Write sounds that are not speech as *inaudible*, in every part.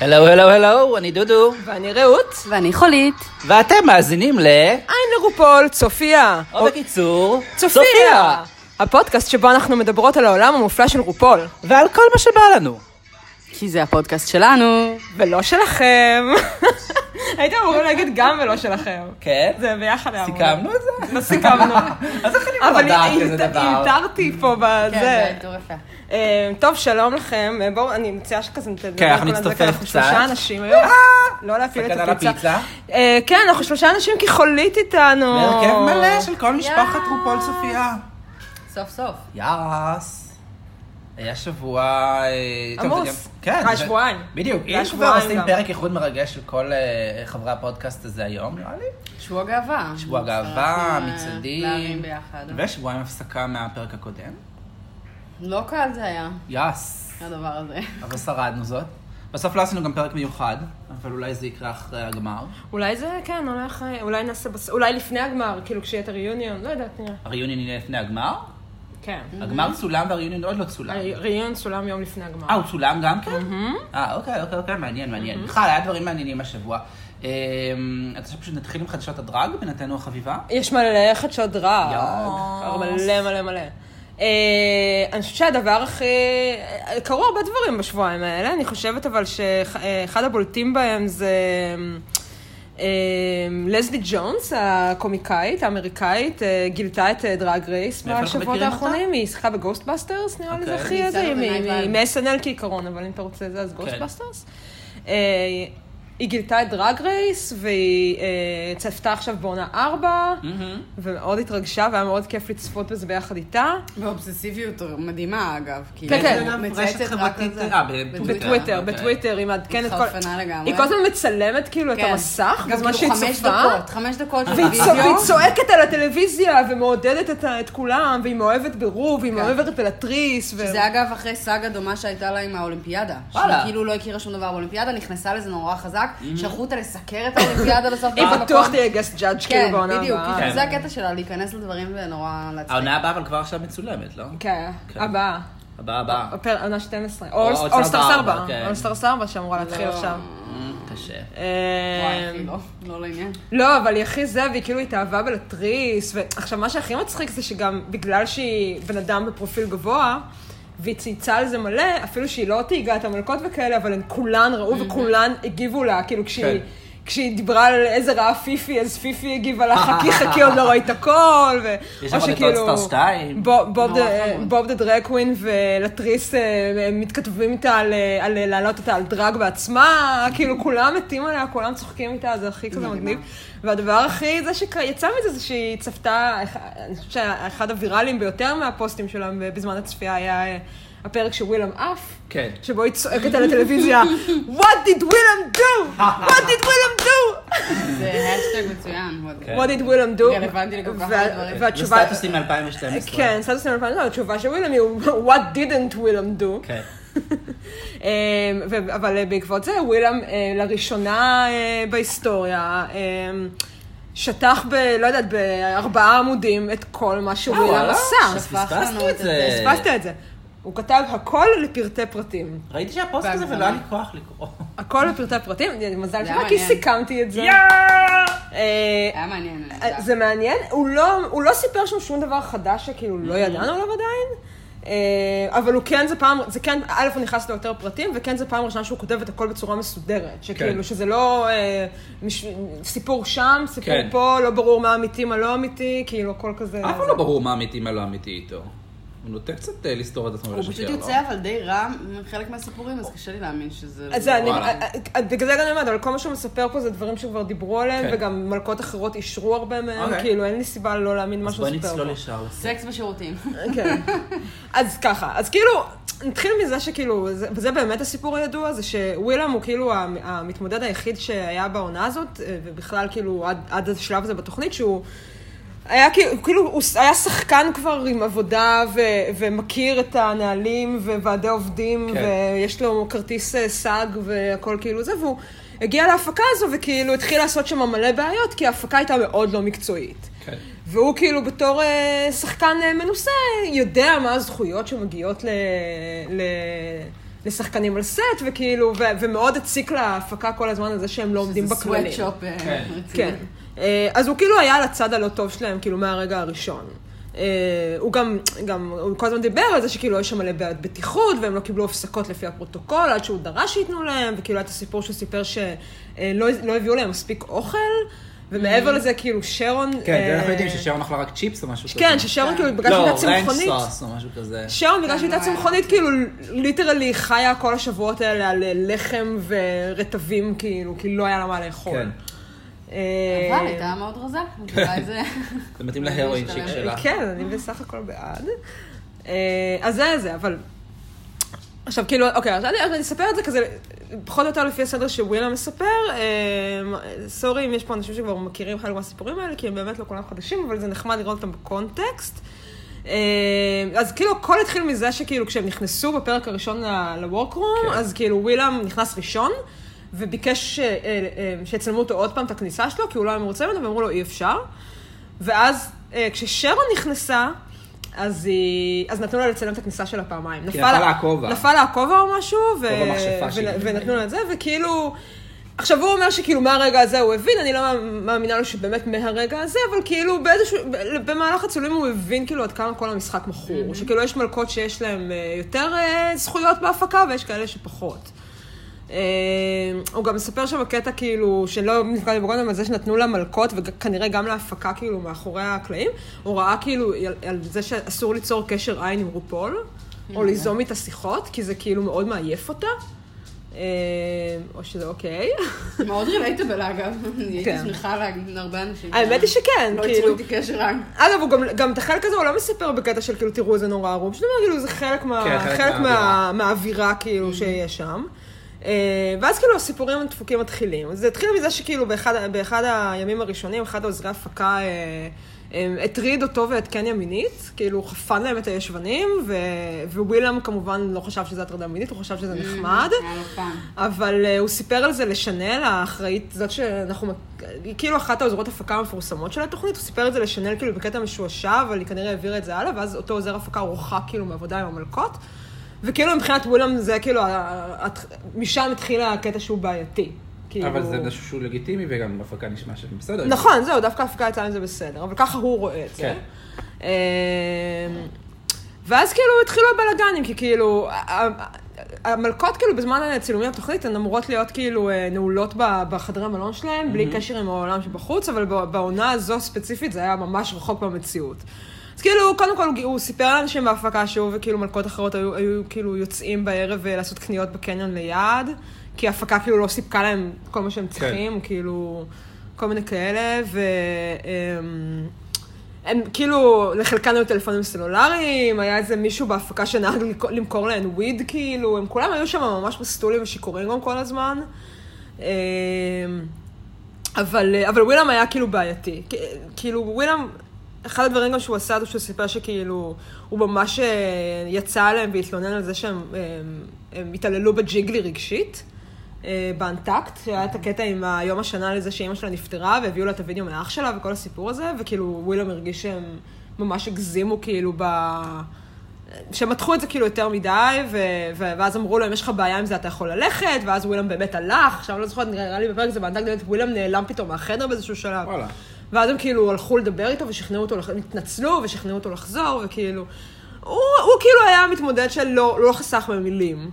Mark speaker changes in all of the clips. Speaker 1: הלו, הלו, הלו, אני דודו,
Speaker 2: ואני רעות.
Speaker 3: ואני חולית.
Speaker 1: ואתם מאזינים ל...
Speaker 2: עין לרופול, צופיה.
Speaker 1: או בקיצור,
Speaker 2: צופיה! הפודקאסט שבו אנחנו מדברות על העולם המופלא של רופול.
Speaker 1: ועל כל מה שבא לנו.
Speaker 3: כי זה הפודקאסט שלנו.
Speaker 2: ולא שלכם. *laughs* הייתם אמורים להגיד גם ולא שלכם.
Speaker 1: כן?
Speaker 2: זה ביחד היה אמור.
Speaker 1: סיכמנו את זה?
Speaker 2: לא סיכמנו.
Speaker 1: *laughs* אז איך אני
Speaker 2: אבל
Speaker 1: יכול לדעת כזה
Speaker 2: הילת-
Speaker 1: דבר? כן,
Speaker 2: הילתרתי פה
Speaker 3: כן,
Speaker 2: בזה.
Speaker 3: טור יפה.
Speaker 2: אה, טוב, שלום לכם. אה, בואו, אני מציעה שכזה נתדבר.
Speaker 1: כן, אנחנו נצטופף
Speaker 2: אנחנו
Speaker 1: קצת. אה!
Speaker 2: שלושה אנשים היום. לא להפיל
Speaker 1: סכנה
Speaker 2: את הפיצה.
Speaker 1: לפיצה.
Speaker 2: אה, כן, אנחנו שלושה אנשים כי חולית איתנו.
Speaker 1: בהרכב מלא של כל משפחת
Speaker 3: יאס.
Speaker 1: רופול צופיה.
Speaker 3: סוף סוף.
Speaker 1: יאס. היה שבוע... אה, טוב, זה
Speaker 2: עמוס.
Speaker 1: גם- כן.
Speaker 2: היה
Speaker 1: זה-
Speaker 2: שבועיים.
Speaker 1: בדיוק.
Speaker 2: היה
Speaker 1: אם כבר
Speaker 2: שבועיים
Speaker 1: עושים
Speaker 2: גם.
Speaker 1: פרק איחוד מרגש של כל אה, חברי הפודקאסט הזה היום, נראה לי.
Speaker 3: שבוע גאווה.
Speaker 1: שבוע גאווה,
Speaker 3: אנחנו, אה, להרים
Speaker 1: מצעדים.
Speaker 3: ביחד.
Speaker 1: ושבועיים הפסקה מהפרק הקודם.
Speaker 3: לא קל זה היה,
Speaker 1: יאס.
Speaker 3: הדבר הזה. *laughs*
Speaker 1: אבל שרדנו זאת. בסוף לא עשינו גם פרק מיוחד, אבל אולי זה יקרה אחרי הגמר.
Speaker 2: אולי זה, כן, אולי אחרי, אולי נעשה, בס... אולי לפני הגמר, כאילו כשיהיה את הריוניון, לא יודעת, נראה.
Speaker 1: הריוניון יהיה לפני הגמר?
Speaker 2: כן.
Speaker 1: הגמר צולם והריוניון עוד לא צולם.
Speaker 2: הריוניון צולם יום לפני הגמר.
Speaker 1: אה, הוא צולם גם כן? אה, אוקיי, אוקיי, אוקיי, מעניין, מעניין. בכלל, היה דברים מעניינים השבוע. אמ, אתה חושב שפשוט נתחיל עם חדשות הדרג, בינתנו החביבה?
Speaker 2: יש מלא חדשות דרג.
Speaker 1: יואו.
Speaker 2: מלא מלא מלא. אה, אני חושבת שהדבר הכי... אה, קרו הרבה דברים בשבועיים האלה, אני חושבת אבל שאחד הבולטים בהם זה... אה, לסלי ג'ונס, הקומיקאית, האמריקאית, אה, גילתה את אה, דרג רייס
Speaker 1: מאיפה אנחנו
Speaker 2: בשבועות
Speaker 1: מכירים אותה?
Speaker 2: האחרונים, היא שיחקה בגוסטבאסטרס, נראה לי זה
Speaker 1: אוקיי.
Speaker 2: הכי
Speaker 3: היא
Speaker 2: איזה,
Speaker 3: סלמון נייבל.
Speaker 2: מ-SNL כעיקרון, אבל אם אתה רוצה זה,
Speaker 1: כן.
Speaker 2: אז גוסטבאסטרס. אה, היא גילתה את דרג רייס, והיא אה, צפתה עכשיו בעונה 4,
Speaker 3: Mm-hmm.
Speaker 1: Mm-hmm.
Speaker 2: ומאוד התרגשה, והיה מאוד כיף לצפות בזה ביחד איתה.
Speaker 3: באובססיביות מדהימה אגב. כאילו,
Speaker 2: כן, כן.
Speaker 3: מצייצת
Speaker 1: רשת
Speaker 3: רק
Speaker 1: חברתית,
Speaker 3: על זה.
Speaker 1: אה, בטוויטר.
Speaker 2: בטוויטר,
Speaker 1: אוקיי.
Speaker 2: בטוויטר, היא מעדכנת כל...
Speaker 3: התחרפנה לגמרי.
Speaker 2: היא כל הזמן מצלמת כאילו את
Speaker 3: כן.
Speaker 2: המסך,
Speaker 3: גם
Speaker 2: בזמן שהיא
Speaker 3: כאילו חמש
Speaker 2: צופה.
Speaker 3: דקות, חמש דקות של
Speaker 2: והיא צוע-
Speaker 3: וידאו.
Speaker 2: והיא צועקת על הטלוויזיה, ומעודדת את ה- את כולם, והיא מאוהבת ברוב, והיא
Speaker 3: כן.
Speaker 2: מאוהבת בלטריס, ו...
Speaker 3: זה אגב אחרי סאגה דומה שהייתה לה עם האולימפיאדה.
Speaker 1: וואלה. Mm-hmm.
Speaker 3: שהיא כאילו לא הכירה שום דבר באולימפיאדה, נכנסה לזה נורא חזק, שלחו אותה לסקר את האולימפיאדה בסוף.
Speaker 2: היא
Speaker 3: בכל
Speaker 2: בטוח
Speaker 3: מקום.
Speaker 2: תהיה גסט ג'אדג' כאילו
Speaker 3: כן,
Speaker 2: בעונה הבאה.
Speaker 3: בדיוק,
Speaker 1: כן.
Speaker 3: כאילו זה הקטע שלה, להיכנס לדברים ונורא להצחיק.
Speaker 1: העונה הבאה אבל כבר עכשיו מצולמת, לא?
Speaker 2: כן,
Speaker 1: כן.
Speaker 2: הבאה.
Speaker 1: הבאה הבאה.
Speaker 2: הפר- עונה 12.
Speaker 1: או עוד
Speaker 2: אולסטארס
Speaker 1: ארבע,
Speaker 2: 4.
Speaker 1: כן.
Speaker 2: אולסטארס 4 שאמורה להתחיל עכשיו.
Speaker 1: Mm, קשה.
Speaker 3: וואי,
Speaker 2: אה,
Speaker 3: אחי, לא, לא לעניין.
Speaker 2: לא, אבל היא הכי זה, והיא כאילו התאהבה בלטריס. ועכשיו, מה שהכי מצחיק זה שגם בגלל שהיא בן אדם בפרופיל גבוה, והיא צייצה על זה מלא, אפילו שהיא לא תהיגה את המלכות וכאלה, אבל הן כולן ראו וכולן הגיבו לה, כאילו כשהיא...
Speaker 1: כן.
Speaker 2: כשהיא דיברה על איזה רעה פיפי, אז פיפי
Speaker 1: *laughs*
Speaker 2: הגיבה לה, חכי חכי, עוד לא ראית הכל, ו...
Speaker 1: יש
Speaker 2: או
Speaker 1: לך את
Speaker 2: שכאילו-
Speaker 1: אולסטארס 2.
Speaker 2: בוב- בוב
Speaker 3: נורא
Speaker 2: דה-
Speaker 3: חמוד.
Speaker 2: בוב דה דרקווין ולטריס אה, הם מתכתבים איתה על, אה, על אה, להעלות אותה על דרג בעצמה, כאילו כולם מתים עליה, כולם צוחקים איתה, זה הכי כזה
Speaker 3: מדהימה.
Speaker 2: מגניב. והדבר הכי זה שיצא מזה זה שהיא צפתה, אח- אני חושבת שאחד הוויראליים ביותר מהפוסטים שלה בזמן הצפייה היה אה, הפרק שווילם עף.
Speaker 1: כן.
Speaker 2: שבו היא צועקת על הטלוויזיה, What did Willem
Speaker 1: *laughs*
Speaker 2: do? What did Willem do?
Speaker 3: זה השטג מצוין. מאוד.
Speaker 1: כן.
Speaker 2: What did Willem do?
Speaker 3: רלוונטי לכל כך הרבה
Speaker 2: וה-
Speaker 3: דברים.
Speaker 1: זה
Speaker 2: והתשובה...
Speaker 1: סטטוסים מ-2012.
Speaker 2: כן, סטטוס מלפני זה, התשובה של ווילם היא what didn't ווילם do.
Speaker 1: כן.
Speaker 2: אמ, ו- אבל אה, בעקבות זה ווילם אה, לראשונה אה, בהיסטוריה אמ, שטח ב... לא יודעת, בארבעה עמודים את כל מה
Speaker 3: אה,
Speaker 2: שווילם
Speaker 1: וואלה,
Speaker 2: עשה.
Speaker 1: לא שפספסנו את זה.
Speaker 2: פספסת את זה. הוא כתב הכל לפרטי פרטים.
Speaker 1: ראיתי שהפוסט הזה ולא היה לי כוח לקרוא.
Speaker 2: הכל לפרטי פרטים, מזל
Speaker 3: זה
Speaker 2: שלך,
Speaker 3: היה
Speaker 2: כי
Speaker 3: מעניין.
Speaker 2: סיכמתי את זה. אה,
Speaker 3: היה מעניין. אני יודעת.
Speaker 2: זה מעניין, הוא לא, הוא לא סיפר שם שום דבר חדש שכאילו
Speaker 1: Mm-hmm.
Speaker 2: לא ידענו עליו עדיין, אה, אבל הוא כן, זה פעם, זה כן, א', הוא נכנס ליותר פרטים, וכן זה פעם ראשונה שהוא כותב את הכל בצורה מסודרת,
Speaker 1: כן.
Speaker 2: שכאילו, שזה לא אה, מש, סיפור שם, סיפור
Speaker 1: כן.
Speaker 2: פה, לא ברור מה אמיתי, מה לא אמיתי, כאילו, הכל כזה...
Speaker 1: אף פעם לא ברור מה אמיתי, מה לא אמיתי איתו. הוא נוטה קצת אה, לסתור את עצמו
Speaker 3: הוא
Speaker 1: ולשקר,
Speaker 3: פשוט
Speaker 1: לא?
Speaker 3: יוצא אבל די רע מחלק מהסיפורים, אז קשה לי להאמין שזה... לא-
Speaker 2: אז זה, אני, אה,
Speaker 1: וואלה.
Speaker 2: בגלל זה גם אני אומרת, אבל כל מה שהוא מספר פה זה דברים שכבר דיברו עליהם,
Speaker 1: כן.
Speaker 2: וגם מלכות אחרות אישרו הרבה מהם,
Speaker 1: אוקיי.
Speaker 2: כאילו אין לי סיבה לא להאמין מה
Speaker 1: אז
Speaker 2: שהוא
Speaker 1: בואי
Speaker 2: סיפר פה.
Speaker 1: נצלול ישר.
Speaker 3: סקס בשירותים.
Speaker 2: כן. אז ככה, אז כאילו, נתחיל מזה שכאילו, זה- וזה באמת הסיפור הידוע, זה שווילם הוא כאילו המ- המתמודד היחיד שהיה בעונה הזאת, אה, ובכלל כאילו עד, עד השלב הזה בתוכנית, שהוא היה כאילו, כאילו הוא ס- היה שחקן כבר עם עבודה ו, ומכיר את הנהלים וועדי עובדים,
Speaker 1: כן.
Speaker 2: ויש לו כרטיס אה, סאג והכל כאילו זה, והוא הגיע להפקה הזו וכאילו התחיל לעשות שם מלא בעיות, כי ההפקה הייתה מאוד לא מקצועית.
Speaker 1: כן.
Speaker 2: והוא כאילו בתור אה, שחקן אה, מנוסה, יודע מה הזכויות שמגיעות ל... ל... לשחקנים על סט, וכאילו, ו- ומאוד הציק להפקה כל הזמן על זה שהם לא עומדים בכללים.
Speaker 3: סוואטשופ
Speaker 1: כן.
Speaker 2: כן.
Speaker 3: רציני.
Speaker 2: אה, אז הוא כאילו היה על הצד הלא טוב שלהם, כאילו, מהרגע הראשון. אה, הוא גם, גם, הוא כל הזמן דיבר על זה שכאילו יש שם מלא בעיות בטיחות, והם לא קיבלו הפסקות לפי הפרוטוקול, עד שהוא דרש שייתנו להם, וכאילו היה את הסיפור שהוא סיפר שלא לא הביאו להם מספיק אוכל, ומעבר לזה, כאילו, שרון...
Speaker 1: כן, זה
Speaker 2: אה,
Speaker 1: אנחנו יודעים ששרון אכלה רק צ'יפס או משהו כזה.
Speaker 2: כן, ששרון כאילו, בגלל שהיא
Speaker 1: לא,
Speaker 2: הייתה
Speaker 1: רנץ'
Speaker 2: צמחונית.
Speaker 1: סוס או משהו כזה.
Speaker 2: שרון, בגלל
Speaker 3: כן,
Speaker 2: שהיא
Speaker 3: לא
Speaker 2: הייתה
Speaker 3: היה
Speaker 2: צמחונית, כאילו, ליטרלי חיה כל השבועות האלה על אה, לחם ורטבים, כאילו, כי לא היה לה מה לאכול.
Speaker 1: כן.
Speaker 2: אה,
Speaker 3: אבל הייתה מאוד רזה. אולי *laughs* זה...
Speaker 1: זה מתאים להרואין שיק
Speaker 3: משתלם.
Speaker 1: שלה.
Speaker 2: כן, אני בסך הכל בעד. אה, אז זה זה, אבל... עכשיו, כאילו, אוקיי, אז אני, אני אספר את זה כזה, פחות או יותר לפי הסדר שווילה מספר. אה, סורי אם יש פה אנשים שכבר מכירים חלק מהסיפורים האלה, כי הם באמת לא כולם חדשים, אבל זה נחמד לראות אותם בקונטקסט. אה, אז כאילו, הכל התחיל מזה שכאילו, כשהם נכנסו בפרק הראשון ל-workroom,
Speaker 1: כן.
Speaker 2: כן. אז כאילו, ווילם נכנס ראשון. וביקש אה, אה, שיצלמו אותו עוד פעם את הכניסה שלו, כי הוא לא היה מרוצה ממנו, ואמרו לו, אי אפשר. ואז אה, כששרון נכנסה, אז, היא, אז נתנו לה לצלם את הכניסה שלה פעמיים.
Speaker 1: כי נפל לה הכובע.
Speaker 2: נפל לה הכובע או משהו, ו...
Speaker 1: כובע מכשפה שלי.
Speaker 2: ו... ונתנו לה את זה, וכאילו... עכשיו, הוא אומר שכאילו מהרגע הזה הוא הבין, אני לא מאמינה לו שבאמת מהרגע הזה, אבל כאילו באיזשהו, ב- במהלך הצילומים הוא הבין כאילו עד כמה כל המשחק מכור. שכאילו יש מלכות שיש להן אה, יותר אה, זכויות בהפקה ויש כאלה שפחות. אה, הוא גם מספר שם קטע כאילו, שלא נפגעתי בו קודם, על זה שנתנו לה מלקות, וכנראה גם להפקה כאילו מאחורי הקלעים, הוא ראה כאילו על, על זה שאסור ליצור קשר עין עם רופול, או ליזום איתה שיחות, כי זה כאילו מאוד מעייף אותה, אה, או שזה אוקיי.
Speaker 3: מאוד רילייטבל אגב. אני הייתי
Speaker 2: כן.
Speaker 3: שמחה להגיד הרבה אנשים.
Speaker 2: האמת היא שכן,
Speaker 3: לא יצרו
Speaker 2: כאילו.
Speaker 3: איתי קשר רק.
Speaker 2: אגב, הוא גם, גם את החלק הזה הוא לא מספר בקטע של כאילו, תראו איזה נורא ערום, זאת אומרת, כאילו, זה חלק, מה,
Speaker 1: כן, חלק
Speaker 2: חלק,
Speaker 1: מהאווירה. Mm-hmm.
Speaker 2: מה, מהאווירה, כאילו, שיש שם. אה, ואז כאילו הסיפורים הדפוקים מתחילים. זה התחיל מזה שכאילו באחד, באחד הימים הראשונים, אחד העוזרי ההפקה אה, אה, הטריד אותו ואת קניה מינית, כאילו הוא חפן להם את הישבנים, ו... ווילם כמובן לא חשב שזה הטרדה מינית, הוא חשב
Speaker 1: Mm-hmm.
Speaker 2: שזה נחמד.
Speaker 3: היה לו פאן.
Speaker 2: אבל אה, הוא סיפר על זה לשנל, האחראית, זאת שאנחנו, מק- היא כאילו אחת העוזרות הפקה המפורסמות של התוכנית, הוא סיפר את זה לשנל כאילו בקטע משועשע, אבל היא כנראה העבירה את זה הלאה, ואז אותו עוזר הפקה הורחק כאילו מעבודה עם המלקות, וכאילו מבחינת וילם זה כאילו, ה- ה- הת- משם התחיל הקטע שהוא בעייתי. כאילו...
Speaker 1: אבל זה משהו שהוא לגיטימי, וגם בהפקה נשמע שזה בסדר.
Speaker 2: נכון, זהו, דווקא הפקה יצאה עם זה בסדר, אבל ככה הוא רואה את זה.
Speaker 1: כן.
Speaker 2: אמ, ואז כאילו התחילו הבלאגנים, כי כאילו, ה- ה- המלכות כאילו בזמן הצילומי התוכנית, הן אמורות להיות כאילו אה, נעולות ב- בחדרי המלון שלהן, בלי קשר עם העולם שבחוץ, אבל בע- בעונה הזו ספציפית זה היה ממש רחוק במציאות. אז כאילו, קודם כל הוא- הוא סיפר לאנשים בהפקה שהוא וכאילו מלכות אחרות היו, היו כאילו יוצאים בערב אה, לעשות קניות בקניון ליד, כי ההפקה כאילו לא סיפקה להם כל מה שהם
Speaker 1: כן.
Speaker 2: צריכים, כאילו, כל מיני כאלה, ו... אמ, הם כאילו, לחלקן היו טלפונים סלולריים, היה איזה מישהו בהפקה שנהג למכור- למכור להן וויד, כאילו, הם כולם היו שם ממש מסטולים ושיכורים גם כל הזמן. אמ, אבל, אבל ווילם היה כאילו בעייתי. כ- כאילו, ווילם, אחד הדברים גם שהוא עשה, זה שהוא סיפר שכאילו, הוא ממש אה, יצא עליהם והתלונן על זה שהם הם, הם התעללו בג'יגלי רגשית. אה, באנטקט, שהיה את הקטע עם היום השנה לזה שאימא שלה נפטרה, והביאו לה את הוידאו מאח שלה וכל הסיפור הזה, וכאילו ווילם הרגיש שהם ממש הגזימו כאילו ב... שהם מתחו את זה כאילו יותר מדי, ו... ו... ואז אמרו לו, אם יש לך בעיה עם זה אתה יכול ללכת, ואז ווילם באמת הלך, עכשיו אני לא זוכרת, נראה לי בפרק זה באנטקט, באמת ווילם נעלם פתאום מהחדר באיזשהו שלב.
Speaker 1: וואלה.
Speaker 2: ואז הם כאילו הלכו לדבר איתו ושכנעו אותו, לח- התנצלו ושכנעו אותו לחזור, וכאילו... הוא, הוא כאילו היה מתמודד שלא לא חסך במילים.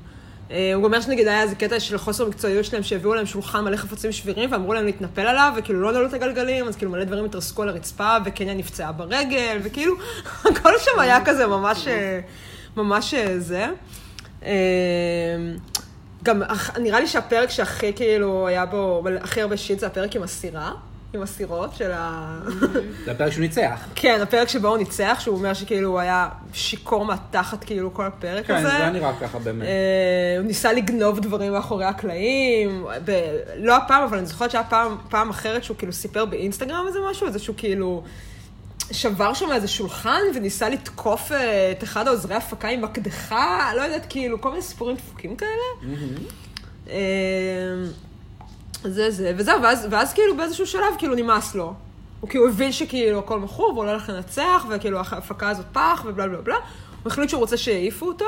Speaker 2: אה, הוא גם אומר שנגיד היה איזה קטע של חוסר מקצועיות שלהם, שהביאו להם שולחן מלא חפצים שבירים ואמרו להם להתנפל עליו, וכאילו לא נעלו את הגלגלים, אז כאילו מלא דברים התרסקו על הרצפה, וקניה נפצעה ברגל, וכאילו, *laughs* הכל שם היה כזה ממש, אה, ממש אה, זה. אה, גם אח- נראה לי שהפרק שהכי כאילו היה בו, אבל הכי הרבה שיט זה הפרק עם הסירה, עם הסירות של
Speaker 1: *laughs*
Speaker 2: ה...
Speaker 1: זה הפרק שהוא ניצח.
Speaker 2: כן, הפרק שבו הוא ניצח, שהוא אומר שכאילו הוא היה שיכור מהתחת כאילו כל הפרק
Speaker 1: כן,
Speaker 2: הזה.
Speaker 1: זה היה נראה ככה באמת.
Speaker 2: אה, הוא ניסה לגנוב דברים מאחורי הקלעים, ב- לא הפעם, אבל אני זוכרת שהיה פעם, פעם אחרת שהוא כאילו סיפר באינסטגרם איזה משהו, איזה שהוא כאילו שבר שם איזה שולחן וניסה לתקוף אה, את אחד העוזרי ההפקה עם מקדחה, לא יודעת, כאילו, כל מיני סיפורים דפוקים כאלה. אמ, אה, זה זה, וזהו, ואז, ואז כאילו באיזשהו שלב כאילו נמאס לו. הוא כאילו הבין שכאילו הכל מכור והוא לא הולך לנצח, וכאילו ההפקה הזאת פח ובלה בלה בלה. הוא החליט שהוא רוצה שיעיפו אותו.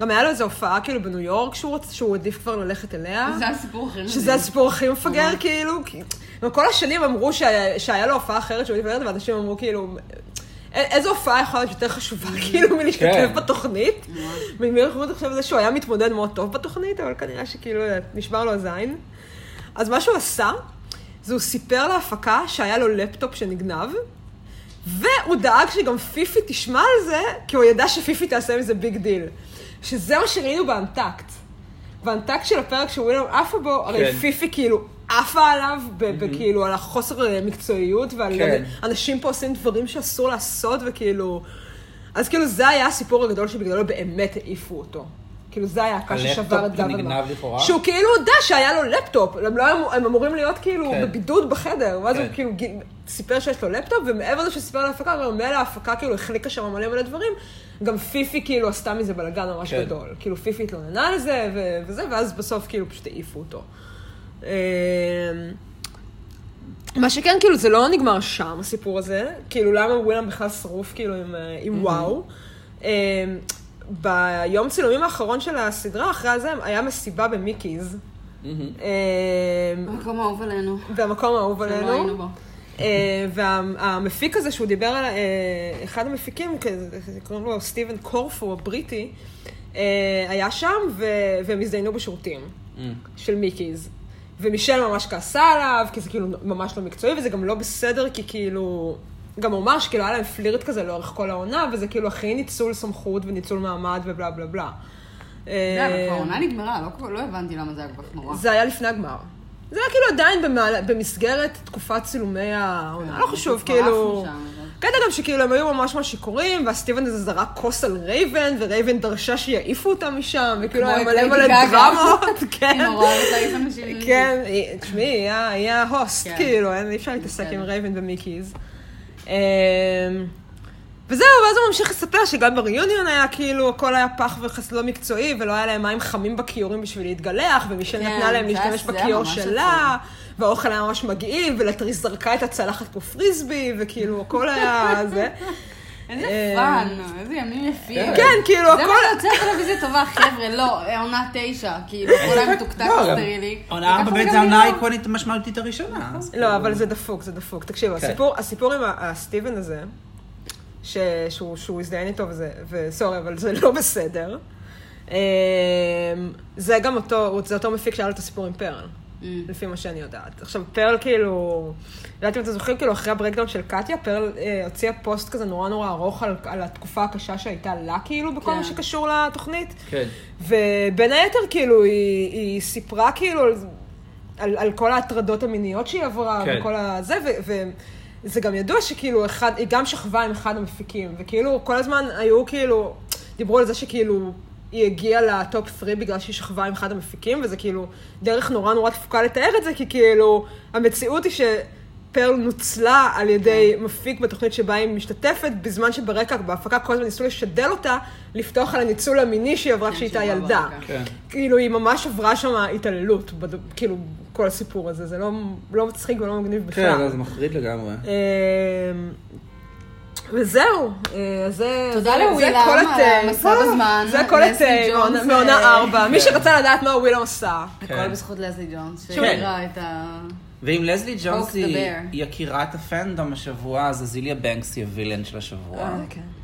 Speaker 2: גם היה לו איזו הופעה כאילו בניו יורק שהוא רוצה, שהוא העדיף כבר ללכת אליה.
Speaker 3: זה הסיפור הכי
Speaker 2: שזה הסיפור הכי מפגר, כאילו. כי- וכל השנים אמרו שהיה, שהיה לו הופעה אחרת שהוא העדיף ללכת, ואנשים אמרו כאילו... "א- איזו הופעה יכולה להיות יותר חשובה, כאילו, מלהשתתף
Speaker 1: כן.
Speaker 2: בתוכנית? ממי רכבות עכשיו זה שהוא היה מתמודד מאוד טוב בתוכנית, אבל כנראה שכאילו נשבר לו הזין. אז מה שהוא עשה, זה הוא סיפר להפקה שהיה לו לפטופ שנגנב, והוא דאג שגם פיפי תשמע על זה, כי הוא ידע שפיפי תעשה מזה ביג דיל. שזה מה שראינו באנטקט. באנטקט של הפרק שווילם עפה בו, הרי
Speaker 1: כן.
Speaker 2: פיפי כאילו עפה עליו, ב- וכאילו על החוסר אה, מקצועיות, ועל
Speaker 1: כן.
Speaker 2: גם אנשים פה עושים דברים שאסור לעשות, וכאילו... אז כאילו זה היה הסיפור הגדול שבגללו באמת העיפו אותו. כאילו זה היה הקש
Speaker 1: הלפטופ
Speaker 2: ששבר את דוד.
Speaker 1: שנגנב לכאורה?
Speaker 2: שהוא כאילו הודה שהיה לו לפטופ, הם, לא, היו- הם אמורים להיות כאילו
Speaker 1: כן.
Speaker 2: בבידוד בחדר, ואז הוא
Speaker 1: כן.
Speaker 2: כאילו גיל- סיפר שיש לו לפטופ, ומעבר לזה שסיפר להפקה, גם מילא ההפקה כאילו החליקה שם מלא מלא דברים, גם פיפי כאילו עשתה מזה בלאגן ממש
Speaker 1: כן.
Speaker 2: גדול. כאילו פיפי התלוננה על זה ו- וזה, ואז בסוף כאילו פשוט העיפו אותו. אמ, מה שכן, כאילו, זה לא נגמר שם, הסיפור הזה. כאילו, למה ווילם בכלל שרוף, כאילו, עם, אה,
Speaker 1: Mm-hmm.
Speaker 2: עם וואו. אמ, ביום צילומים האחרון של הסדרה, אחרי זה, היה מסיבה במיקיז.
Speaker 1: מהמם.
Speaker 2: אמ,
Speaker 3: המקום האהוב עלינו.
Speaker 2: במקום האהוב
Speaker 3: שלא
Speaker 2: עלינו.
Speaker 3: היינו בו.
Speaker 2: אה, והמפיק הזה שהוא דיבר על, אה, אחד המפיקים, כזה, קוראים לו סטיבן קורפו הבריטי, אה, היה שם ו- והם הזדיינו בשירותים של מיקיז. ומישל ממש כעסה עליו, כי זה כאילו ממש לא מקצועי, וזה גם לא בסדר, כי כאילו... גם הוא אמר שכאילו היה להם פלירט כזה לאורך כל העונה, וזה כאילו הכי ניצול סמכות וניצול מעמד ובלה בלה בלה. אה,
Speaker 3: זה
Speaker 1: אה,
Speaker 3: היה, אבל כבר העונה נגמרה, לא- לא הבנתי למה זה היה כל כך נורא.
Speaker 2: זה היה לפני הגמר. זה היה כאילו עדיין במעלה, במסגרת תקופת צילומי העונה,
Speaker 3: כן,
Speaker 2: לא חשוב,
Speaker 3: אנחנו
Speaker 2: כאילו...
Speaker 3: התפרפנו שם, אבל-
Speaker 2: קטע גם שכאילו הם היו ממש ממש שיכורים, והסטיבן הזה זרק כוס על רייבן, ורייבן דרשה שיעיפו אותה משם, וכאילו
Speaker 3: כמו
Speaker 2: היה
Speaker 3: את
Speaker 2: מלא
Speaker 3: ליידי
Speaker 2: מלא
Speaker 3: גאגה.
Speaker 2: דרמות, *laughs*
Speaker 3: אני
Speaker 2: כן.
Speaker 3: נורא אוהבת להעיף אנשים.
Speaker 2: כן, היא- תשמעי, היא ה- היא ההוסט,
Speaker 3: כן.
Speaker 2: כאילו, אין- אי אפשר להתעסק עם
Speaker 3: בסדר.
Speaker 2: רייבן ומיקיז. אמ, וזהו, ואז הוא ממשיך לספר שגם בריאיוניון היה כאילו, הכל היה פח וחס לא מקצועי, ולא היה להם מים חמים בכיורים בשביל להתגלח, ומישל
Speaker 3: כן,
Speaker 2: נתנה להם
Speaker 3: זה היה-
Speaker 2: להשתמש
Speaker 3: זה היה
Speaker 2: בכיור
Speaker 3: ממש
Speaker 2: שלה, והאוכל היה ממש מגעיל, ולטריס זרקה את הצלחת כמו פריסבי, וכאילו, הכל היה זה.
Speaker 1: אה,
Speaker 3: איזה פאן, איזה ימים יפים.
Speaker 2: כן,
Speaker 1: לא,
Speaker 2: כאילו,
Speaker 3: זה
Speaker 2: הכל...
Speaker 3: מה שיוצר טלוויזיה טובה, חבר'ה, לא, עונה תשע, כאילו,
Speaker 1: *laughs*
Speaker 3: כל היום מתוקתק
Speaker 1: לא, גם-
Speaker 3: סטרילי.
Speaker 1: עונה ארבע
Speaker 3: וככה
Speaker 1: באמת
Speaker 3: גם
Speaker 1: זה העונה
Speaker 3: נגמר.
Speaker 1: האיקונית המשמעותית הראשונה. אז כאילו-
Speaker 2: לא, אבל זה דפוק, זה דפוק. תקשיב,
Speaker 1: כן.
Speaker 2: הסיפור, הסיפור עם ה- הסטיבן הזה, ש, שהוא, שהוא הזדיין איתו וזה, וסורי, אבל זה לא בסדר. אמ, זה גם אותו, זה אותו מפיק שהיה לו את הסיפור עם פרל,
Speaker 1: Mm.
Speaker 2: לפי מה שאני יודעת. עכשיו, פרל כאילו, לא יודעת אם אתם זוכרים, כאילו, אחרי הברקדאון של קטיה, פרל אה, הוציאה פוסט כזה נורא נורא ארוך על, על התקופה הקשה שהייתה לה, כאילו, בכל מה
Speaker 3: כן.
Speaker 2: שקשור לתוכנית.
Speaker 1: כן.
Speaker 2: ובין היתר, כאילו, היא, היא סיפרה כאילו על, על, על כל ההטרדות המיניות שהיא עברה,
Speaker 1: כן.
Speaker 2: כן. וכל הזה, ו, וזה גם ידוע שכאילו, אחד, היא גם שכבה עם אחד המפיקים, וכאילו, כל הזמן היו כאילו, דיברו על זה שכאילו... היא הגיעה לטופ 3 בגלל שהיא שכבה עם אחד המפיקים, וזה כאילו דרך נורא נורא תפוקה לתאר את זה, כי כאילו, המציאות היא שפרל נוצלה על ידי מפיק בתוכנית שבה היא משתתפת, בזמן שברקע, בהפקה כל הזמן ניסו לשדל אותה, לפתוח על הניצול המיני שהיא עברה
Speaker 3: כן,
Speaker 2: כשהייתה
Speaker 3: שהיא
Speaker 2: ילדה.
Speaker 3: ברקע.
Speaker 1: כן.
Speaker 2: כאילו, היא ממש עברה שם התעללות, בד- כאילו, כל הסיפור הזה. זה לא, לא מצחיק ולא מגניב בכלל.
Speaker 1: כן, אז זה מחריד לגמרי.
Speaker 2: אמ, וזהו, אה, זה...
Speaker 3: תודה
Speaker 2: זה- זה
Speaker 3: לווילם
Speaker 2: כל
Speaker 3: על
Speaker 2: התה.
Speaker 3: המסע
Speaker 2: אה,
Speaker 3: בזמן.
Speaker 2: זה כל
Speaker 3: לסלי
Speaker 2: התה
Speaker 3: ג'ונס,
Speaker 2: מעונה- מעונה
Speaker 3: אה,
Speaker 2: ארבע. מי שרצה לדעת מה ווילם עשה.
Speaker 1: כן.
Speaker 3: הכל בזכות לזלי ג'ונס,
Speaker 1: כן.
Speaker 3: שהעירה את ה...
Speaker 1: ואם לזלי ג'ונס
Speaker 3: Poke the
Speaker 1: היא
Speaker 3: bear.
Speaker 1: יקירת הפנדום השבוע, אז אזיליה בנקס היא הווילן של השבוע.
Speaker 2: אה.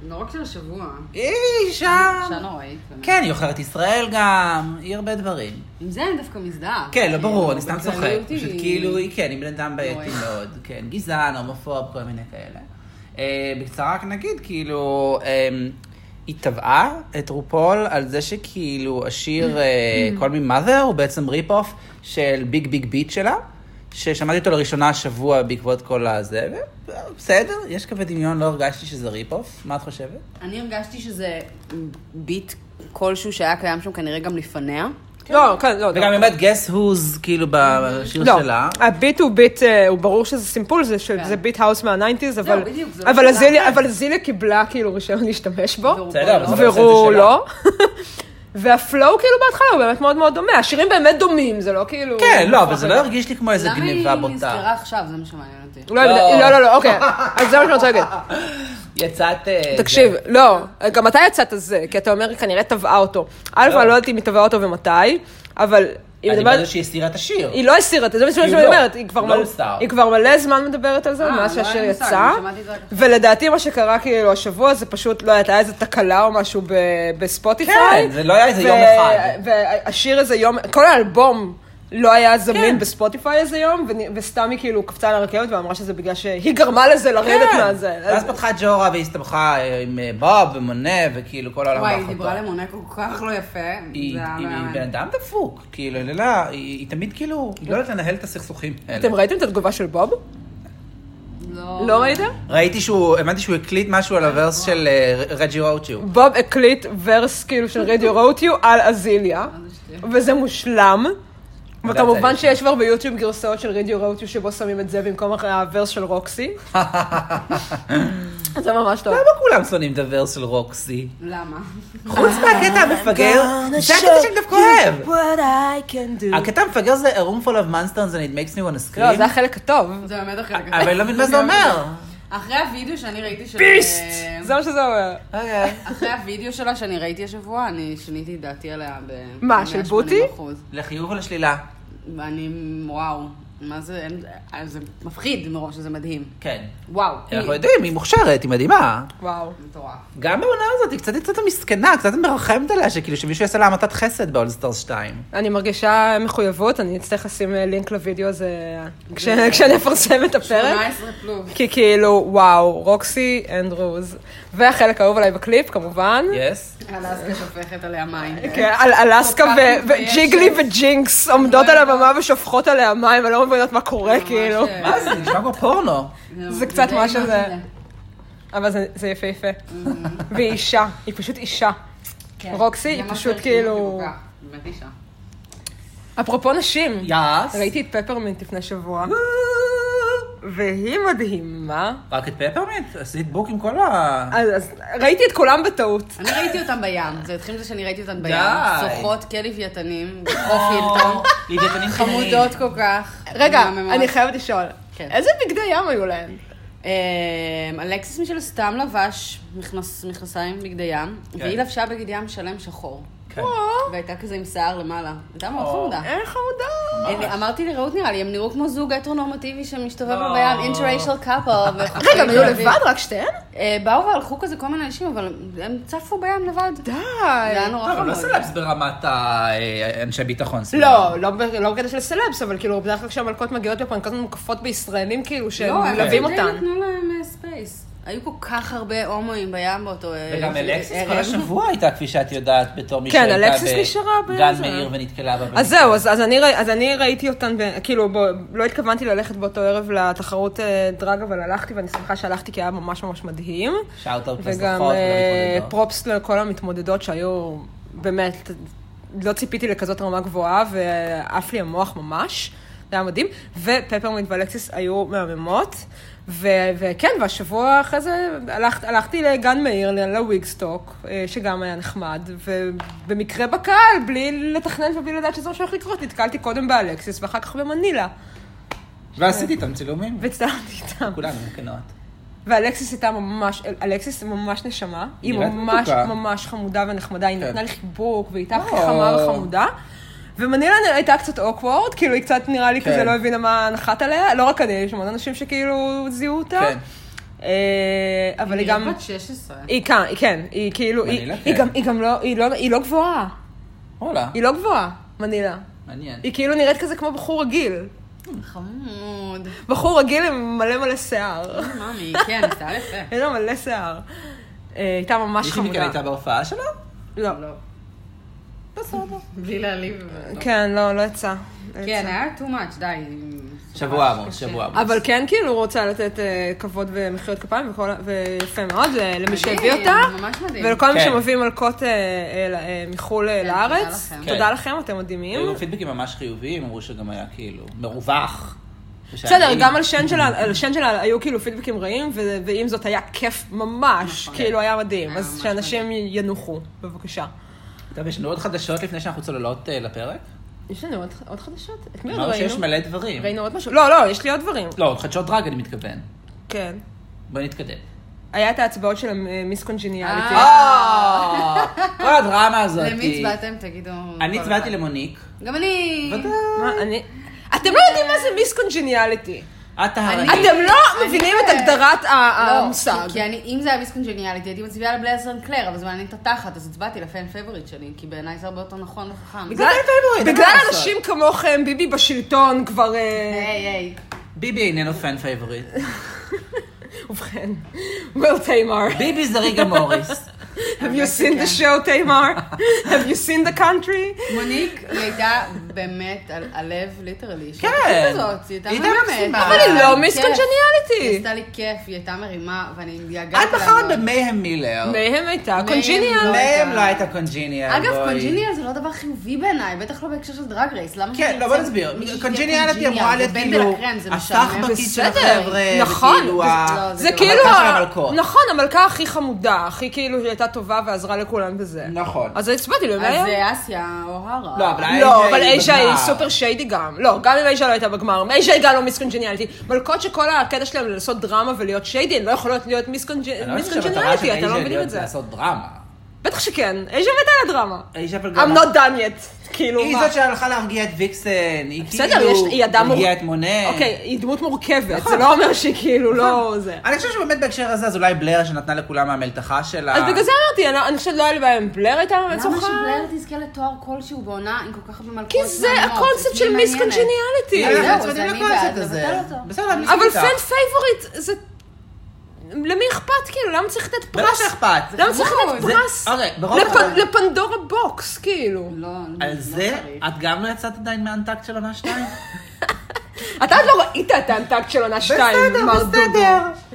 Speaker 3: לא רק של השבוע.
Speaker 1: היא שם.
Speaker 3: אישה נוראית. באמת.
Speaker 1: כן, היא אוכלת ישראל גם, היא הרבה דברים.
Speaker 3: עם זה אני דווקא מזדהה.
Speaker 1: כן, לא
Speaker 3: כאילו,
Speaker 1: ברור, אני סתם
Speaker 3: בכלליות
Speaker 1: צוחק.
Speaker 3: היא-
Speaker 1: פשוט כאילו, היא כן, היא בן אדם בעייתי
Speaker 3: נוראי.
Speaker 1: מאוד. כן, גזען, הומופוב, כל מיני כאלה. אה, בקצרה רק נגיד, כאילו, אה, היא תבעה את רופול על זה שכאילו השיר אה, Call Me Mother הוא בעצם ריפ אוף של ביג ביג ביט שלה, ששמעתי אותו לראשונה השבוע בעקבות כל הזה, ו- בסדר, יש קווי דמיון, לא הרגשתי שזה ריפ אוף, מה את חושבת?
Speaker 3: אני הרגשתי שזה ביט כלשהו שהיה קיים שם כנראה גם לפניה.
Speaker 2: לא, כן, לא.
Speaker 1: וגם באמת, guess who's, כאילו, בשיר
Speaker 2: לא,
Speaker 1: שלה.
Speaker 2: הביט הוא ביט, אה, הוא ברור שזה סימפול, זה של-
Speaker 3: כן.
Speaker 2: זה ביט האוס מהניינטיז, אבל
Speaker 3: בדיוק, זה לא
Speaker 2: אבל
Speaker 3: שלה.
Speaker 2: אזיליה- אבל אזיליה קיבלה כאילו רישיון להשתמש בו.
Speaker 3: והוא
Speaker 1: בסדר, אבל זה לא
Speaker 2: והוא
Speaker 1: בסדר
Speaker 2: לא. *laughs* והפלואו כאילו בהתחלה הוא באמת מאוד מאוד דומה, השירים באמת דומים, זה לא כאילו...
Speaker 3: כן,
Speaker 1: כן, לא, אבל זה לא הרגיש לי כמו איזה גניבה בוטה.
Speaker 3: למה היא נזכרה עכשיו? זה מה שמעניין אותי. אותי.
Speaker 2: לא, יודע- לא, לא, לא, אוקיי. אז זה מה שאני רוצה להגיד.
Speaker 1: יצאת... אה,
Speaker 2: תקשיב,
Speaker 1: זה-
Speaker 2: לא, גם אתה יצאת זה, כי אתה אומר, כנראה טבעה אותו. א',
Speaker 1: לא.
Speaker 2: אני לא יודעת אם היא טבעה אותו ומתי, אבל... היא
Speaker 1: אני
Speaker 2: מדברת-
Speaker 1: חושב שהיא הסירה את השיר.
Speaker 2: היא לא הסירה את זה, זה מה
Speaker 1: היא
Speaker 2: שאני
Speaker 1: לא.
Speaker 2: אומרת, היא כבר
Speaker 1: לא
Speaker 2: מלא-
Speaker 1: הוסר.
Speaker 2: היא כבר מלא זמן מדברת על זה,
Speaker 3: אה,
Speaker 2: מאז
Speaker 3: לא היה
Speaker 2: שהשיר
Speaker 3: לי מושג,
Speaker 2: יצא,
Speaker 3: אני שמעתי את זה רק עכשיו.
Speaker 2: ולדעתי מה שקרה כאילו השבוע זה פשוט, לא יודעת, היה איזה תקלה או משהו ב- בספוטיפיי.
Speaker 1: כן, זה לא היה איזה
Speaker 2: ו-
Speaker 1: יום אחד.
Speaker 2: והשיר איזה יום, כל האלבום לא היה זמין
Speaker 1: כן.
Speaker 2: בספוטיפיי איזה יום, ונ- וסתם היא כאילו קפצה על הרכבת ואמרה שזה בגלל שהיא גרמה לזה לרדת
Speaker 1: כן.
Speaker 2: מהזה. אז-
Speaker 1: ואז פתחה ג'ורה והסתבכה אה, עם אה, בוב ומונה וכאילו כל העולם
Speaker 3: וואי, היא
Speaker 1: בהחלטות.
Speaker 3: דיברה למונה כל כך לא יפה.
Speaker 1: לא, היא
Speaker 3: זה היה
Speaker 1: היא-
Speaker 3: לא
Speaker 1: היא
Speaker 3: יאמן.
Speaker 1: בן אדם דפוק, כאילו, לא, לא, היא היא תמיד כאילו, היא לא יודעת לנהל את הסכסוכים האלה.
Speaker 2: אתם ראיתם את התגובה של בוב?
Speaker 3: לא.
Speaker 2: לא ראיתם?
Speaker 1: ראיתי שהוא, הבנתי שהוא הקליט משהו על הוורס של אה, ר- רג'י רוצ'יו.
Speaker 2: בוב הקליט ורס כאילו של רדיו רוטיו על אזיליה, וזה מוצלם. וכמובן שיש כבר ביוטיוב גרסאות של רדיו רוטיו שבו שמים את זה במקום אחרי הוורס של רוקסי. זה ממש טוב.
Speaker 1: למה כולם שונאים את הוורס של רוקסי?
Speaker 3: למה? *laughs*
Speaker 1: חוץ מהקטע *laughs* המפגר, זה הקטע שאני דווקא אוהב.
Speaker 2: What I can do.
Speaker 1: הקטע המפגר זה A room full of monsters and it makes me want to
Speaker 2: לא,
Speaker 1: scream.
Speaker 2: זה החלק הטוב.
Speaker 3: זה באמת אחרי כך.
Speaker 1: אבל אני לא מבין מה זה אומר.
Speaker 3: אחרי הוידאו שאני ראיתי של... אה,
Speaker 2: זה מה שזה אומר.
Speaker 1: אוקיי.
Speaker 3: אחרי הוידאו שלה שאני ראיתי השבוע, אני שיניתי את דעתי עליה ב...
Speaker 2: מה, של
Speaker 3: 180%.
Speaker 2: בוטי?
Speaker 1: לחיוב או לשלילה?
Speaker 3: ואני, וואו, מה זה, אין- אה, זה מפחיד מראש, זה מדהים.
Speaker 1: כן.
Speaker 3: וואו.
Speaker 1: אנחנו יודעים, היא מוכשרת, היא מדהימה.
Speaker 2: וואו.
Speaker 3: מטורף.
Speaker 1: גם בעונה הזאת, היא קצת קצת מסכנה, קצת מרחמת עליה, שכאילו שמישהו יעשה לה המתת חסד באולסטארס 2.
Speaker 2: אני מרגישה מחויבות, אני אצטרך לשים אה, לינק לוידאו הזה אה, כש- כשאני אפרסם את הפרק.
Speaker 3: 18 פלוס.
Speaker 2: כי כאילו, וואו, רוקסי אנדרוס. והחלק האהוב עליי בקליפ, כמובן.
Speaker 1: יס?
Speaker 3: אלסקה שופכת עליה מים.
Speaker 2: כן, על אלסקה
Speaker 3: כל כך
Speaker 2: ו-
Speaker 3: מתביישת.
Speaker 2: וג'יגלי וג'ינקס עומדות
Speaker 3: לא
Speaker 2: על
Speaker 3: יודעת.
Speaker 2: הבמה ושופכות עליה מים, אני לא מבינות מה קורה,
Speaker 3: ממש,
Speaker 2: כאילו.
Speaker 3: אה,
Speaker 1: מה זה? זה נשמע כמו פורנו.
Speaker 2: זה קצת
Speaker 3: די
Speaker 2: מה שזה. אבל זה- זה יפהפה.
Speaker 3: Mm.
Speaker 2: והיא אישה, היא פשוט אישה.
Speaker 3: כן.
Speaker 2: רוקסי
Speaker 3: זה
Speaker 2: היא
Speaker 3: מה
Speaker 2: פשוט
Speaker 3: שהרחיב
Speaker 2: כאילו-
Speaker 3: אותי כל כך, באמת אישה.
Speaker 2: אפרופו נשים,
Speaker 1: יס.
Speaker 2: ראיתי את פפרמינט לפני שבוע, והיא מדהימה.
Speaker 1: רק את פפרמינט? עשית בוק עם כל ה...
Speaker 2: אז אז ראיתי את כולם בטעות.
Speaker 3: אני ראיתי אותם בים, זה התחיל מזה שאני ראיתי אותם בים. כן
Speaker 1: די.
Speaker 3: שוחות כלווייתנים, בחוף
Speaker 2: לא,
Speaker 3: הילטון,
Speaker 1: לידיתנים
Speaker 3: חמודות כל כך.
Speaker 2: רגע,
Speaker 3: מהממות.
Speaker 2: אני חייבת לשאול,
Speaker 3: כן.
Speaker 2: איזה בגדי ים היו להם?
Speaker 3: אמ, אלכסיס משל סתם לבש מכנס- מכנסיים בגדי ים, והיא לבשה בגדי ים שלם שחור. והייתה כזה עם שיער למעלה. הייתה מאוד
Speaker 1: או.
Speaker 3: חמודה.
Speaker 2: איך חמודה.
Speaker 3: אני- אמרתי לרעות נראה לי, הם נראו כמו זוג הטרונורמטיבי שמסתובב
Speaker 1: או.
Speaker 3: בים, אינטריישל *laughs* קאפל.
Speaker 2: רגע, הם היו לבד? רק שתיהן?
Speaker 3: אה, באו והלכו כזה כל מיני אנשים, אבל הם צפו בים לבד.
Speaker 2: די.
Speaker 3: זה היה נורא
Speaker 1: טוב,
Speaker 3: חמוד.
Speaker 1: הם לא סלבס ברמת האנשי ביטחון. סביבה.
Speaker 2: לא, לא ב- לא בקטע של סלבס, אבל כאילו, בדרך כלל כשהמלכות מגיעות לפה, הן כל הזמן מוקפות בישראלים, כאילו, שהם
Speaker 3: לא, הם
Speaker 2: מלווים
Speaker 3: פשוט
Speaker 2: אותן.
Speaker 3: נתנו להם אה, ספייס. היו כל כך הרבה הומואים בים באותו אה,
Speaker 1: וגם אלקסיס כל
Speaker 3: ערב.
Speaker 1: השבוע הייתה, כפי שאת יודעת, בתור מי
Speaker 2: אה. כן,
Speaker 1: שהייתה
Speaker 2: אלקסיס נשארה
Speaker 1: גן
Speaker 2: בזה.
Speaker 1: מאיר ונתקלה בה.
Speaker 2: אז זהו, אז, אז, אני, ראי- אז אני ראיתי אותן, ב, כאילו, בו, לא התכוונתי ללכת באותו ערב לתחרות אה, דרג, אבל הלכתי, ואני שמחה שהלכתי, כי היה ממש ממש מדהים.
Speaker 1: שאוט אאוט
Speaker 2: וגם
Speaker 1: לזוכות
Speaker 2: אה,
Speaker 1: ולמתמודדות.
Speaker 2: פרופס לכל המתמודדות שהיו, באמת, לא ציפיתי לכזאת רמה גבוהה, ועף לי המוח ממש, זה היה מדהים. ופפרמינט ואלקסיס היו מהממות, ו- וכן, והשבוע אחרי זה הלכת, הלכתי לגן מאיר, ל- לוויגסטוק, אה, שגם היה נחמד, ובמקרה בקהל, בלי לתכנן ובלי לדעת שזה מה שהולך לקרות, נתקלתי קודם באלקסיס ואחר כך במנילה,
Speaker 1: ועשיתי איתם צילומים.
Speaker 2: והצטלמתי איתם.
Speaker 1: כולנו מקנות.
Speaker 2: ואלקסיס הייתה ממש, אלקסיס ממש נשמה, היא
Speaker 1: נראית
Speaker 2: ממש
Speaker 1: מתוקה.
Speaker 2: ממש חמודה ונחמדה, היא
Speaker 1: כן.
Speaker 2: נתנה לי חיבוק, והיא הייתה הכי
Speaker 1: או.
Speaker 2: חמה וחמודה. ומנילה הייתה קצת אוקוורד, כאילו היא קצת נראה לי
Speaker 1: כן.
Speaker 2: כזה לא הבינה מה נחת עליה, לא רק אני, יש המון אנשים שכאילו זיהו אותה.
Speaker 1: כן.
Speaker 2: אה, אבל היא גם,
Speaker 3: בת 16.
Speaker 2: היא כאן, היא כן, היא כאילו, היא-
Speaker 1: מנילה, כן.
Speaker 2: היא גם- היא גם לא, היא לא- היא לא גבוהה,
Speaker 1: וואלה,
Speaker 2: היא לא גבוהה, מנילה.
Speaker 1: מעניין.
Speaker 2: היא כאילו נראית כזה כמו בחור רגיל.
Speaker 3: חמוד.
Speaker 2: בחור רגיל עם מלא מלא שיער. *laughs*
Speaker 3: *laughs* מאמי, כן, עשתה יפה.
Speaker 1: *laughs*
Speaker 2: אין לה מלא שיער. אה, הייתה ממש
Speaker 1: מישהי מכן
Speaker 2: חמודה.
Speaker 1: הייתה בהופעה שלו?
Speaker 2: לא.
Speaker 3: לא.
Speaker 1: בסדר.
Speaker 3: בלי להעליב. לא.
Speaker 2: כן, לא, לא יצא. לא
Speaker 3: כן,
Speaker 2: יצא.
Speaker 3: היה too much, די.
Speaker 1: שבוע עמוס,
Speaker 3: קשה.
Speaker 1: שבוע עמוס.
Speaker 2: אבל כן, כאילו, רוצה לתת אה, כבוד ומחיאות כפיים, וכל ה- ויפה מאוד, אה, למי שהביא
Speaker 3: מדהים,
Speaker 2: אותה,
Speaker 3: ממש מדהים.
Speaker 2: ולכל מי
Speaker 1: כן.
Speaker 2: שמביא מלקות אה, אה, ל- אה, מחו"ל אה,
Speaker 3: כן,
Speaker 2: לארץ.
Speaker 3: תודה לכם.
Speaker 2: תודה
Speaker 1: כן.
Speaker 2: לכם, אתם מדהימים.
Speaker 1: היו פידבקים ממש חיוביים, אמרו שגם היה כאילו מרווח.
Speaker 2: בסדר,
Speaker 1: ושהנעים.
Speaker 2: גם על שן שלה- על שן שלה היו כאילו פידבקים רעים, ו- ועם זאת היה כיף ממש, כאילו היה מדהים,
Speaker 3: היה
Speaker 2: אז
Speaker 3: ממש
Speaker 2: שאנשים ינוחו, בבקשה.
Speaker 1: טוב, יש לנו עוד חדשות לפני שאנחנו צוללות אה, לפרק?
Speaker 2: יש לנו עוד- עוד חדשות? את מי עוד
Speaker 1: אמרנו שיש
Speaker 2: ראינו?
Speaker 1: מלא דברים.
Speaker 2: ראינו עוד משהו? לא, לא, יש לי עוד דברים.
Speaker 1: לא, עוד חדשות דרג אני מתכוון.
Speaker 2: כן.
Speaker 1: בוא נתקדם.
Speaker 2: היה את ההצבעות של המיס קונג'יניאליטי.
Speaker 1: אה, כל הדרמה הזאת.
Speaker 3: למי הצבעתם? תגידו.
Speaker 1: לא, אני
Speaker 3: כל
Speaker 1: הצבעתי
Speaker 3: אחד.
Speaker 1: למוניק.
Speaker 3: גם אני.
Speaker 1: ודאי.
Speaker 2: מה, אני... אתם לא יודעים מה זה מיס קונג'יניאליטי.
Speaker 1: את ההרג.
Speaker 3: אני-
Speaker 2: אתם לא מבינים את
Speaker 3: כן.
Speaker 2: הגדרת ה-
Speaker 3: לא,
Speaker 2: המושג.
Speaker 3: כי- כי אני, אם זה היה מיסקון ג'ניאליטי, הייתי מצביעה לבלייז סנקלר, אבל זה מעניין את התחת, אז הצבעתי לפן פייבוריט שלי, כי בעיניי זה הרבה יותר נכון וחכם.
Speaker 1: בגלל אין פייבוריט, אין מה
Speaker 2: בגלל
Speaker 1: לעשות.
Speaker 2: אנשים כמוכם, ביבי בשלטון כבר... אה,
Speaker 3: היי, היי.
Speaker 1: ביבי איננו פן פייבוריט.
Speaker 2: ובכן, well, תימר.
Speaker 3: *laughs*
Speaker 1: ביבי זה ריגה מוריס.
Speaker 2: Have you seen the show, תימר? Have you seen the
Speaker 3: אה,
Speaker 2: country?
Speaker 3: מוניק, היא הייתה באמת על הלב, ליטרלי.
Speaker 1: כן.
Speaker 3: היא
Speaker 1: היא
Speaker 3: הייתה
Speaker 1: הייתה
Speaker 3: מהממת.
Speaker 1: מקסימה.
Speaker 2: אבל היא
Speaker 3: היה
Speaker 2: לא
Speaker 3: לי
Speaker 2: מיס
Speaker 3: כיף. כן. היא
Speaker 2: קונג'ניאליטי.
Speaker 3: עשתה לי כיף, היא הייתה מרימה, ואני התגעגעתי
Speaker 1: את בחרת
Speaker 3: מאוד.
Speaker 1: במייהם מילר.
Speaker 2: מהם הייתה
Speaker 3: מהם
Speaker 2: קונג'יניאל.
Speaker 3: לא.
Speaker 1: מייהם לא הייתה קונג'יניאל.
Speaker 3: אגב,
Speaker 1: בואי.
Speaker 3: קונג'יניאל זה לא דבר חיובי בעיניי, בטח לא בהקשר של דרג רייס. למה
Speaker 1: כן,
Speaker 3: שאני
Speaker 1: לא, בוא
Speaker 3: ארצה
Speaker 1: נסביר.
Speaker 3: מישהי שתהיה
Speaker 1: קונג'יניאליטי אמורה להיות
Speaker 3: קונג'יניאל,
Speaker 1: כאילו
Speaker 3: ובן בלקרן, זה משעמם.
Speaker 1: הסחבקית של
Speaker 2: בסדר.
Speaker 1: החבר'ה.
Speaker 2: נכון,
Speaker 1: וכאילו
Speaker 2: זה-
Speaker 1: ה-
Speaker 3: לא,
Speaker 2: זה
Speaker 3: גם
Speaker 2: כאילו,
Speaker 1: המלכה של
Speaker 2: ה-
Speaker 1: המלכות.
Speaker 2: נכון, המלכה הכי חמודה, הכי כאילו שהייתה טובה ועזרה לכולם וזה.
Speaker 1: נכון.
Speaker 2: אז הצבעתי
Speaker 3: אז
Speaker 2: לבעיה.
Speaker 3: אה, אסיה אוהרה.
Speaker 1: לא, אבל
Speaker 2: לא, אבל אייז'ה היא
Speaker 1: בגמר.
Speaker 2: סופר שיידי גם. לא, גם אם אייז'ה לא הייתה בגמר, אייז'ה היא גם לא מיס קונג'ניאליטי. מלכות שכל הקטע שלהם זה לעשות דרמה ולהיות שיידי, הן לא יכולות להיות מיס
Speaker 1: אני לא
Speaker 2: קונג'ניאליטי,
Speaker 1: חושב שהמטרה של
Speaker 2: אתה
Speaker 1: אייז'ה
Speaker 2: לא מבין
Speaker 1: להיות
Speaker 2: את זה.
Speaker 1: לעשות דרמה.
Speaker 2: בטח שכן, אייז'ה מתה על הדרמה.
Speaker 1: אייז'ה אבל
Speaker 2: I'm
Speaker 1: גם...
Speaker 2: not done yet. כאילו,
Speaker 1: היא
Speaker 2: מה?
Speaker 1: זאת שהלכה להרגיע את ויקסן. היא
Speaker 2: בסדר,
Speaker 1: כאילו...
Speaker 2: יש- היא אדם... מור-
Speaker 1: הרגיעה את מונה. נכון.
Speaker 2: אוקיי, היא דמות מורכבת, זה לא אומר שהיא כאילו לא זה.
Speaker 1: אני חושב שבאמת בהקשר הזה, אז אולי בלר שנתנה לכולם מהמלתחה שלה.
Speaker 2: אז בגלל זה אמרתי, אני- אני חושבת לא היה לי בעיה עם בלר הייתה
Speaker 3: למה
Speaker 2: באמת זוכה.
Speaker 3: שבלר תזכה לתואר כלשהו בעונה עם כל כך הרבה מלכות?
Speaker 2: כי זה
Speaker 3: מהממות?
Speaker 2: הקונספט
Speaker 3: היא
Speaker 2: של מיס
Speaker 3: מעניינת.
Speaker 1: היא
Speaker 2: קונג'ניאליטי.
Speaker 1: הלכה
Speaker 3: זהו,
Speaker 1: לצוותים
Speaker 3: אז אני
Speaker 1: לקונספט
Speaker 3: בעד
Speaker 1: הזה.
Speaker 3: לבטל אותו.
Speaker 1: בסדר, אני
Speaker 2: אבל
Speaker 1: מסכימה.
Speaker 2: פן פייבוריט זה... למי אכפת כאילו? למה צריך לתת
Speaker 1: למה
Speaker 2: פרס?
Speaker 1: שאכפת?
Speaker 2: למה צריך לתת
Speaker 3: זה-
Speaker 2: פרס?
Speaker 1: אוקיי, ברוב
Speaker 2: לפ-
Speaker 1: הדברים-
Speaker 2: לפנדורה בוקס, כאילו.
Speaker 3: לא, לא
Speaker 1: על זה,
Speaker 3: צריך.
Speaker 1: את גם לא יצאת עדיין מהאנטקט של עונה 2?
Speaker 2: אתה עוד לא ראית את האנטקט של עונה 2, מר דודו.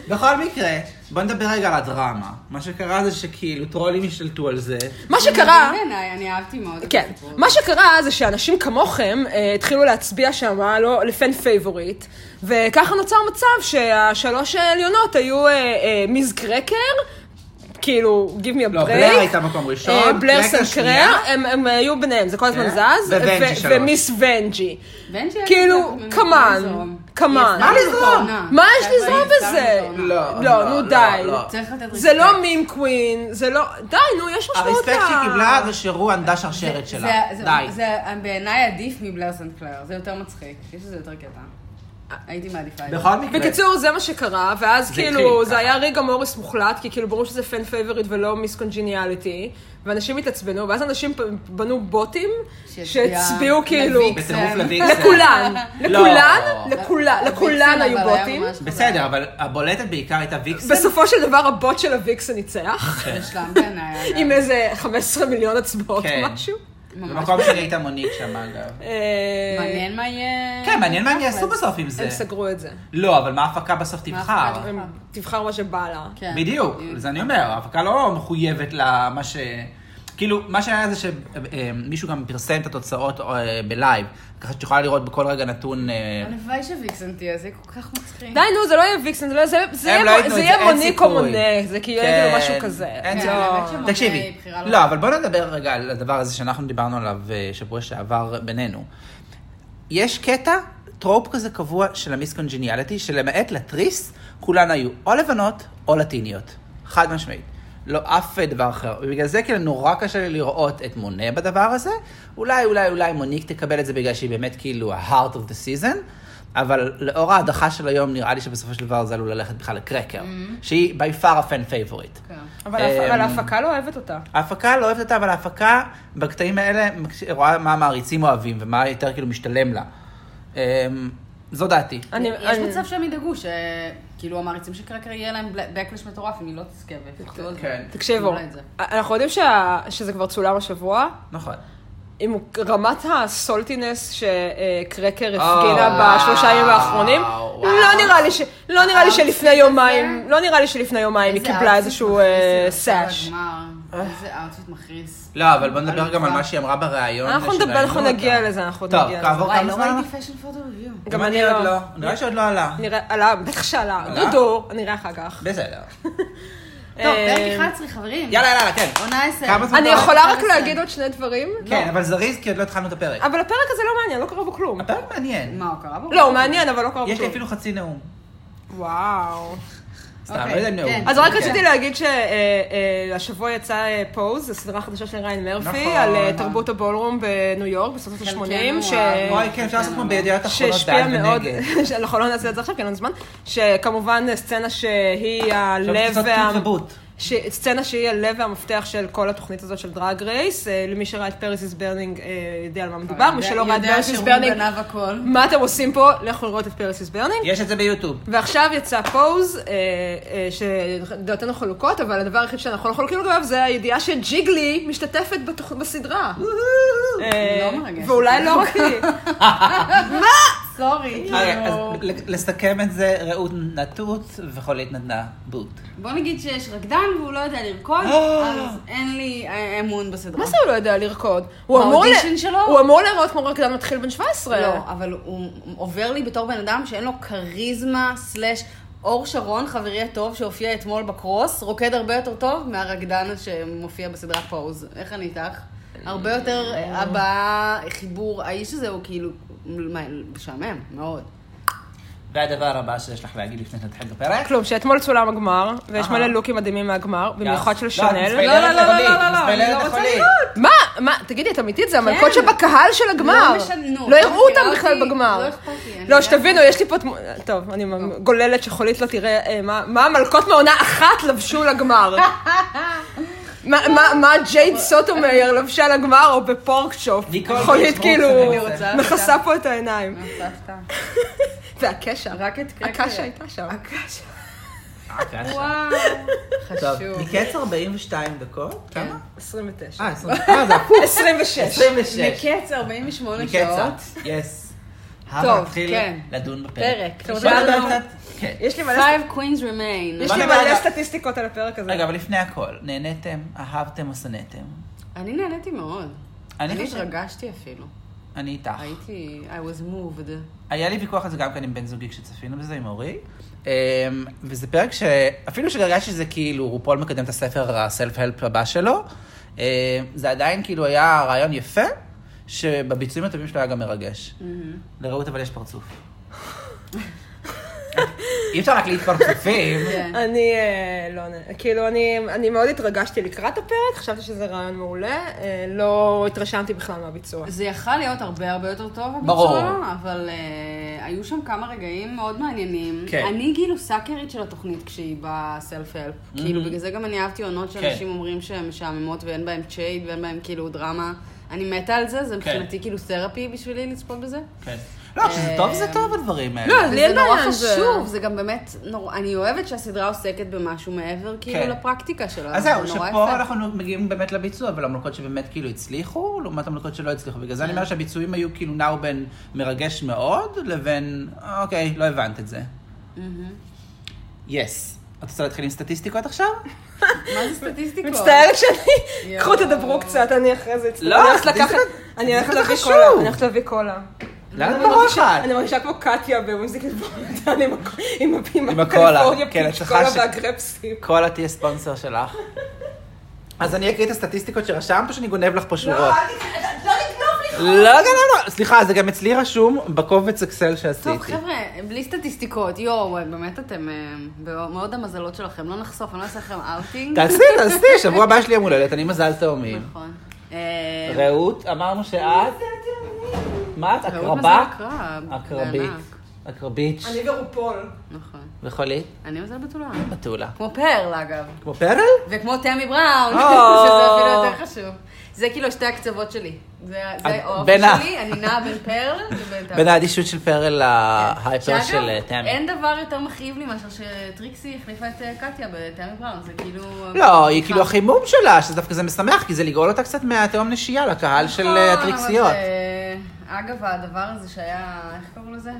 Speaker 1: בכל מקרה, בוא נדבר רגע על הדרמה. מה שקרה זה שכאילו טרולים השתלטו על זה.
Speaker 2: מה
Speaker 3: זה
Speaker 2: שקרה...
Speaker 3: מדהים בעיניי, אני אהבתי מאוד את
Speaker 2: כן.
Speaker 3: הסיפור.
Speaker 2: מה שקרה זה שאנשים כמוכם אה, התחילו להצביע שם לא, לפן פייבוריט, וככה נוצר מצב שהשלוש העליונות היו אה, אה, מיז קרקר, כאילו, give me a break.
Speaker 1: לא, בלר הייתה מקום ראשון,
Speaker 2: אה, בלר
Speaker 1: קרקר
Speaker 2: סנקרר,
Speaker 1: שנייה.
Speaker 2: הם, הם היו ביניהם, זה כל
Speaker 1: כן.
Speaker 2: הזמן זז.
Speaker 1: וונג'י
Speaker 2: ו-
Speaker 1: שלוש.
Speaker 2: ומיס ונג'י.
Speaker 3: בנג'י היה
Speaker 2: כאילו,
Speaker 3: כזה,
Speaker 2: כמאן,
Speaker 3: לזרום.
Speaker 2: כמאן.
Speaker 3: היא
Speaker 1: מה
Speaker 3: עשתה לנו
Speaker 1: לזרום?
Speaker 3: בעונה.
Speaker 2: מה יש
Speaker 3: חבר'ה,
Speaker 2: לזרום
Speaker 3: היא עשתה
Speaker 2: בזה?
Speaker 3: לנו בעונה.
Speaker 1: לא,
Speaker 2: לא,
Speaker 1: לא,
Speaker 2: נו
Speaker 1: לא,
Speaker 2: די.
Speaker 1: לא.
Speaker 3: צריך לתת
Speaker 2: זה
Speaker 3: רספקט.
Speaker 2: לא מים קווין, זה לא... די, נו, יש משמעות
Speaker 1: הרספקט
Speaker 2: ל-
Speaker 1: שהיא קיבלה זה שרו ענדה שרשרת
Speaker 3: זה-
Speaker 1: שלה.
Speaker 3: זה-
Speaker 1: די.
Speaker 3: זה בעיניי עדיף מבלר סנקלר, זה יותר מצחיק. יש לזה יותר קטע. הייתי מעדיפה את זה.
Speaker 1: בכל מקרה.
Speaker 2: בקיצור, זה מה שקרה, ואז
Speaker 1: זה
Speaker 2: כאילו,
Speaker 1: התחיל
Speaker 2: זה
Speaker 1: ככה.
Speaker 2: היה ריגה מוריס מוחלט, כי כאילו ברור שזה פן פייבוריט ולא מיס קונג'יניאליטי, ואנשים התעצבנו, ואז אנשים פ- בנו בוטים,
Speaker 3: שהצביעה
Speaker 2: שהצביעו כאילו,
Speaker 3: לוויקס.
Speaker 1: בצירוף לוויקסן.
Speaker 2: לכולן,
Speaker 1: לא.
Speaker 2: לכולן, לכולן, לכולן
Speaker 3: הוויקסן
Speaker 2: היו
Speaker 3: אבל היה
Speaker 2: בוטים.
Speaker 3: ממש חזק.
Speaker 1: בסדר, אבל הבולטת בעיקר הייתה ויקסן.
Speaker 2: בסופו של דבר הבוט של הוויקסה ניצח,
Speaker 3: מושלם בעיניי. אגב.
Speaker 2: עם איזה 15 מיליון הצבעות או
Speaker 1: כן.
Speaker 2: משהו.
Speaker 3: ממש.
Speaker 1: במקום שלי הייתה מוניק שם אגב.
Speaker 3: *laughs*
Speaker 2: אה,
Speaker 3: מעניין מה יהיה...
Speaker 1: כן, מעניין מה הם יעשו בסוף עם זה.
Speaker 2: הם סגרו את זה.
Speaker 1: לא, אבל מה ההפקה בסוף
Speaker 3: ההפקה
Speaker 1: תבחר?
Speaker 3: תבחר?
Speaker 2: הם- תבחר מה שבא לה.
Speaker 3: נכון. כן.
Speaker 1: בדיוק,
Speaker 3: בדיוק.
Speaker 1: זה אני אומר, ההפקה לא מחויבת למה ש... כאילו, מה שהיה זה שמישהו גם פרסם את התוצאות אה, בלייב, ככה שאת יכולה לראות בכל רגע נתון... אה,
Speaker 3: הלוואי שוויקסן תהיה, זה יהיה כל כך מצחיק.
Speaker 2: די, נו, זה לא יהיה ויקסן, זה לא- זה- זה
Speaker 1: הם
Speaker 2: יהיה
Speaker 1: לא
Speaker 2: מו-
Speaker 1: ייתנו
Speaker 2: זה
Speaker 1: את
Speaker 2: יהיה
Speaker 1: זה, אין
Speaker 2: מוניק או
Speaker 1: סיכוי.
Speaker 2: מונה, זה כאילו
Speaker 1: כן,
Speaker 2: יהיה כאילו משהו כזה.
Speaker 1: אין
Speaker 3: כן,
Speaker 1: סיכוי.
Speaker 2: לא.
Speaker 3: האמת שמונה היא
Speaker 1: תקשיבי,
Speaker 3: בחירה
Speaker 1: לא, אבל בוא נדבר רגע על הדבר הזה שאנחנו דיברנו עליו אה, שבוע שעבר בינינו. יש קטע, טרופ כזה קבוע של המיס קונג'יניאליטי, שלמעט לתריס, כולן היו או לבנות או לטיניות. חד משמעית. לא אף דבר אחר. ובגלל זה כאילו נורא קשה לי לראות את מונה בדבר הזה. אולי, אולי, אולי מוניק תקבל את זה בגלל שהיא באמת כאילו ה-heart of the season. אבל לאור ההדחה של היום, נראה לי שבסופו של דבר זה עלול ללכת בכלל לקרקר, שהיא by far a fan favorite.
Speaker 3: כן.
Speaker 2: אבל הפ-
Speaker 1: אמ,
Speaker 2: אבל ההפקה לא אוהבת אותה.
Speaker 1: ההפקה לא אוהבת אותה, אבל ההפקה בקטעים האלה מקש- רואה מה המעריצים אוהבים ומה יותר כאילו משתלם לה. אמ, זו דעתי.
Speaker 2: אני-
Speaker 3: יש
Speaker 2: אני-
Speaker 3: מצב שהם ידאגו שכאילו המעריצים של קרקר יהיה להם בקלש מטורף אם היא לא תזכה ויפחדו על זה.
Speaker 1: כן.
Speaker 2: תקשיבו,
Speaker 3: אולי את זה.
Speaker 2: אנחנו יודעים שה- שזה כבר צולם השבוע,
Speaker 1: נכון.
Speaker 2: עם רמת הסולטינס שקרקר
Speaker 1: אה,
Speaker 2: הפגינה
Speaker 1: וואו,
Speaker 2: בשלושה ימים האחרונים,
Speaker 1: וואו.
Speaker 2: לא נראה לי ש- לא נראה לי שלפני יומיים,
Speaker 3: הזה.
Speaker 2: לא נראה לי שלפני יומיים היא
Speaker 3: איזה
Speaker 2: קיבלה
Speaker 3: אאוטפיט
Speaker 2: איזשהו
Speaker 3: מכריס
Speaker 2: אה,
Speaker 3: היא עשתה
Speaker 2: סאש.
Speaker 3: לגמר. איזה אאוטפיט מכריס.
Speaker 1: לא, אבל בוא נדבר
Speaker 3: אלופה.
Speaker 1: גם על מה שהיא אמרה בריאיון.
Speaker 2: אנחנו נדבר,
Speaker 1: שראינו
Speaker 2: אנחנו
Speaker 1: אותה.
Speaker 2: נגיע לזה, אנחנו עוד נגיע
Speaker 1: טוב,
Speaker 2: לזה.
Speaker 1: כעבור
Speaker 3: וואי,
Speaker 1: כמה
Speaker 3: לא
Speaker 1: זמן?
Speaker 3: ראיתי פשן פוטו ריוויו.
Speaker 2: גם אני לא.
Speaker 1: עוד נראה שעוד לא עלה.
Speaker 2: נראה, עלה, בטח שעלה,
Speaker 1: עלה?
Speaker 2: דודו, נראה אחר כך.
Speaker 1: בסדר.
Speaker 3: טוב, פרק
Speaker 2: אה,
Speaker 3: 11, חברים.
Speaker 1: יאללה, יאללה, כן.
Speaker 3: עונה 10.
Speaker 1: כמה זמן?
Speaker 2: אני
Speaker 1: לא,
Speaker 2: יכולה רק
Speaker 3: 11.
Speaker 2: להגיד עוד שני דברים?
Speaker 1: כן, אבל זריז, כי עוד לא התחלנו את הפרק.
Speaker 2: אבל הפרק הזה לא מעניין, לא קרה בו כלום.
Speaker 1: הפרק מעניין.
Speaker 3: מה, הוא קרה בו?
Speaker 2: לא, הוא מעניין, אבל לא קרה בו
Speaker 1: יש לי
Speaker 2: כלום.
Speaker 1: אפילו חצי נאום.
Speaker 2: וואו.
Speaker 1: סתם,
Speaker 3: אוקיי,
Speaker 1: לא יודע נאום.
Speaker 3: כן.
Speaker 2: אז רק
Speaker 1: כן.
Speaker 2: רציתי להגיד שהשבוע יצא אה, פוז, הסדרה החדשה של ריין
Speaker 1: נכון.
Speaker 2: מרפי, על אה, תרבות הבולרום בניו יורק בסוף
Speaker 3: חלקנו
Speaker 2: ה-80, ש...
Speaker 3: אהבנו.
Speaker 1: וואי, כן, אפשר לעשות כמו בידיעות אחרונות
Speaker 2: שהשפיע
Speaker 1: בעד
Speaker 2: מאוד, *laughs*
Speaker 1: ונגד.
Speaker 2: אנחנו לא נעשה את זה עכשיו, כי אין לנו זמן, שכמובן סצנה שהיא
Speaker 1: עכשיו
Speaker 2: הלב
Speaker 1: צריך לעשות
Speaker 2: וה...
Speaker 1: תות ובוט.
Speaker 2: ש... סצנה שהיא הלב והמפתח של כל התוכנית הזאת של דרג רייס. אה, למי שראה את פריס איז ברנינג אה, יודע על מה מדובר, מי שלא ראה את
Speaker 3: יודע
Speaker 2: פריס איז
Speaker 3: שהוא
Speaker 2: ברנינג,
Speaker 3: גנב הכל.
Speaker 2: מה אתם עושים פה? לכו לראות את פריס איז ברנינג.
Speaker 1: יש את זה
Speaker 2: *laughs*
Speaker 1: ביוטיוב.
Speaker 2: ועכשיו יצא פוז, אה, אה, שדעותינו חלוקות, אבל הדבר היחיד שאנחנו לא חולקים לגביו זה הידיעה שג'יגלי משתתפת בתוכ... בסדרה. אה,
Speaker 3: לא מרגש.
Speaker 2: ואולי לא רק
Speaker 3: *laughs*
Speaker 2: היא.
Speaker 3: סורי.
Speaker 2: אה,
Speaker 1: אוקיי, אז
Speaker 3: כאילו.
Speaker 1: ל- לסכם את זה, רעות נטוץ וחולית נתנה בוט.
Speaker 3: בוא נגיד שיש רקדן והוא לא יודע לרקוד,
Speaker 1: אה.
Speaker 3: אז אין לי אה, אמון בסדרה.
Speaker 2: מה זה הוא לא יודע לרקוד? הוא אמור ל-
Speaker 3: באודישן שלו?
Speaker 2: הוא אמור להיראות כמו רקדן מתחיל בן 17.
Speaker 3: לא, אבל הוא עובר לי בתור בן אדם שאין לו כריזמה, סלאש, אור שרון, חברי הטוב שהופיע אתמול בקרוס, רוקד הרבה יותר טוב מהרקדן שמופיע בסדרה פוז. איך אני איתך? הרבה יותר הבעה, חיבור, האיש הזה הוא כאילו מה, משעמם, מאוד.
Speaker 1: והדבר הבא שיש לך להגיד לפני שנתחיל את הפרק?
Speaker 2: כלום, שאתמול צולם הגמר, ויש
Speaker 1: אהה.
Speaker 2: מלא לוקים מדהימים מהגמר, במיוחד של
Speaker 1: לא,
Speaker 2: שנל.
Speaker 1: מספיק.
Speaker 3: לא, לא, לא, לא, לא, לא,
Speaker 1: מספלת
Speaker 3: אני לא
Speaker 1: החולית.
Speaker 3: רוצה לראות.
Speaker 2: מה? מה? תגידי, את אמיתית? זה המלכות
Speaker 3: כן.
Speaker 2: שבקהל של הגמר.
Speaker 3: לא משנה, נו,
Speaker 2: לא
Speaker 3: את
Speaker 2: הראו אותם
Speaker 3: מכירה
Speaker 2: בכלל
Speaker 3: אותי,
Speaker 2: בגמר.
Speaker 3: לא אכפת לי, אני
Speaker 2: לא,
Speaker 3: יודעת.
Speaker 2: שתבינו, יש לי פה... תמו- טוב, אני גוללת שחולית לא תראה אה, מה- מה המלכות מעונה אחת לבשו
Speaker 3: *laughs*
Speaker 2: לגמר. מה- מה- מה ג'ייד סוטומייר לבשה לגמר, או בפורק שופ.
Speaker 1: ניקול
Speaker 2: חולית
Speaker 1: קידמן,
Speaker 2: כאילו
Speaker 1: אני
Speaker 3: רוצה.
Speaker 2: מכסה פה את העיניים.
Speaker 3: סבתא.
Speaker 2: והקשע.
Speaker 3: רק אה, את קרקר.
Speaker 2: הקשה הייתה שם.
Speaker 3: הקשה.
Speaker 1: אה, קשה.
Speaker 3: וואו.
Speaker 1: טוב,
Speaker 3: חשוב.
Speaker 1: מקץ 42 דקות?
Speaker 3: כן.
Speaker 1: כמה?
Speaker 2: 29.
Speaker 1: אה, 29. אה, זה
Speaker 3: *laughs*
Speaker 1: הפוך.
Speaker 2: 26.
Speaker 1: 26.
Speaker 3: מקץ 48 שעות.
Speaker 1: מקץ, יס.
Speaker 3: טוב,
Speaker 1: נתחיל
Speaker 3: כן.
Speaker 1: לדון בפרק.
Speaker 3: פרק.
Speaker 1: בוא
Speaker 3: נשאר
Speaker 1: נדבר
Speaker 3: לנו-
Speaker 1: קצת- כן.
Speaker 2: יש לי מלא
Speaker 3: Five Queens Remain.
Speaker 2: יש לי
Speaker 1: בוא נדבר
Speaker 2: מלא
Speaker 1: רגע.
Speaker 2: סטטיסטיקות על הפרק הזה.
Speaker 1: רגע, אבל לפני הכל, נהניתם, אהבתם או שנאתם?
Speaker 3: אני נהניתי מאוד.
Speaker 1: אני
Speaker 3: אני
Speaker 1: חושב-
Speaker 3: התרגשתי אפילו.
Speaker 1: אני איתך.
Speaker 3: הייתי, I was moved.
Speaker 1: היה לי ויכוח על זה גם כן עם בן זוגי כשצפינו בזה, עם אורי. אמ, וזה פרק שאפילו שהרגשתי שזה כאילו, רופול מקדם את הספר הסלף-הלפ הבא שלו, אמ, זה עדיין כאילו היה רעיון יפה, שבביצועים הטובים שלו היה גם מרגש. לרעות אבל יש פרצוף. אי אפשר רק להתפרצופים.
Speaker 3: כן.
Speaker 2: אני אה, לא, נ- כאילו, אני, אני מאוד התרגשתי לקראת הפרק, חשבתי שזה רעיון מעולה, אה, לא התרשמתי בכלל מהביצוע.
Speaker 3: זה יכל להיות הרבה הרבה יותר טוב, הביצוע,
Speaker 1: ברור.
Speaker 3: אבל אה, היו שם כמה רגעים מאוד מעניינים.
Speaker 1: כן.
Speaker 3: אני כאילו סאקרית של התוכנית כשהיא בסלף-הלפ. כאילו, בגלל זה גם אני אהבתי עונות
Speaker 1: Mm-hmm. כן.
Speaker 3: שאנשים אומרים שהן משעממות ואין בהן צ'ייד ואין בהן כאילו דרמה. אני מתה על זה, זה מבחינתי כאילו תרפי בשבילי לצפות בזה.
Speaker 1: כן. לא, כשזה טוב זה טוב הדברים האלה.
Speaker 2: לא, אז לי
Speaker 3: זה
Speaker 2: אין
Speaker 3: נורא
Speaker 2: בעיה עם זה.
Speaker 3: חשוב, זה גם באמת, נור- אני אוהבת שהסדרה עוסקת במשהו מעבר כאילו
Speaker 1: כן.
Speaker 3: לפרקטיקה שלה.
Speaker 1: אז
Speaker 3: זה
Speaker 1: זהו,
Speaker 3: נורא
Speaker 1: שפה
Speaker 3: יפה.
Speaker 1: אנחנו מגיעים באמת לביצוע, ולמלכות שבאמת כאילו הצליחו, לעומת המלכות שלא הצליחו. בגלל זה אני אומר שהביצועים היו כאילו נעו בין מרגש מאוד, לבין, אוקיי, לא הבנת את זה. יס. את רוצה להתחיל עם סטטיסטיקות עכשיו?
Speaker 3: מה זה סטטיסטיקות?
Speaker 2: מצטערת שאני...
Speaker 3: יואו.
Speaker 2: קחו תדברו קצת, אני אחרי זה... אצטרך-
Speaker 1: לא,
Speaker 2: אני הולכת
Speaker 1: זה-
Speaker 2: לקחת...
Speaker 1: זה
Speaker 2: אני הולכת
Speaker 1: כל כך
Speaker 2: להביא
Speaker 1: חשוב.
Speaker 2: קולה. אני הולכת להביא קולה.
Speaker 1: לאן את
Speaker 2: אני מרגישה-
Speaker 1: בורחת?
Speaker 2: אני מרגישה כמו קטיה במוזיקת בורדן עם הק- עם ה-
Speaker 1: עם
Speaker 2: עם
Speaker 1: הקולה,
Speaker 2: הקליפורניה
Speaker 1: כן, את
Speaker 2: פיץ'
Speaker 1: צריכה
Speaker 2: קולה
Speaker 1: ש-
Speaker 2: והגרפסים.
Speaker 1: כל את תהיה ספונסר שלך. *laughs* אז אני אקריא את הסטטיסטיקות שרשמת, או שאני גונב לך פה
Speaker 2: לא,
Speaker 1: שורות?
Speaker 2: אל תת- לא לגנוב לי.
Speaker 1: לא, לא, לא, לא. סליחה, זה גם אצלי רשום בקובץ אקסל
Speaker 3: טוב,
Speaker 1: שעשיתי.
Speaker 3: חבר'ה, בלי סטטיסטיקות, יואו, באמת אתם אה, במאוד המזלות שלכם, לא נחשוף, אני לא אעשה לכם אאוטינג.
Speaker 1: תעשי, תעשי, שבוע הבא יש לי יום הולדת, אני מזל תאומים.
Speaker 3: נכון. אה,
Speaker 1: רעות, אמרנו שאת... מה את?
Speaker 3: רעות
Speaker 1: הקרבה?
Speaker 3: מזל הקרב,
Speaker 1: הקרבית.
Speaker 3: בענק.
Speaker 1: הקרביץ'.
Speaker 2: אני ורופול.
Speaker 3: נכון.
Speaker 1: וחולית?
Speaker 3: אני מזל בתולה.
Speaker 1: בתולה.
Speaker 3: כמו פרל, אגב.
Speaker 1: כמו פרל?
Speaker 3: וכמו תמי בראון,
Speaker 1: או.
Speaker 3: שזה אפילו יותר חשוב. זה כאילו שתי הקצוות שלי. זה
Speaker 1: את-
Speaker 3: זה האופי
Speaker 1: אה, בין ה-
Speaker 3: שלי, אני נעה בין פרל לבין תמי.
Speaker 1: בין האדישות של פרל להייפר
Speaker 3: שאגב,
Speaker 1: של אה, תמי.
Speaker 3: אין דבר יותר מכאיב לי מאשר שטריקסי החליפה את אה, קטיה בתמי בראון, זה כאילו...
Speaker 1: לא, היא כאילו החימום שלה, שזה דווקא זה משמח, כי זה לגאול אותה קצת מהתהום נשייה לקהל של
Speaker 3: נכון,
Speaker 1: אה,
Speaker 3: אבל
Speaker 1: הטריקסיות.
Speaker 3: זה- אגב, הדבר הזה שהיה, איך קראו לזה?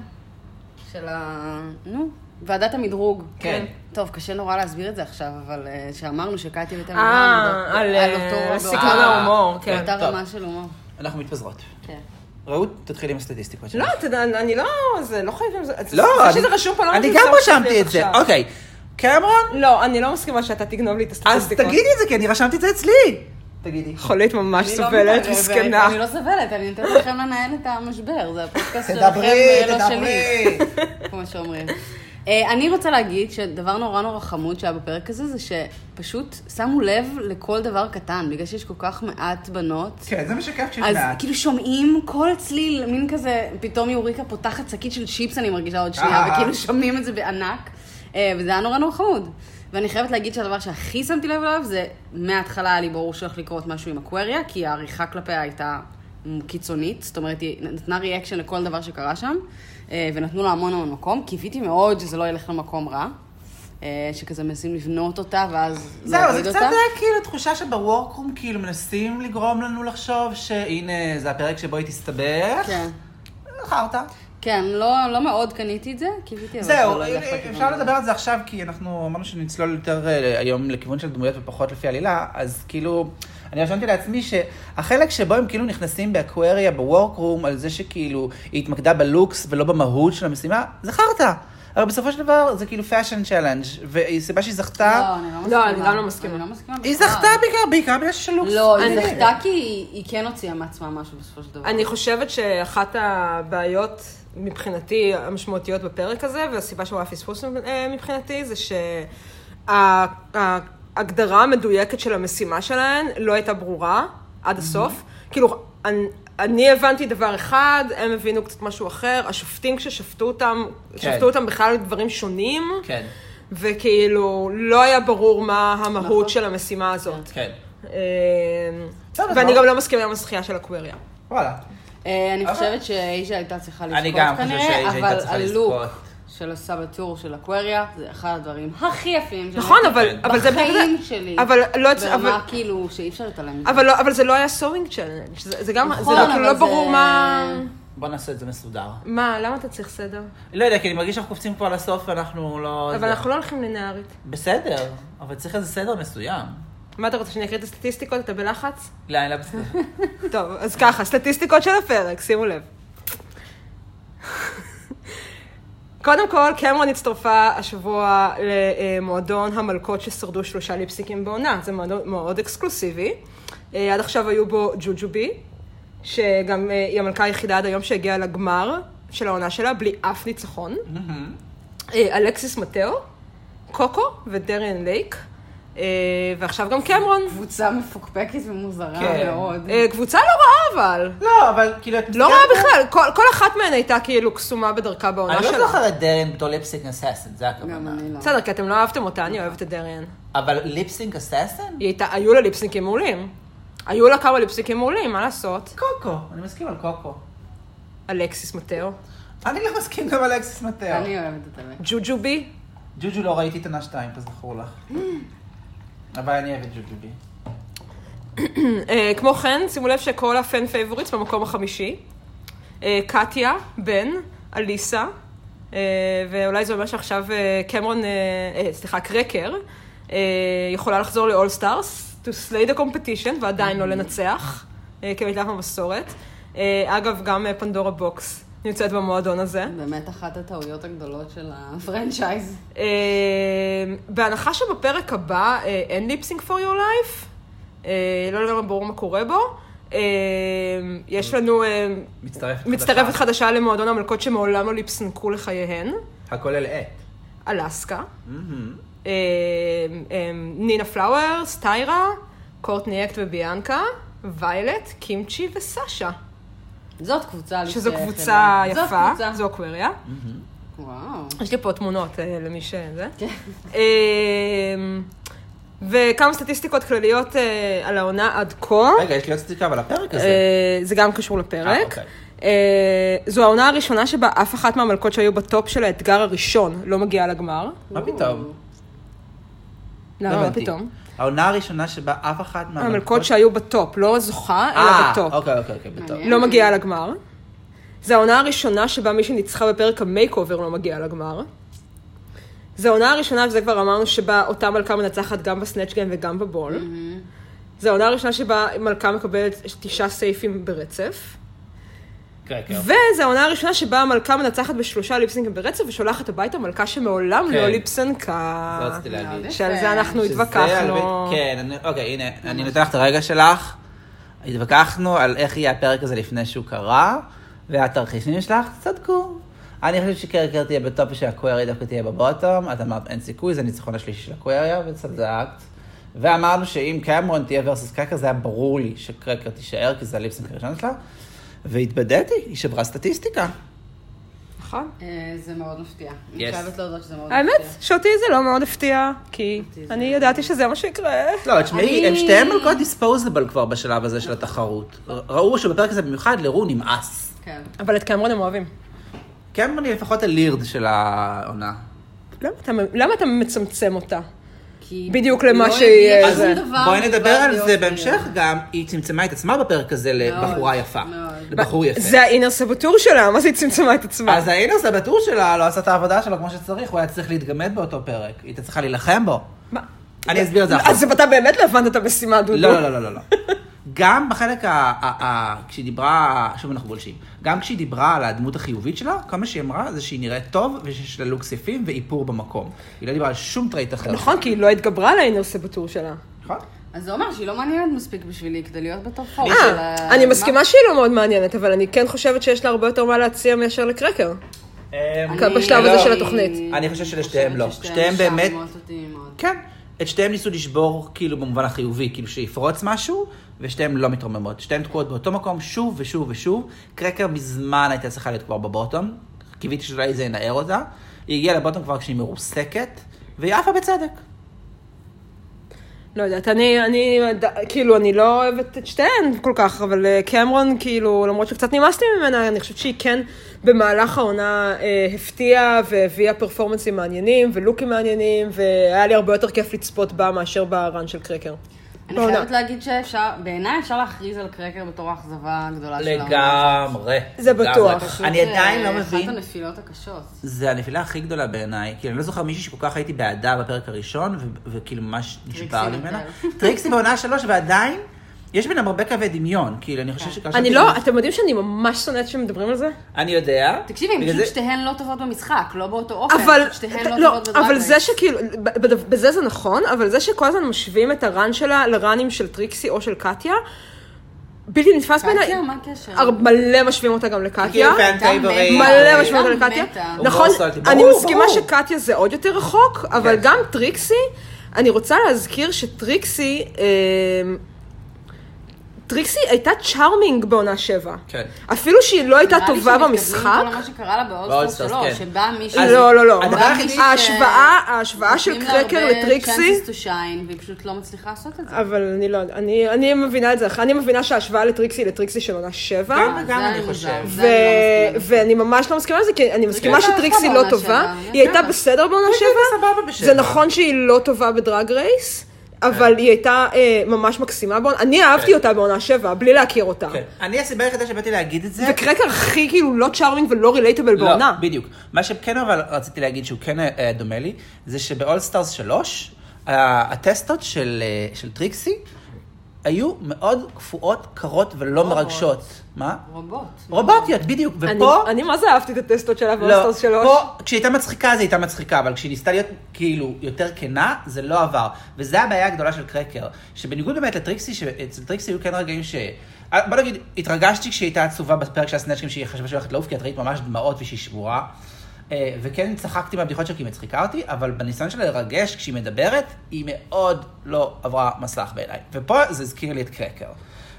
Speaker 3: של ה... נו, ועדת המדרוג.
Speaker 1: כן.
Speaker 3: טוב, קשה נורא להסביר את זה עכשיו, אבל אה, שאמרנו שקטיה ותמי בראון...
Speaker 2: אה,
Speaker 3: לא-
Speaker 2: על אה, סגנון ההומור, כן.
Speaker 3: באותה
Speaker 1: טוב.
Speaker 3: רמה של הומור.
Speaker 1: אנחנו מתפזרות.
Speaker 3: כן.
Speaker 1: רעות, תתחילי עם הסטטיסטיקות שלך.
Speaker 2: לא, אתה יודע, אני לא... זה לא חייבים... זה-
Speaker 1: לא,
Speaker 2: זה שזה רשום פה לא
Speaker 1: אני
Speaker 2: מתאים
Speaker 1: גם
Speaker 2: סוף
Speaker 1: רשמתי
Speaker 2: סביב
Speaker 1: את זה.
Speaker 2: עכשיו.
Speaker 1: אוקיי. קמרון?
Speaker 2: לא, אני לא מסכימה שאתה תגנוב לי את
Speaker 1: אז
Speaker 2: הסטטיסטיקות.
Speaker 1: תגידי את זה, כי אני רשמתי את זה אצלי. תגידי.
Speaker 2: חולית ממש
Speaker 3: אני לא
Speaker 2: סובלת,
Speaker 3: מתערבת,
Speaker 2: מסכנה.
Speaker 3: אני לא סובלת, אני נותנת לכם לנהל את המשבר, זה הפודקאסט שלכם,
Speaker 1: תדברי,
Speaker 3: לא שלי.
Speaker 1: תדברי.
Speaker 3: *laughs* כמו שאומרים. אה, אני רוצה להגיד שדבר נורא נורא חמוד שהיה בפרק הזה, זה שפשוט שמו לב לכל דבר קטן, בגלל שיש כל כך מעט בנות.
Speaker 1: כן, זה מה שכיף כשיש
Speaker 3: אז
Speaker 1: מעט.
Speaker 3: כאילו שומעים כל צליל, מין כזה, פתאום יוריקה פותחת שקית של צ'יפס, אני מרגישה עוד שנייה,
Speaker 1: אה.
Speaker 3: וכאילו שומעים את זה בענק, אה, וזה היה נורא נורא חמוד. ואני חייבת להגיד שהדבר שהכי שמתי לב אליו זה, מההתחלה היה לי ברור שהולך לקרות משהו עם אקווריה, כי העריכה כלפיה הייתה קיצונית, זאת אומרת, היא נתנה ריאקשן לכל דבר שקרה שם, אה, ונתנו לה המון המון מקום. קיוויתי מאוד שזה לא ילך למקום רע, אה, שכזה מנסים לבנות אותה, ואז
Speaker 1: זהו, לא, זה
Speaker 3: להוריד
Speaker 1: קצת
Speaker 3: אותה.
Speaker 1: היה כאילו תחושה שבוורקרום כאילו מנסים לגרום לנו לחשוב שהנה, זה הפרק שבו היא תסתבך.
Speaker 3: כן.
Speaker 1: חרטא.
Speaker 3: כן, לא, לא מאוד קניתי את זה, קיוויתי, אבל
Speaker 1: זהו, אה,
Speaker 3: זה לא ילך לכיוון
Speaker 1: אפשר
Speaker 3: הזה.
Speaker 1: לדבר על זה עכשיו, כי אנחנו אמרנו שנצלול יותר אה, היום לכיוון של דמויות ופחות לפי עלילה, אז כאילו, אני רשמתי לעצמי שהחלק שבו הם כאילו נכנסים באקוויריה, בוורקרום, על זה שכאילו היא התמקדה בלוקס ולא במהות של המשימה, זה חרטא. אבל בסופו של דבר זה כאילו fashion challenge, והסיבה שהיא
Speaker 3: לא,
Speaker 1: זכתה,
Speaker 3: אני לא
Speaker 2: לא,
Speaker 3: מסכימה.
Speaker 2: אני גם לא מסכימה.
Speaker 3: אני לא מסכימה
Speaker 1: היא
Speaker 3: בכלל.
Speaker 1: זכתה בעיקר, בעיקר בגלל שיש לוקס.
Speaker 3: לא, היא
Speaker 2: אני-
Speaker 3: זכתה כי היא היא כן הוציאה מעצמה משהו בסופו של דבר.
Speaker 2: אני חושבת שאחת הבעיות מבחינתי המשמעותיות בפרק הזה, והסיבה שהוא היה פספוס אה, מבחינתי, זה שההגדרה המדויקת של המשימה שלהן לא הייתה ברורה עד הסוף.
Speaker 1: Mm-hmm.
Speaker 2: כאילו, אני- אני הבנתי דבר אחד, הם הבינו קצת משהו אחר, השופטים כששפטו אותם,
Speaker 1: כן.
Speaker 2: שפטו אותם בכלל דברים שונים,
Speaker 1: כן,
Speaker 2: וכאילו, לא היה ברור מה
Speaker 3: נכון.
Speaker 2: המהות של המשימה הזאת.
Speaker 1: כן.
Speaker 2: אה,
Speaker 1: בסדר,
Speaker 2: ואני
Speaker 1: לא.
Speaker 2: גם לא מסכימה עם הזכייה של הקוויריה.
Speaker 1: וואלה.
Speaker 3: אה, אני
Speaker 1: אבל-
Speaker 3: חושבת שאייז'ה הייתה צריכה לזכות
Speaker 1: אוקיי. אני
Speaker 3: כנראה,
Speaker 1: גם חושב שאייז'ה הייתה צריכה
Speaker 3: אבל
Speaker 1: לזכות.
Speaker 3: הלוק של הסבתור של אקווריה, זה אחד הדברים הכי יפים שלי.
Speaker 2: נכון, אבל, אבל זה
Speaker 3: אוקיי. בחיים
Speaker 2: בגלל-
Speaker 3: שלי.
Speaker 2: אבל לא, אבל,
Speaker 3: ברמה כאילו שאי אפשר להתעלם מזה.
Speaker 2: אבל לא, אבל זה לא היה סורינג צ'אלנג', זה, זה גם,
Speaker 3: נכון,
Speaker 2: זה לא, כאילו
Speaker 3: אבל
Speaker 2: לא
Speaker 3: זה-
Speaker 2: ברור מה,
Speaker 1: בוא נעשה את זה מסודר.
Speaker 2: מה, למה אתה צריך סדר?
Speaker 1: לא יודע, כי אני מרגיש שאנחנו קופצים כבר לסוף ואנחנו לא...
Speaker 2: אבל
Speaker 1: זה.
Speaker 2: אנחנו לא הולכים לנהרית.
Speaker 1: בסדר, אבל צריך איזה סדר מסוים.
Speaker 2: מה אתה רוצה, שאני אקריא את הסטטיסטיקות? אתה בלחץ?
Speaker 1: לא, אני לא בסדר.
Speaker 2: טוב, אז ככה, סטטיסטיקות של הפרק, שימו לב. קודם כל, קמרון הצטרפה השבוע למועדון המלכות ששרדו שלושה ליפסיקים בעונה. זה מועדון מאוד אקסקלוסיבי. אה, עד עכשיו היו בו ג'וג'ובי, שגם אה, היא המלכה היחידה עד היום שהגיעה לגמר של העונה שלה, בלי אף ניצחון. אה, אלכסיס מטאו, קוקו ודריאן לייק, אה, ועכשיו גם קמרון.
Speaker 3: קבוצה מפוקפקת ומוזרה
Speaker 1: כן.
Speaker 3: מאוד.
Speaker 2: אה, קבוצה לא רעה אבל.
Speaker 1: לא, אבל כאילו... את
Speaker 2: לא
Speaker 1: מסתכלת-
Speaker 2: רעה בכלל, כל, כל אחת מהן הייתה כאילו קסומה בדרכה בעונה
Speaker 1: אני לא
Speaker 2: שלה.
Speaker 1: זוכרת דרן בתור ליפסינג אסאסן, זה
Speaker 3: גם
Speaker 1: הכוונה.
Speaker 3: אני לא.
Speaker 2: בסדר, כי אתם לא אהבתם אותה, אני אוהבת את דריאן.
Speaker 1: אבל ליפסינג אסאסן?
Speaker 2: היא הייתה, היו לה ליפסינקים מעולים. היו לה כמה ליפסינקים מעולים, מה לעשות?
Speaker 1: קוקו, אני מסכים על קוקו.
Speaker 2: אלכסיס מטאו,
Speaker 1: אני לא מסכים גם על אקסיס מטר.
Speaker 3: אני אוהבת את הלב.
Speaker 2: ג'וג'ובי,
Speaker 1: ג'וג'ו לא ראיתי את עונה שתיים, תזכור לך. אבל אני אוהבת ג'וג'ובי.
Speaker 2: אה, כמו כן, שימו לב שכל הפן פייבוריטס במקום החמישי. אה, קטיה, בן, אליסה, אה, ואולי זה אומר שעכשיו אה, קמרון, אה, אה, סליחה, קרקר, אה, יכולה לחזור ל-all stars, to slay the competition, ועדיין לא לנצח, אה, כמיטב המסורת. אה, אגב, גם אה, פנדורה בוקס נמצאת במועדון הזה.
Speaker 3: באמת אחת הטעויות הגדולות של הפרנצ'ייז.
Speaker 2: אה, אמ, בהנחה שבפרק הבא אה, אין ליפסינג for your life, אה, לא לגמרי ברור מה קורה בו, אה, יש לנו אה,
Speaker 1: מצטרפת
Speaker 2: מצטרפת חדשה למועדון המלכות שמעולם לא ליפסינקו לחייהן,
Speaker 1: הכולל את.
Speaker 2: אלסקה, אה, אה, נינה פלאוורס, טיירה, קורטני אקט וביאנקה, ויילט, קימצ'י וסשה,
Speaker 3: זאת קבוצה
Speaker 2: שזו
Speaker 3: להסתעף
Speaker 2: קבוצה
Speaker 3: אליה.
Speaker 2: יפה,
Speaker 3: זאת קבוצה.
Speaker 2: זו אקווריה.
Speaker 3: וואו.
Speaker 2: יש לי פה תמונות אה, למי שזה.
Speaker 3: כן.
Speaker 2: אמ, וכמה סטטיסטיקות כלליות אה, על העונה עד כה.
Speaker 1: רגע, יש לי עוד סטיקה על הפרק הזה.
Speaker 2: אה, זה גם קשור
Speaker 1: אה,
Speaker 2: לפרק.
Speaker 1: אוקיי.
Speaker 2: אה, זו העונה הראשונה שבה אף אחת מהמלכות שהיו בטופ של האתגר הראשון לא מגיעה לגמר.
Speaker 1: מה פתאום? לא
Speaker 2: למה? מה
Speaker 1: הבנתי.
Speaker 2: פתאום?
Speaker 1: העונה הראשונה שבה אף אחת
Speaker 2: המלכות שהיו בטופ, לא זוכה, אלא
Speaker 1: אה,
Speaker 2: בטופ.
Speaker 1: אוקיי, אוקיי, אוקיי, בטוב.
Speaker 2: לא מגיעה לגמר. זו העונה הראשונה שבה מי שניצחה בפרק המייק אובר לא מגיעה לגמר. זו העונה הראשונה, וזה כבר אמרנו, שבה אותה מלכה מנצחת גם בסנאצ' גיים וגם בבול.
Speaker 1: Mm-hmm.
Speaker 2: זו העונה הראשונה שבה מלכה מקבלת תשעה סייפים ברצף.
Speaker 1: קרקר.
Speaker 2: וזו העונה הראשונה שבה המלכה מנצחת בשלושה ליפסינקים ברצף ושולחת הביתה מלכה שמעולם
Speaker 1: כן.
Speaker 2: לא
Speaker 1: זה
Speaker 2: ליפסנקה.
Speaker 1: רציתי להגיד.
Speaker 2: שעל זה אנחנו
Speaker 1: שזה על
Speaker 2: התווכחנו.
Speaker 1: בית- כן, אני- אוקיי, הנה, אני נותן לך את הרגע שלך. התווכחנו על איך יהיה הפרק הזה לפני שהוא קרה, והתרחישים שלך, צדקו. אני חושב שקרקר תהיה בטופ ושהקווירי דווקא תהיה בבוטום, את אמרת אין סיכוי, זה הניצחון השלישי של הקוויריה, וצדקת. ואמרנו שאם קמרון תהיה ורסוס קרקר, זה היה ברור לי שקרקר תישאר, כי זה הליפסינג הראשון שלה. והתבדיתי, היא שברה סטטיסטיקה.
Speaker 2: נכון.
Speaker 3: אה, זה מאוד מפתיע.
Speaker 1: Yes.
Speaker 3: אני חייבת להודות שזה מאוד מפתיע.
Speaker 2: האמת, שאותי זה לא מאוד הפתיע, כי
Speaker 3: אותי זה-
Speaker 2: אני ידעתי שזה מה שיקרה.
Speaker 1: לא, תשמעי,
Speaker 3: אני-
Speaker 1: הם שתיהם מלכות דיספוזבל כבר בשלב הזה של התחרות. ר- ראו שבפרק הזה במיוחד לרו נמאס.
Speaker 3: כן.
Speaker 2: אבל את קמרון הם אוהבים.
Speaker 1: קמרון היא כן, לפחות הלירד של העונה.
Speaker 2: למה אתה- למה אתה מצמצם אותה?
Speaker 3: כי
Speaker 2: בדיוק למה
Speaker 3: לא
Speaker 2: שהיא- אה,
Speaker 3: הביאה
Speaker 2: אז
Speaker 3: שום דבר
Speaker 1: בואי נדבר
Speaker 3: מלבד
Speaker 1: על
Speaker 3: להיות
Speaker 1: זה
Speaker 3: שנייה.
Speaker 1: בהמשך גם, היא צמצמה את עצמה בפרק הזה לבחורה יפה.
Speaker 3: מאוד.
Speaker 1: לבחור יפה.
Speaker 2: זה האינר סבוטור שלה, מה זה היא צמצמה את עצמה?
Speaker 1: אז האינוס הבטור שלה לא עשה את העבודה שלו כמו שצריך, הוא היה צריך להתגמד באותו פרק. היא הייתה צריכה להילחם בו.
Speaker 2: אה, מה?
Speaker 1: אני אסביר את זה אחר כך.
Speaker 2: אז אתה באמת לא הבנת את המשימה, דודו.
Speaker 1: לא, לא, לא, לא, לא. גם בחלק ה... ה- ה- כשהיא דיברה, שוב אנחנו גולשים, גם כשהיא דיברה על הדמות החיובית שלה, כל מה שהיא אמרה זה שהיא נראית טוב ושיש לה לוקספים ואיפור במקום. היא לא דיברה על שום טרייט אחר.
Speaker 2: נכון, כי היא לא התגברה על האינר סבוטור שלה.
Speaker 1: נכון.
Speaker 3: אז זה אומר שהיא לא מעניינת מספיק בשבילי כדי להיות בתור חור.
Speaker 2: אה, אני מסכימה שהיא לא מאוד מעניינת, אבל אני כן חושבת שיש לה הרבה יותר מה להציע מאשר לקרקר.
Speaker 1: אמ,
Speaker 2: אוקיי, בשלב
Speaker 1: לא.
Speaker 2: הזה של התוכנית.
Speaker 1: אני חושב שלשתיהם לא. שתיהם באמת- כן. את שתיהם ניסו לשבור כאילו במובן החיובי, כאילו שיפרוץ משהו, ושתיהם לא מתרוממות. שתיהם תקועות באותו מקום שוב ושוב ושוב. קרקר מזמן הייתה צריכה להיות כבר בבוטום. קיוויתי שאולי זה ינער אותה. היא הגיעה לבוטום כבר כשהיא מרוסקת, והיא עפה בצדק.
Speaker 2: לא יודעת, אני, אני, ד- כאילו, אני לא אוהבת את שתיהן כל כך, אבל אה, קמרון, כאילו, למרות שקצת נמאסתי ממנה, אני חושבת שהיא כן במהלך העונה אה, הפתיעה והביאה פרפורמנסים מעניינים ולוקים מעניינים, והיה לי הרבה יותר כיף לצפות בה מאשר ברן של קרקר.
Speaker 3: אני
Speaker 2: בעונה.
Speaker 3: חייבת להגיד שאפשר, בעיניי אפשר להכריז על קרקר בתור האכזבה הגדולה שלה.
Speaker 1: לגמרי.
Speaker 2: זה
Speaker 1: לגמרי.
Speaker 2: בטוח.
Speaker 1: אני עדיין לא
Speaker 3: אה, אחת
Speaker 1: מבין.
Speaker 3: הנפילות הקשות.
Speaker 1: זה הנפילה הכי גדולה בעיניי. כאילו, אני לא זוכר מישהי שכל כך הייתי בעדה בפרק הראשון, ו- וכאילו ממש נשבר לי
Speaker 3: למשל.
Speaker 1: ממנה. טריקסי בעונה שלוש, ועדיין, יש בינם הרבה קווי דמיון. כאילו, אני
Speaker 3: כן.
Speaker 1: חושב שכאשר...
Speaker 2: אני לא, אתם יודעים שאני ממש שונאת שמדברים על זה?
Speaker 1: אני יודע.
Speaker 3: תקשיבי, הם
Speaker 1: בגלל
Speaker 3: פשוט
Speaker 1: זה-
Speaker 3: שתיהן לא טובות במשחק, לא באותו אופן.
Speaker 2: אבל,
Speaker 3: פשוט שתיהן לא
Speaker 2: לא,
Speaker 3: טובות בדרג
Speaker 2: אבל
Speaker 3: רייס.
Speaker 2: זה שכאילו, ב- ב- בזה זה נכון, אבל זה שכל הזמן משווים את הרן שלה לרנים של טריקסי או של קטיה, בלתי נתפס
Speaker 3: קטיה,
Speaker 2: בעיניי.
Speaker 3: מה הקשר?
Speaker 2: הר- מלא משווים אותה גם לקטיה.
Speaker 1: כאילו, פן טייברי.
Speaker 2: מלא
Speaker 3: הייתה
Speaker 2: משמעות על קטיה.
Speaker 3: אה, מתה.
Speaker 2: נכון,
Speaker 1: אה, הוא ברור,
Speaker 2: אני
Speaker 1: ברור.
Speaker 2: מסכימה שקטיה זה עוד יותר רחוק, אבל
Speaker 1: כן.
Speaker 2: גם טריקסי, אני רוצה להזכיר שטריקסי, אמ, טריקסי הייתה צ'ארמינג בעונה שבע.
Speaker 1: כן.
Speaker 2: אפילו שהיא לא הייתה
Speaker 3: נראה לי
Speaker 2: טובה
Speaker 3: שמתכוונים
Speaker 2: במשחק.
Speaker 3: כל מה שקרה לה
Speaker 1: באולסטארס,
Speaker 3: באולסטארס 3,
Speaker 1: כן.
Speaker 3: שבא מישהו...
Speaker 1: אז-
Speaker 2: לא, לא, לא.
Speaker 1: הדבר
Speaker 3: בא
Speaker 1: היחידי
Speaker 3: מישהו ש-
Speaker 2: ההשוואה, ההשוואה של
Speaker 3: נותנים לה
Speaker 2: קרקר
Speaker 3: הרבה
Speaker 2: לטריקסי,
Speaker 3: chances to shine, והיא פשוט לא מצליחה לעשות את זה.
Speaker 2: אבל אני לא, אני, אני מבינה את זה, אחרת. אני מבינה שההשוואה לטריקסי היא לטריקסי של עונה שבע.
Speaker 1: גם
Speaker 3: אה,
Speaker 1: וגם
Speaker 3: זה
Speaker 1: אני
Speaker 3: היה
Speaker 1: חושב.
Speaker 3: מוזר.
Speaker 2: ו-
Speaker 3: זה אני לא מסכימה.
Speaker 2: ואני ממש לא מסכימה לזה, כי אני מסכימה
Speaker 3: הייתה
Speaker 2: שטריקסי
Speaker 3: יפה
Speaker 2: לא
Speaker 3: בעונה
Speaker 2: טובה,
Speaker 3: שעברה,
Speaker 2: היא הייתה
Speaker 3: יפה.
Speaker 2: בסדר בעונה
Speaker 1: היא הייתה
Speaker 2: שבע,
Speaker 1: כן, סבבה בשבע.
Speaker 2: זה נכון שהיא לא טובה בדרג רייס, אבל היא הייתה אה, ממש מקסימה בעונה, אני אהבתי אותה בעונה שבע, בלי להכיר אותה.
Speaker 1: כן. אני הסיבה היחידה שבאתי להגיד את זה...
Speaker 2: וקרקר הכי כאילו לא צ'ארמינג ולא רילייטבל
Speaker 1: לא,
Speaker 2: בעונה.
Speaker 1: בדיוק. מה שכן אבל רציתי להגיד שהוא כן אה, דומה לי, זה שבאולסטארס 3, ה- הטסטות של, אה, של טריקסי היו מאוד קפואות, קרות ולא
Speaker 3: רובוט.
Speaker 1: מרגשות. מה?
Speaker 3: כאילו. רובוט.
Speaker 1: רובוטיות, בדיוק.
Speaker 2: אני-
Speaker 1: ופה...
Speaker 2: אני מה זה אהבתי את הטסטות
Speaker 1: לא,
Speaker 2: שלה באוסטרס שלוש.
Speaker 1: פה, כשהיא הייתה מצחיקה, אז היא הייתה מצחיקה, אבל כשהיא ניסתה להיות כאילו יותר כנה, זה לא עבר. וזו הבעיה הגדולה של קרקר, שבניגוד באמת לטריקסי, שאצל טריקסי היו כן רגעים ש... אה, בוא נגיד, התרגשתי כשהיא הייתה עצובה בפרק של הסנאצ'קים, שהיא חשבה שהיא הולכת לעוף, כי את ראית ממש דמעות ושהיא שבורה. אה, וכן צחקתי מהבדיחות שלה כי היא מצחיקה אותי, אבל בניסיון שלה לרגש, כשהיא מדברת, היא מאוד לא עברה מסך בעיניי. ופה זה הזכיר לי את קרקר.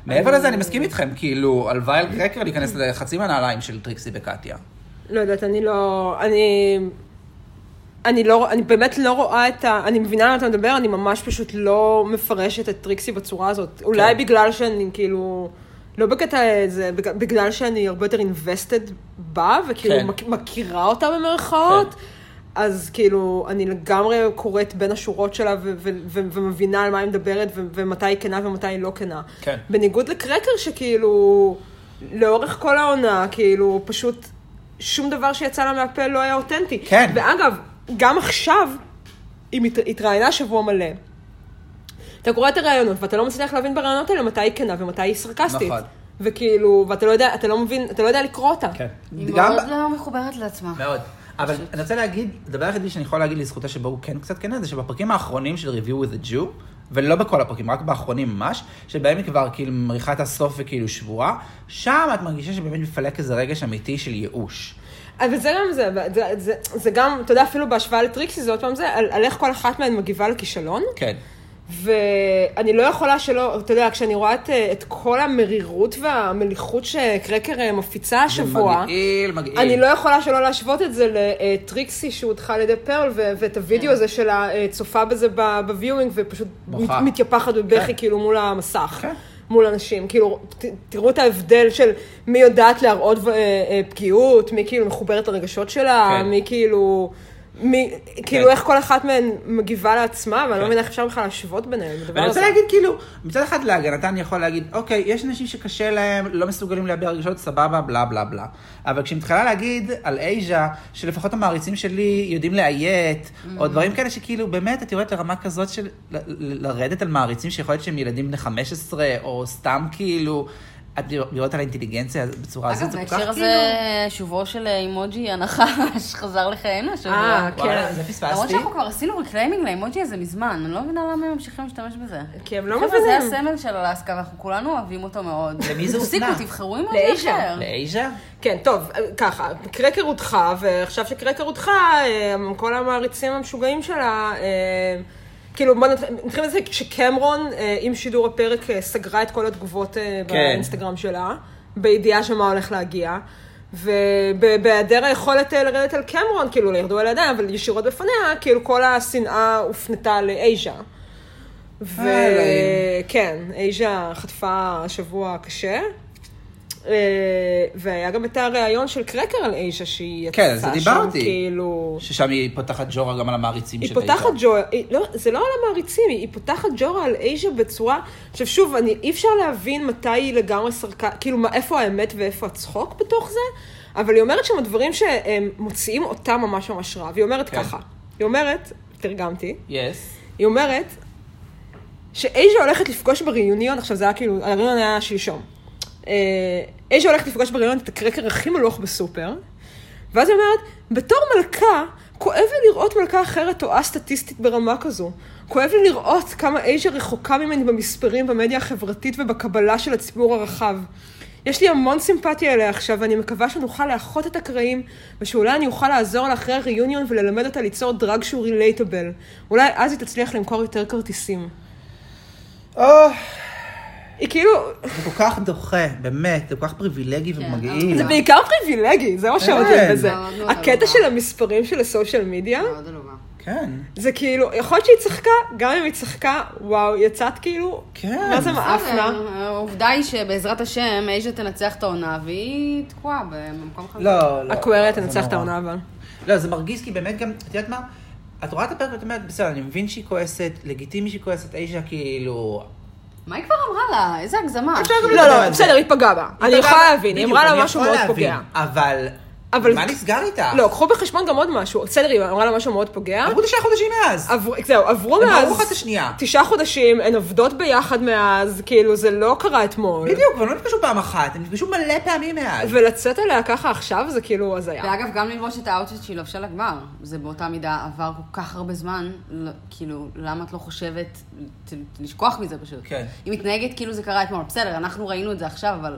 Speaker 1: מעבר לזה, אני מסכים איתכם, כאילו, הלוואי על קרקר להיכנס לחצי מהנעליים של טריקסי וקטיה.
Speaker 2: לא יודעת, אני לא... אני... אני לא, אני באמת לא רואה את ה... אני מבינה על מה אתה מדבר, אני ממש פשוט לא מפרשת את טריקסי בצורה הזאת.
Speaker 1: כן.
Speaker 2: אולי בגלל שאני כאילו... לא בקטע זה, בג- בגלל שאני הרבה יותר invested בה, וכאילו
Speaker 1: כן.
Speaker 2: מק- מכירה אותה במרכאות,
Speaker 1: כן.
Speaker 2: אז כאילו, אני לגמרי קוראת בין השורות שלה ו- ו- ו- ומבינה על מה היא מדברת, ו- ומתי היא כנה ומתי היא לא כנה.
Speaker 1: כן.
Speaker 2: בניגוד לקרקר שכאילו, לאורך כל העונה, כאילו, פשוט שום דבר שיצא לה מהפה לא היה אותנטי.
Speaker 1: כן.
Speaker 2: ואגב, גם עכשיו, היא מת- התראיינה שבוע מלא. אתה קורא את הראיונות, ואתה לא מצליח להבין בראיונות האלה מתי היא כנה ומתי היא סרקסטית.
Speaker 1: נכון.
Speaker 2: וכאילו, ואתה לא יודע, אתה לא מבין, אתה לא יודע לקרוא אותה.
Speaker 1: כן.
Speaker 3: היא
Speaker 1: גם-
Speaker 3: מאוד לא מחוברת לעצמה.
Speaker 1: מאוד. אבל אני רוצה להגיד, הדבר היחידי שאני יכול להגיד לזכותה שבו הוא כן קצת כן, זה שבפרקים האחרונים של Review with a Jew, ולא בכל הפרקים, רק באחרונים ממש, שבהם היא כבר כאילו מריחת הסוף וכאילו שבועה, שם את מרגישה שבאמת מפלק איזה רגש אמיתי של ייאוש.
Speaker 2: אבל זה גם זה, זה, זה, זה גם, אתה יודע, אפילו בהשוואה לטריקסי, זה עוד פעם זה, על, על איך כל אחת מהן מגיבה לכישלון.
Speaker 1: כן.
Speaker 2: ואני לא יכולה שלא, אתה יודע, כשאני רואה את, אה, את כל המרירות והמליחות שקרקר אה, מפיצה השבוע,
Speaker 1: זה מגעיל, מגעיל.
Speaker 2: אני לא יכולה שלא להשוות את זה לטריקסי שהודחה על ידי פרל, ו- ואת
Speaker 1: כן.
Speaker 2: הוידאו הזה של הצופה בזה ב- בוויואינג, ופשוט מת,
Speaker 1: בוכה.
Speaker 2: מתייפחת בבכי
Speaker 1: כן.
Speaker 2: כאילו מול המסך.
Speaker 1: כן.
Speaker 2: מול אנשים, כאילו, ת, תראו את ההבדל של מי יודעת להראות אה, אה, פגיעות, מי כאילו מחוברת לרגשות שלה,
Speaker 1: כן.
Speaker 2: מי כאילו, מי, כאילו
Speaker 1: כן.
Speaker 2: איך כל אחת מהן מגיבה לעצמה, ואני
Speaker 1: כן.
Speaker 2: לא מבינה איך אפשר בכלל להשוות ביניהם, הדבר
Speaker 1: ואני רוצה
Speaker 2: הזה.
Speaker 1: להגיד, כאילו, מצד אחד להגנתה אני יכול להגיד, אוקיי, יש אנשים שקשה להם, לא מסוגלים להביע רגשות, סבבה, בלה בלה בלה. אבל כשהיא מתחילה להגיד על אייז'ה, שלפחות המעריצים שלי יודעים לאיית, או דברים כאלה שכאילו, באמת, את יורדת לרמה כזאת של ל- ל- לרדת על מעריצים שיכול להיות שהם ילדים בני 15, או סתם כאילו, את יורדת על האינטליגנציה בצורה הזאת,
Speaker 3: אגב,
Speaker 1: זה כל
Speaker 3: בהקשר
Speaker 1: כך
Speaker 3: הזה,
Speaker 1: כאילו...
Speaker 3: שובו של אימוג'י *laughs* הנחש חזר לחיינו השבוע.
Speaker 2: אה,
Speaker 1: וואלה, זה
Speaker 2: כן.
Speaker 3: למרות
Speaker 1: פספסתי.
Speaker 3: שאנחנו כבר עשינו ריקליימינג לאימוג'י הזה מזמן, אני לא מבינה למה הם ממשיכים להשתמש בזה.
Speaker 2: כי הם לא
Speaker 3: חבר'ה, זה
Speaker 2: מבינים.
Speaker 3: הסמל של אלסקה, ואנחנו כולנו אוהבים אותו מאוד.
Speaker 1: למי זה הופנה?
Speaker 3: תפסיקו, תבחרו עם משהו
Speaker 2: לאישה.
Speaker 3: אחר.
Speaker 1: לאייז'ה?
Speaker 2: כן, טוב, ככה, קרקר הודחה, ועכשיו שקרקר הודחה, אה, כל המעריצים המשוגעים שלה, אה, כאילו, בוא נת- נתחיל מזה שקמרון, אה, עם שידור הפרק, אה, סגרה את כל התגובות אה,
Speaker 1: כן.
Speaker 2: באינסטגרם שלה, בידיעה שמה הולך להגיע. ובהיעדר היכולת אה, לרדת על קמרון, כאילו, לא ירדו על ידיים, אבל ישירות בפניה, כאילו, כל השנאה הופנתה לאייז'ה.
Speaker 1: אלוהים.
Speaker 2: וכן, כן, אייז'ה חטפה שבוע קשה. אה, והיה גם את הריאיון של קרקר על איישה, שהיא
Speaker 1: כן,
Speaker 2: יצאה
Speaker 1: על זה דיברתי.
Speaker 2: שם, כאילו...
Speaker 1: ששם היא פותחת ג'ורה גם על המעריצים
Speaker 2: היא
Speaker 1: של
Speaker 2: פותחת ג'ורה, היא- לא, זה לא על המעריצים, היא היא פותחת ג'ורה על אייז'ה בצורה... עכשיו שוב, אני, אי אפשר להבין מתי היא לגמרי סרקה, כאילו מה, איפה האמת ואיפה הצחוק בתוך זה, אבל היא אומרת שם דברים שהם מוציאים אותה ממש ממש רע, והיא אומרת
Speaker 1: כן.
Speaker 2: ככה, היא אומרת, תרגמתי,
Speaker 1: יס.
Speaker 2: היא אומרת שאייז'ה הולכת לפגוש בריאיון, עכשיו זה היה כאילו, הריאיון היה שלשום. אה, אייז'ה הולכת לפגוש בריאיון את הקרקר הכי מלוך בסופר, ואז היא אומרת, בתור מלכה, כואב לי לראות מלכה אחרת טועה סטטיסטית ברמה כזו. כואב לי לראות כמה אייז'ה רחוקה ממני במספרים, במדיה החברתית ובקבלה של הציבור הרחב. יש לי המון סימפתיה אליה עכשיו, ואני מקווה שנוכל לאחות את הקרעים, ושאולי אני אוכל לעזור לה אחרי הריוניון וללמד אותה ליצור דרג שהוא רילייטבל. אולי אז היא תצליח למכור יותר כרטיסים.
Speaker 1: אוח.
Speaker 2: היא כאילו,
Speaker 1: זה כל כך דוחה, באמת, זה כל כך פריבילגי ומגעיל.
Speaker 2: כן. זה בעיקר פריבילגי, זה מה שאומרים
Speaker 1: כן.
Speaker 2: בזה.
Speaker 3: מאוד מאוד
Speaker 2: הקטע
Speaker 3: עלובה.
Speaker 2: של המספרים של הסושיאל מדיה,
Speaker 3: מאוד עלובה.
Speaker 1: כן.
Speaker 2: זה כאילו, יכול להיות שהיא צחקה, גם אם היא צחקה, וואו, יצאת כאילו,
Speaker 1: כן.
Speaker 2: מה זה מאפנה?
Speaker 3: בסדר, לא, העובדה היא שבעזרת השם, אייז'ה תנצח את העונה, והיא תקועה במקום חזק.
Speaker 1: לא, לא.
Speaker 2: הקוורט
Speaker 1: זה
Speaker 2: תנצח את
Speaker 1: נורא.
Speaker 2: העונה הבאה.
Speaker 1: לא, זה מרגיז כי באמת גם, את יודעת מה? את רואה את הפרק ואת אומרת, בסדר, אני מבין שהיא כועסת, לגיטימי שהיא כועסת, אייז'ה כאילו...
Speaker 3: מה היא כבר אמרה לה? איזה הגזמה.
Speaker 1: אפשר גם
Speaker 2: לא,
Speaker 1: לדבר
Speaker 2: לא,
Speaker 1: על זה.
Speaker 2: בסדר, היא פגעה בה. אני
Speaker 1: בדיוק,
Speaker 2: יכולה להבין, היא
Speaker 1: בדיוק,
Speaker 2: אמרה
Speaker 1: אני
Speaker 2: לה משהו
Speaker 1: יכול
Speaker 2: מאוד
Speaker 1: להבין,
Speaker 2: פוגע.
Speaker 1: אבל...
Speaker 2: אבל-
Speaker 1: מה נסגר איתה?
Speaker 2: לא, קחו בחשבון גם עוד משהו. בסדר, היא אמרה לה משהו מאוד פוגע.
Speaker 1: עברו תשעה חודשים מאז.
Speaker 2: עברו- זהו, עברו
Speaker 1: הם
Speaker 2: מאז...
Speaker 1: ברור אחת השנייה.
Speaker 2: תשעה חודשים, הן עובדות ביחד מאז, כאילו, זה לא קרה אתמול.
Speaker 1: בדיוק, אבל לא נפגשו פעם אחת, הם נפגשו מלא פעמים מאז.
Speaker 2: ולצאת עליה ככה עכשיו, זה כאילו הזיה.
Speaker 3: ואגב, גם ללבוש את האאוטפיט שהיא לבשה לגמר, זה באותה מידה עבר כל כך הרבה זמן, לא- כאילו, למה את לא חושבת ת- לשכוח מזה פשוט?
Speaker 1: כן.
Speaker 3: היא מתנהגת כאילו זה קרה אתמול. בסדר, אנחנו ראינו את זה עכשיו, אבל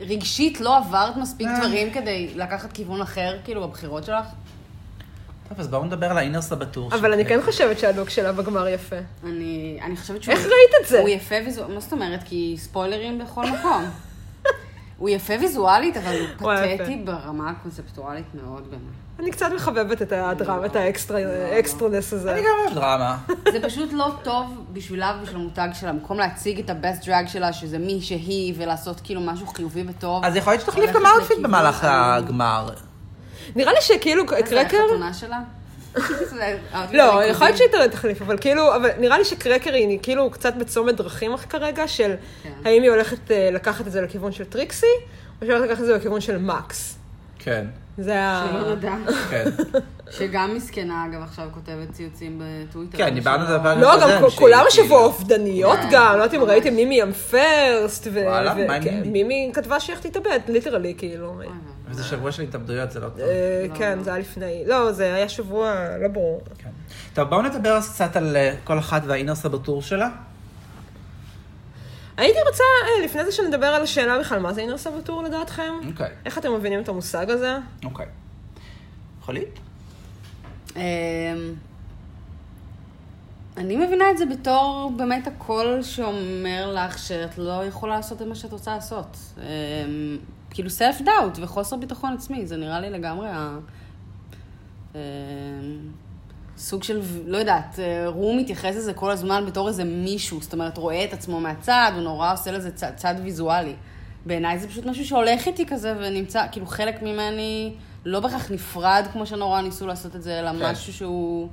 Speaker 3: רגשית לא עברת מספיק
Speaker 1: אה.
Speaker 3: דברים כדי לקחת כיוון אחר, כאילו, בבחירות שלך?
Speaker 1: טוב, אז בואו נדבר על האינר סבתור.
Speaker 2: אבל אני כן חושבת שהלוק שלה בגמר יפה.
Speaker 3: אני, אני חושבת שהוא...
Speaker 2: איך ראית את זה?
Speaker 3: הוא יפה ויזואלית, מה זאת אומרת? כי ספוילרים בכל מקום. *laughs* הוא יפה ויזואלית, אבל הוא
Speaker 2: הוא היה
Speaker 3: פתטי
Speaker 2: יפה.
Speaker 3: ברמה הקונספטואלית מאוד באמת.
Speaker 2: אני קצת מחבבת את הדרמה, את האקסטרה- האקסטרנס הזה.
Speaker 1: אני גם אוהב דרמה.
Speaker 2: אוקיי.
Speaker 3: זה פשוט לא טוב בשבילה ובשביל המותג שלה, במקום להציג את הבסט דרג שלה, שזה מי שהיא, ולעשות כאילו משהו חיובי וטוב.
Speaker 1: אז יכול להיות שתחליף
Speaker 3: הולכת
Speaker 1: גם אאוטפיט
Speaker 3: לכיוון
Speaker 1: במהלך
Speaker 3: ה-
Speaker 1: הגמר.
Speaker 2: נראה לי שכאילו
Speaker 3: מה זה,
Speaker 2: קרקר...
Speaker 3: החתונה שלה? *laughs* זה אוקיי, האוטפיט
Speaker 2: לא,
Speaker 3: הליכודי.
Speaker 2: יכול להיות שהיא תראה תחליף, אבל כאילו, אבל נראה לי שקרקר היא כאילו קצת בצומת דרכים כרגע, של
Speaker 3: כן.
Speaker 2: האם היא הולכת אה, לקחת את זה לכיוון של טריקסי, או שהיא הולכת לקחת את זה לכיוון של מקס.
Speaker 1: כן.
Speaker 2: זה ה...
Speaker 3: אוקיי. שלא נדע.
Speaker 1: כן.
Speaker 3: שגם מסכנה, אגב, עכשיו כותבת ציוצים בטוויטר. אה,
Speaker 1: כן, דיברנו על זה
Speaker 3: שלא-
Speaker 1: אבל-
Speaker 2: לא, גם
Speaker 1: הקודם,
Speaker 2: כ-
Speaker 1: שהיא
Speaker 2: כולם
Speaker 1: כאילו-
Speaker 2: השבוע אובדניות
Speaker 3: כן,
Speaker 2: גם, לא יודעת אם
Speaker 3: ממש.
Speaker 2: ראיתם מימי ים פרסט, ו-
Speaker 1: וואלה,
Speaker 2: ו-
Speaker 1: מה עם
Speaker 2: כן,
Speaker 1: מימי?
Speaker 2: מימי כתבה שהיא תתאבד, ליטרלי, כאילו.
Speaker 1: וזה שבוע של התאבדויות, זה לא טוב.
Speaker 2: אה, כן, זה היה לפני, לא, זה היה שבוע, לא ברור.
Speaker 1: כן. טוב, בואו נדבר אז קצת על אה, כל אחת והאינר סבתור שלה.
Speaker 2: הייתי רוצה, אה, לפני זה שנדבר על השאלה בכלל, מה זה אינר סבתור לדעתכם?
Speaker 1: אוקיי.
Speaker 2: איך אתם מבינים את המושג הזה?
Speaker 1: אוקיי. יכולית?
Speaker 3: אמ, אני מבינה את זה בתור באמת הקול שאומר לך שאת לא יכולה לעשות את מה שאת רוצה לעשות. אמ, כאילו סלף דאוט וחוסר ביטחון עצמי, זה נראה לי לגמרי ה... אמ, סוג של, לא יודעת, אה, הוא מתייחס לזה כל הזמן בתור איזה מישהו, זאת אומרת, רואה את עצמו מהצד, הוא נורא עושה לזה צד, צד ויזואלי. בעיניי זה פשוט משהו שהולך איתי כזה ונמצא, כאילו חלק ממני לא בהכרח נפרד, כמו שנורא ניסו לעשות את זה, אלא
Speaker 1: כן.
Speaker 3: משהו שהוא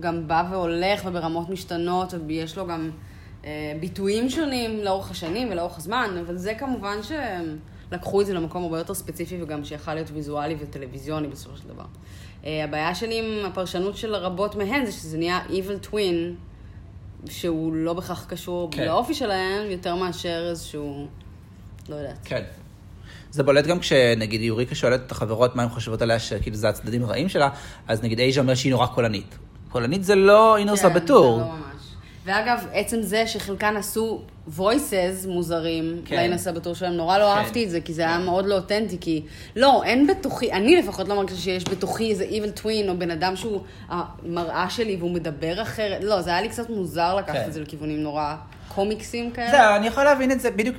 Speaker 3: גם בא והולך וברמות משתנות, ויש לו גם אה, ביטויים שונים לאורך השנים ולאורך הזמן, אבל זה כמובן שהם לקחו את זה למקום הרבה יותר ספציפי וגם שיכל להיות ויזואלי וטלוויזיוני בסופו של דבר. אה, הבעיה שלי עם הפרשנות של רבות מהן זה שזה נהיה evil twin, שהוא לא בהכרח קשור
Speaker 1: כן.
Speaker 3: כן. לאופי שלהם, יותר מאשר איזשהו, לא יודעת.
Speaker 1: כן. זה בולט גם כשנגיד יוריקה שואלת את החברות מה הן חושבות עליה, שכאילו זה הצדדים הרעים שלה, אז נגיד אייז'ה אומר שהיא נורא קולנית. קולנית זה לא אינר
Speaker 3: כן,
Speaker 1: סבתור.
Speaker 3: זה לא ממש. ואגב, עצם זה שחלקן עשו voices מוזרים
Speaker 1: כן.
Speaker 3: כן. לאינס הבטור שלהם, נורא לא
Speaker 1: כן.
Speaker 3: אהבתי את זה, כי זה היה מאוד לא אותנטי, כי לא, אין בתוכי, אני לפחות לא מרגישה שיש בתוכי איזה evil twin, או בן אדם שהוא המראה שלי והוא מדבר אחרת, לא, זה היה לי קצת מוזר לקחת
Speaker 1: כן.
Speaker 3: את זה לכיוונים נורא קומיקסים כאלה.
Speaker 1: זהו, אני יכול להבין את זה בדיוק.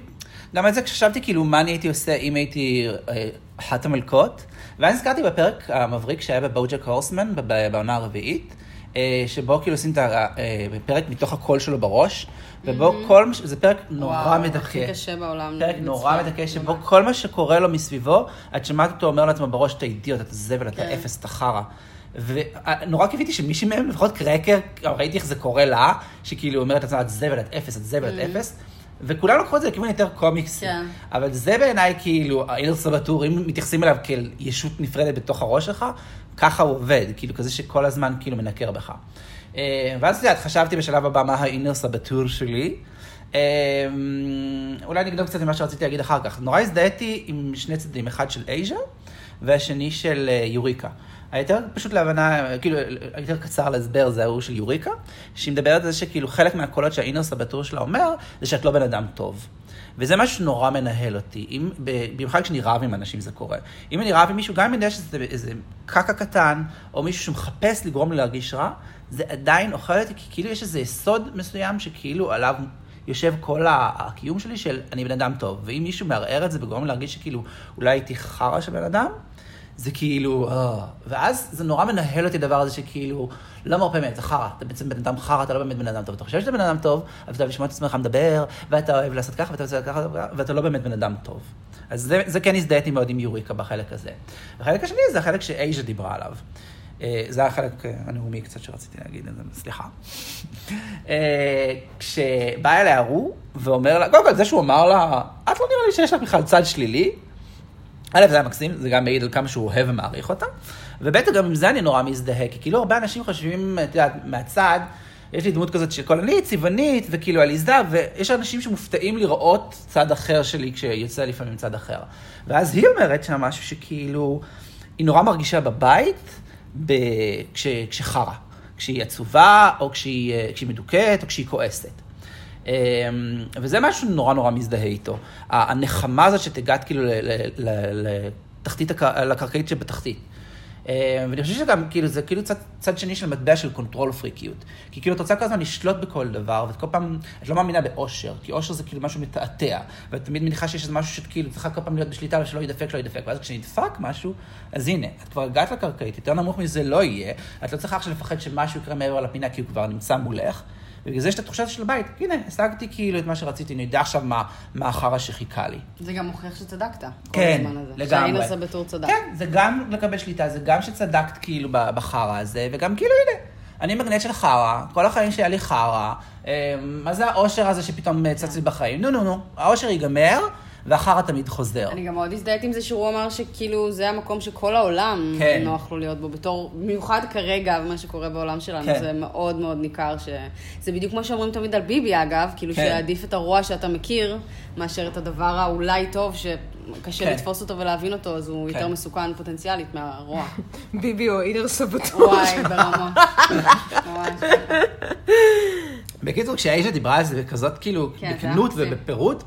Speaker 1: גם את זה כשחשבתי כאילו מה אני הייתי עושה אם הייתי אה, אחת המלכות. ואז נזכרתי בפרק המבריק שהיה בבוג'ק הורסמן בב- בעונה הרביעית, אה, שבו כאילו עושים את הפרק מתוך הקול שלו בראש, ובו כל, מה ש- זה פרק נורא
Speaker 3: וואו,
Speaker 1: מדכא.
Speaker 3: הכי קשה בעולם.
Speaker 1: פרק
Speaker 3: מצחיק.
Speaker 1: נורא מדכא, שבו
Speaker 3: ממש.
Speaker 1: כל מה שקורה לו מסביבו, את שמעת אותו אומר לעצמו בראש, אתה אידיוט, אתה זבל, אתה
Speaker 3: כן.
Speaker 1: אפס, אתה חרא. ונורא קיוויתי שמישהי מהם, לפחות קרקר, ראיתי איך זה קורה לה, שכאילו אומרת לעצמה, את זבל, את אפס, את זבל, את אפס. וכולם לקחו את זה לכיוון יותר קומיקסי.
Speaker 3: Mm. כן.
Speaker 1: אבל זה בעיניי כאילו, האינר סבתור, אם מתייחסים אליו כאל ישות נפרדת בתוך הראש שלך, ככה הוא עובד, כאילו כזה שכל הזמן כאילו מנקר בך. אה, ואז את יודעת, חשבתי בשלב הבא מה האינר סבתור שלי. אה, אולי נגנוב קצת ממה שרציתי להגיד אחר כך. נורא הזדהיתי עם שני צדדים, אחד של אייז'ה והשני של אה, יוריקה. היותר פשוט להבנה, כאילו, היותר קצר להסבר זה ההוא של יוריקה, שהיא מדברת על זה שכאילו חלק מהקולות שהאינר סבתור שלה אומר, זה שאת לא בן אדם טוב. וזה משהו שנורא מנהל אותי, אם, ב- במיוחד כשאני רב עם אנשים זה קורה. אם אני רב עם מישהו, גם אם אני יודע שזה איזה קקע קטן, או מישהו שמחפש לגרום לי להרגיש רע, זה עדיין אוכל אותי, כי כאילו יש איזה יסוד מסוים שכאילו עליו יושב כל ה- הקיום שלי של אני בן אדם טוב. ואם מישהו מערער את זה וגורם לי להרגיש שכאילו אולי הייתי חרא של בן אדם, זה כאילו, אה. ואז זה נורא מנהל אותי הדבר הזה שכאילו, לא מרפה מהם, זה חרא, אתה בעצם בן אדם חרא, אתה לא באמת בן אדם טוב. אתה חושב שאתה בן אדם טוב, אבל אתה אוהב לשמוע את עצמך מדבר, ואתה אוהב לעשות ככה, ואתה עושה ככה, ואתה לא באמת בן אדם טוב. אז זה, זה כן הזדהיתי מאוד עם יוריקה בחלק הזה. החלק השני זה החלק שאייז'ה דיברה עליו. אה, זה החלק אה, הנאומי קצת שרציתי להגיד, אז סליחה. אה, כשבא אליה רו, ואומר לה, קודם כל זה שהוא אמר לה, את לא נראה לי שיש לך בכלל צד שלילי, א', זה היה מקסים, זה גם מעיד על כמה שהוא אוהב ומעריך אותה, וב', גם עם זה אני נורא מזדהה, כי כאילו הרבה אנשים חושבים, את יודעת, מהצד, יש לי דמות כזאת של קולנית, צבעונית, וכאילו עליזה, ויש אנשים שמופתעים לראות צד אחר שלי כשיוצא לפעמים צד אחר. ואז היא אומרת שם משהו שכאילו, היא נורא מרגישה בבית ב... כש... כשחרא, כשהיא עצובה, או כשהיא, אה, כשהיא מדוכאת, או כשהיא כועסת. אמ, וזה משהו נורא נורא מזדהה איתו. ה- הנחמה הזאת שאת הגעת כאילו ל- ל- ל- לתחתית, הקר- לקרקעית שבתחתית. אמ, ואני חושב שגם, כאילו, זה כאילו צד, צד שני של מטבע של קונטרול פריקיות. כי כאילו, את רוצה כל הזמן לשלוט בכל דבר, ואת כל פעם, את לא מאמינה באושר, כי אושר זה כאילו משהו מתעתע. ואת תמיד מניחה שיש איזה משהו שאת כאילו צריכה כל פעם להיות בשליטה, ושלא יידפק, שלא יידפק. ואז כשנדפק משהו, אז הנה, את כבר הגעת לקרקעית, יותר נמוך מזה לא יהיה. את לא צריכה עכשיו לפחד שמשהו יקרה מעבר לפינה, כי הוא כבר נמצא מולך. ובגלל זה יש את התחושה של הבית, הנה, השגתי כאילו את מה שרציתי, אני יודע עכשיו מה, מה החרא שחיכה לי.
Speaker 3: זה גם מוכיח שצדקת. כל
Speaker 1: כן,
Speaker 3: הזמן הזה.
Speaker 1: לגמרי.
Speaker 3: שהאינס הבטור צדק.
Speaker 1: כן, זה גם לקבל שליטה, זה גם שצדקת כאילו ב- בחרא הזה, וגם כאילו, הנה, אני מגנט של חרא, כל החיים שהיה לי
Speaker 3: כן.
Speaker 1: חרא, אה, מה זה האושר הזה שפתאום אה, צץ לי בחיים? נו, נו, נו, האושר ייגמר, והחרא תמיד חוזר.
Speaker 3: אני גם מאוד הזדהיתי עם זה שהוא אמר שכאילו זה המקום שכל העולם
Speaker 1: כן.
Speaker 3: נוח לו להיות בו, בתור, במיוחד כרגע, מה שקורה בעולם שלנו,
Speaker 1: כן.
Speaker 3: זה מאוד מאוד ניכר ש... זה בדיוק כמו שאומרים תמיד על ביבי אגב, כאילו
Speaker 1: כן.
Speaker 3: שעדיף את הרוע שאתה מכיר, מאשר את הדבר האולי טוב שקשה
Speaker 1: כן.
Speaker 3: לתפוס אותו ולהבין אותו, אז הוא
Speaker 1: כן.
Speaker 3: יותר מסוכן פוטנציאלית מהרוע.
Speaker 2: ביבי או אינר *laughs* סבתו.
Speaker 1: *laughs*
Speaker 3: וואי, ברמות. ממש.
Speaker 1: בקיצור, כשהאישה דיברה על זה בכזאת כאילו,
Speaker 3: כן, זה היה
Speaker 1: בכנות
Speaker 3: מקסים.
Speaker 1: ובפירוט,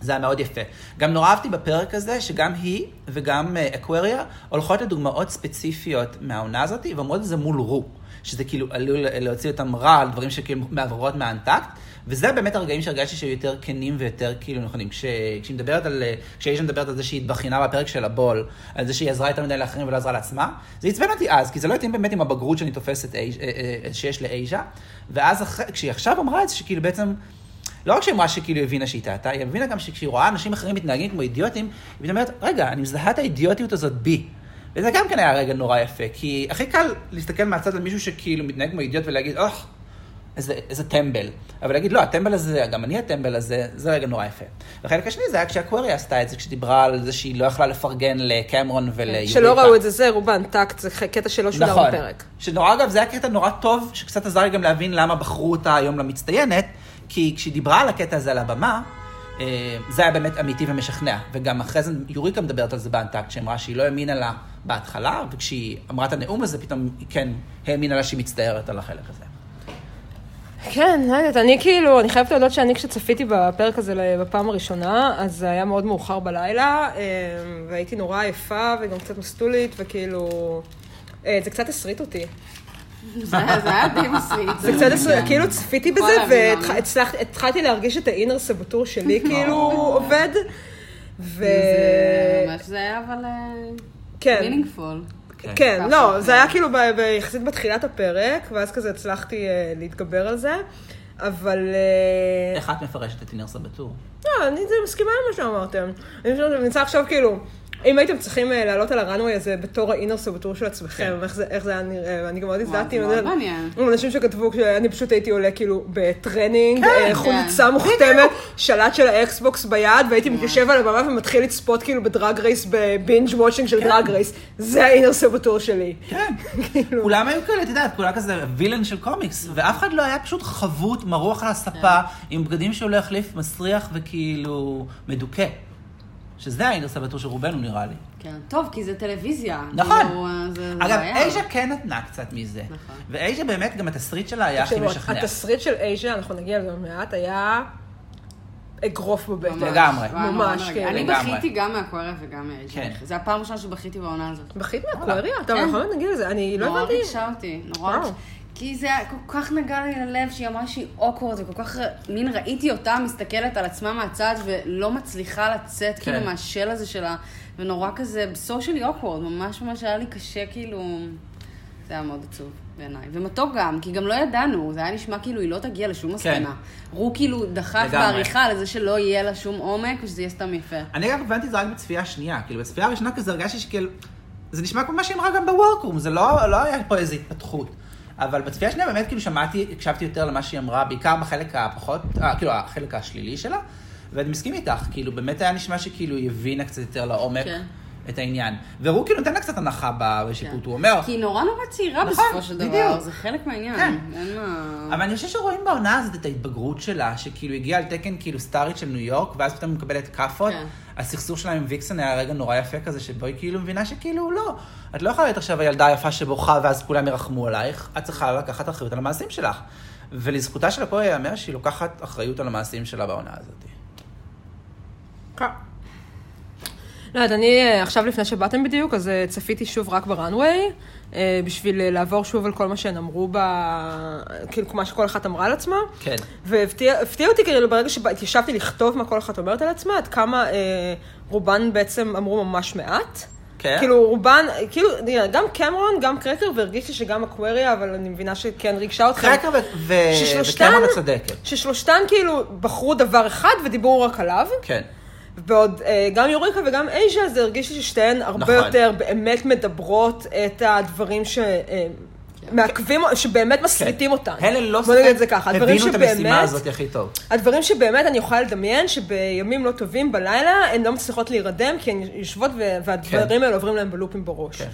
Speaker 1: זה היה מאוד יפה. גם נורא אהבתי בפרק הזה, שגם היא וגם אה, אקווריה הולכות לדוגמאות ספציפיות מהעונה הזאת, ואומרות את זה מול רו, שזה כאילו עלול להוציא אותם רע על דברים שכאילו מעברות מהאנטקט, וזה באמת הרגעים שהרגשתי שהיו יותר כנים ויותר כאילו נכונים. כש- כשהיא מדברת על, אה, כשהאישה מדברת על זה שהיא התבחינה בפרק של הבול, על זה שהיא עזרה יותר מדי לאחרים ולא עזרה לעצמה, זה עצבן אותי אז, כי זה לא התאים באמת עם הבגרות שאני תופסת אי- אה, אה, שיש לאישה, ואז אחרי, כשהיא עכשיו אמרה את זה, שכאילו בעצם... לא רק שהיא אמרה שכאילו הבינה שהיא טעתה, היא הבינה גם שכשהיא רואה אנשים אחרים מתנהגים כמו אידיוטים, היא פתאום אומרת, רגע, אני מזהה את האידיוטיות הזאת בי. וזה גם כן היה רגע נורא יפה, כי הכי קל להסתכל מהצד על מישהו שכאילו מתנהג כמו אידיוט ולהגיד, אוח, איזה, איזה טמבל. אבל להגיד, לא, הטמבל הזה, גם אני הטמבל הזה, זה רגע נורא יפה. והחלק השני זה היה כשהקווירי עשתה את זה, כשדיברה על זה שהיא לא יכלה לפרגן לקמרון וליוריקה.
Speaker 2: שלא ראו את זה, זה רובן טקט, זה קטע שלא שודר
Speaker 1: נכון.
Speaker 2: בפרק.
Speaker 1: שנורא, אגב, זה היה קטע נורא טוב, שקצת עזר לי גם להבין למה בחרו אותה היום למצטיינת, כי כשהיא דיברה על הקטע הזה על הבמה, אה, זה היה באמת אמיתי ומשכנע. וגם אחרי זה יוריקה מדברת על זה באנטקט, שאמרה שהיא לא האמינה לה בהתחלה, וכשהיא אמרה את הנאום הזה, פתאום היא כן האמינה לה שהיא מצטערת על החלק הזה.
Speaker 2: כן, לא יודעת, אני כאילו, אני חייבת להודות שאני כשצפיתי בפרק הזה בפעם הראשונה, אז זה היה מאוד מאוחר בלילה, אה, והייתי נורא עייפה וגם קצת מסטולית, וכאילו... אה, זה קצת הסריט אותי.
Speaker 3: זה היה זה היה די מסריט. אה,
Speaker 2: זה קצת הסריט, כאילו צפיתי
Speaker 3: יכול
Speaker 2: בזה,
Speaker 3: להבין למה.
Speaker 2: והתחלתי להרגיש את האינר סבתור
Speaker 3: *laughs*
Speaker 2: שלי כאילו עובד. ו...
Speaker 3: כאילו זה ממש זה היה אבל... אה,
Speaker 2: כן.
Speaker 3: meaningful.
Speaker 2: כן,
Speaker 3: ככה.
Speaker 2: לא, זה היה כאילו ב- ב- יחסית בתחילת הפרק, ואז כזה הצלחתי אה, להתגבר על זה, אבל... אה,
Speaker 1: איך את מפרשת את אינרסה בטור?
Speaker 2: לא, אני זה מסכימה למה שאמרתם. אני חושבת שאני מנסה עכשיו כאילו, אם הייתם צריכים אה, לעלות על הראנווי הזה בתור האינרס או בתור של עצמכם, איך זה- איך זה היה נראה, ואני גם מאוד הזדהתי עם
Speaker 3: מאוד
Speaker 2: זה.
Speaker 3: מעניין.
Speaker 2: עם אנשים שכתבו, אני פשוט הייתי עולה כאילו בטרנינג, אה,
Speaker 1: כן.
Speaker 2: חולצה מוכתמת, שלט של האקסבוקס ביד, והייתי מתיישב על הבמה ומתחיל לצפות כאילו בדרג רייס, בבינג' וואצ'ינג של דרג רייס. זה האינרס או בתור שלי.
Speaker 3: *laughs*
Speaker 1: כן.
Speaker 3: כאילו.
Speaker 1: כולם היו כאלה, את יודעת, כולם כזה וילן של קומיקס, ואף אחד לא היה פשוט חבוט, מרוח על הספה,
Speaker 3: כן.
Speaker 1: עם בגדים שהוא לא החליף, מסריח וכאילו מדוכא. שזה האינטרס הבטור של רובנו, נראה לי.
Speaker 3: כן. טוב, כי זה טלוויזיה.
Speaker 1: נכון.
Speaker 3: כאילו, אה, זה- זה
Speaker 1: אגב,
Speaker 3: בעיה.
Speaker 1: אייז'ה כן נתנה קצת מזה.
Speaker 3: נכון.
Speaker 1: ואייז'ה באמת, גם התסריט שלה היה הכי
Speaker 2: תקשיבו,
Speaker 1: משכנע.
Speaker 2: התסריט של אייז'ה, אנחנו נגיע לזה עוד מעט, היה אגרוף בבטן.
Speaker 3: ממש.
Speaker 1: לגמרי.
Speaker 3: וואי, נורא
Speaker 2: ממש,
Speaker 3: מרגש.
Speaker 2: כן.
Speaker 3: אני
Speaker 1: לגמרי.
Speaker 3: בכיתי גם מהקואריה וגם מאייז'ה.
Speaker 1: כן.
Speaker 3: זה הפעם הראשונה שבכיתי בעונה הזאת.
Speaker 2: בכית מהקואריה? טוב,
Speaker 3: כן.
Speaker 2: אנחנו לא נגיע לזה, אני לא
Speaker 3: נורא
Speaker 2: הבנתי.
Speaker 3: ריגשה אותי, נורא
Speaker 2: וואו.
Speaker 3: ריגשה. כי זה היה כל כך נגע לי ללב, שהיא אמרה שהיא אוקוורד, וכל כך, ר- מין ראיתי אותה מסתכלת על עצמה מהצד, ולא מצליחה לצאת
Speaker 1: כן.
Speaker 3: כאילו מהשל הזה שלה, ונורא כזה, סושיאלי אוקוורד, ממש ממש היה לי קשה כאילו... זה היה מאוד עצוב בעיניי. ומתוק גם, כי גם לא ידענו, זה היה נשמע כאילו היא לא תגיע לשום מסקנה. רו כאילו דחף
Speaker 1: כן. לגמרי.
Speaker 3: בעריכה לזה שלא יהיה לה שום עומק, ושזה יהיה סתם יפה.
Speaker 1: אני גם הבנתי את זה רק בצפייה השנייה. כאילו, בצפייה הראשונה כזה הרגשתי שכאילו... זה נשמע כמו מה שהיא אמרה גם בוורקרום, זה לא, לא היה פה איזו התפתחות. אבל בצפייה השנייה באמת כאילו שמעתי, הקשבתי יותר למה שהיא אמרה, בעיקר בחלק הפחות, אה, כאילו החלק השלילי שלה, ואני מסכים איתך, כאילו באמת היה נשמע שכאילו היא הבינה קצת יותר לעומק
Speaker 3: כן.
Speaker 1: את העניין. והוא כאילו נותן לה קצת הנחה בשיפוט, הוא אומר,
Speaker 3: כי היא נורא נורא צעירה
Speaker 1: נכון,
Speaker 3: בסופו של דבר,
Speaker 1: בדיוק.
Speaker 3: זה חלק מהעניין.
Speaker 1: כן.
Speaker 3: אין מה...
Speaker 1: אבל אני חושבת שרואים בעונה הזאת את ההתבגרות שלה, שכאילו הגיעה על תקן כאילו סטארית של ניו יורק, ואז פתאום היא מקבלת כאפות.
Speaker 3: כן.
Speaker 1: הסכסוך שלה עם ויקסון היה רגע נורא יפה כזה, שבו היא כאילו מבינה שכאילו לא, את לא יכולה להיות עכשיו הילדה היפה שבוכה ואז כולם ירחמו עלייך, את צריכה לקחת אחריות על המעשים שלך. ולזכותה של הכל ייאמר שהיא לוקחת אחריות על המעשים שלה בעונה הזאת.
Speaker 2: לא יודעת, אני אה, עכשיו לפני שבאתם בדיוק, אז אה, צפיתי שוב רק בראנוויי, אה, בשביל אה, לעבור שוב על כל מה שהן אמרו ב... כאילו, מה שכל אחת אמרה על עצמה.
Speaker 1: כן.
Speaker 2: והפתיע הפתיע אותי כאילו ברגע שהתיישבתי לכתוב מה כל אחת אומרת על עצמה, עד כמה אה, רובן בעצם אמרו ממש מעט.
Speaker 1: כן?
Speaker 2: כאילו רובן, כאילו, גם קמרון, גם קרקר, והרגיש לי שגם אקווריה, אבל אני מבינה שכן ריגשה אתכם.
Speaker 1: קרקר ו- ו- כן,
Speaker 2: ששלושתן-
Speaker 1: וקמרון הצודקת.
Speaker 2: ששלושתן כאילו בחרו דבר אחד ודיברו רק עליו.
Speaker 1: כן.
Speaker 2: בעוד אה, גם יוריקה וגם אייז'ה, זה הרגיש לי ששתיהן הרבה
Speaker 1: נכון.
Speaker 2: יותר באמת מדברות את הדברים ש... אה, מעכבים, שבאמת מסריטים אותן.
Speaker 1: אלה כן. לא
Speaker 2: בוא נגיד את זה ככה. הדברים
Speaker 1: הבינו את המשימה
Speaker 2: שבאמת-
Speaker 1: הזאת הכי טוב.
Speaker 2: הדברים שבאמת אני יכולה לדמיין, שבימים לא טובים בלילה, הן לא מצליחות להירדם, כי הן יושבות ו- והדברים
Speaker 1: כן.
Speaker 2: האלה עוברים להן בלופים בראש.
Speaker 1: כן.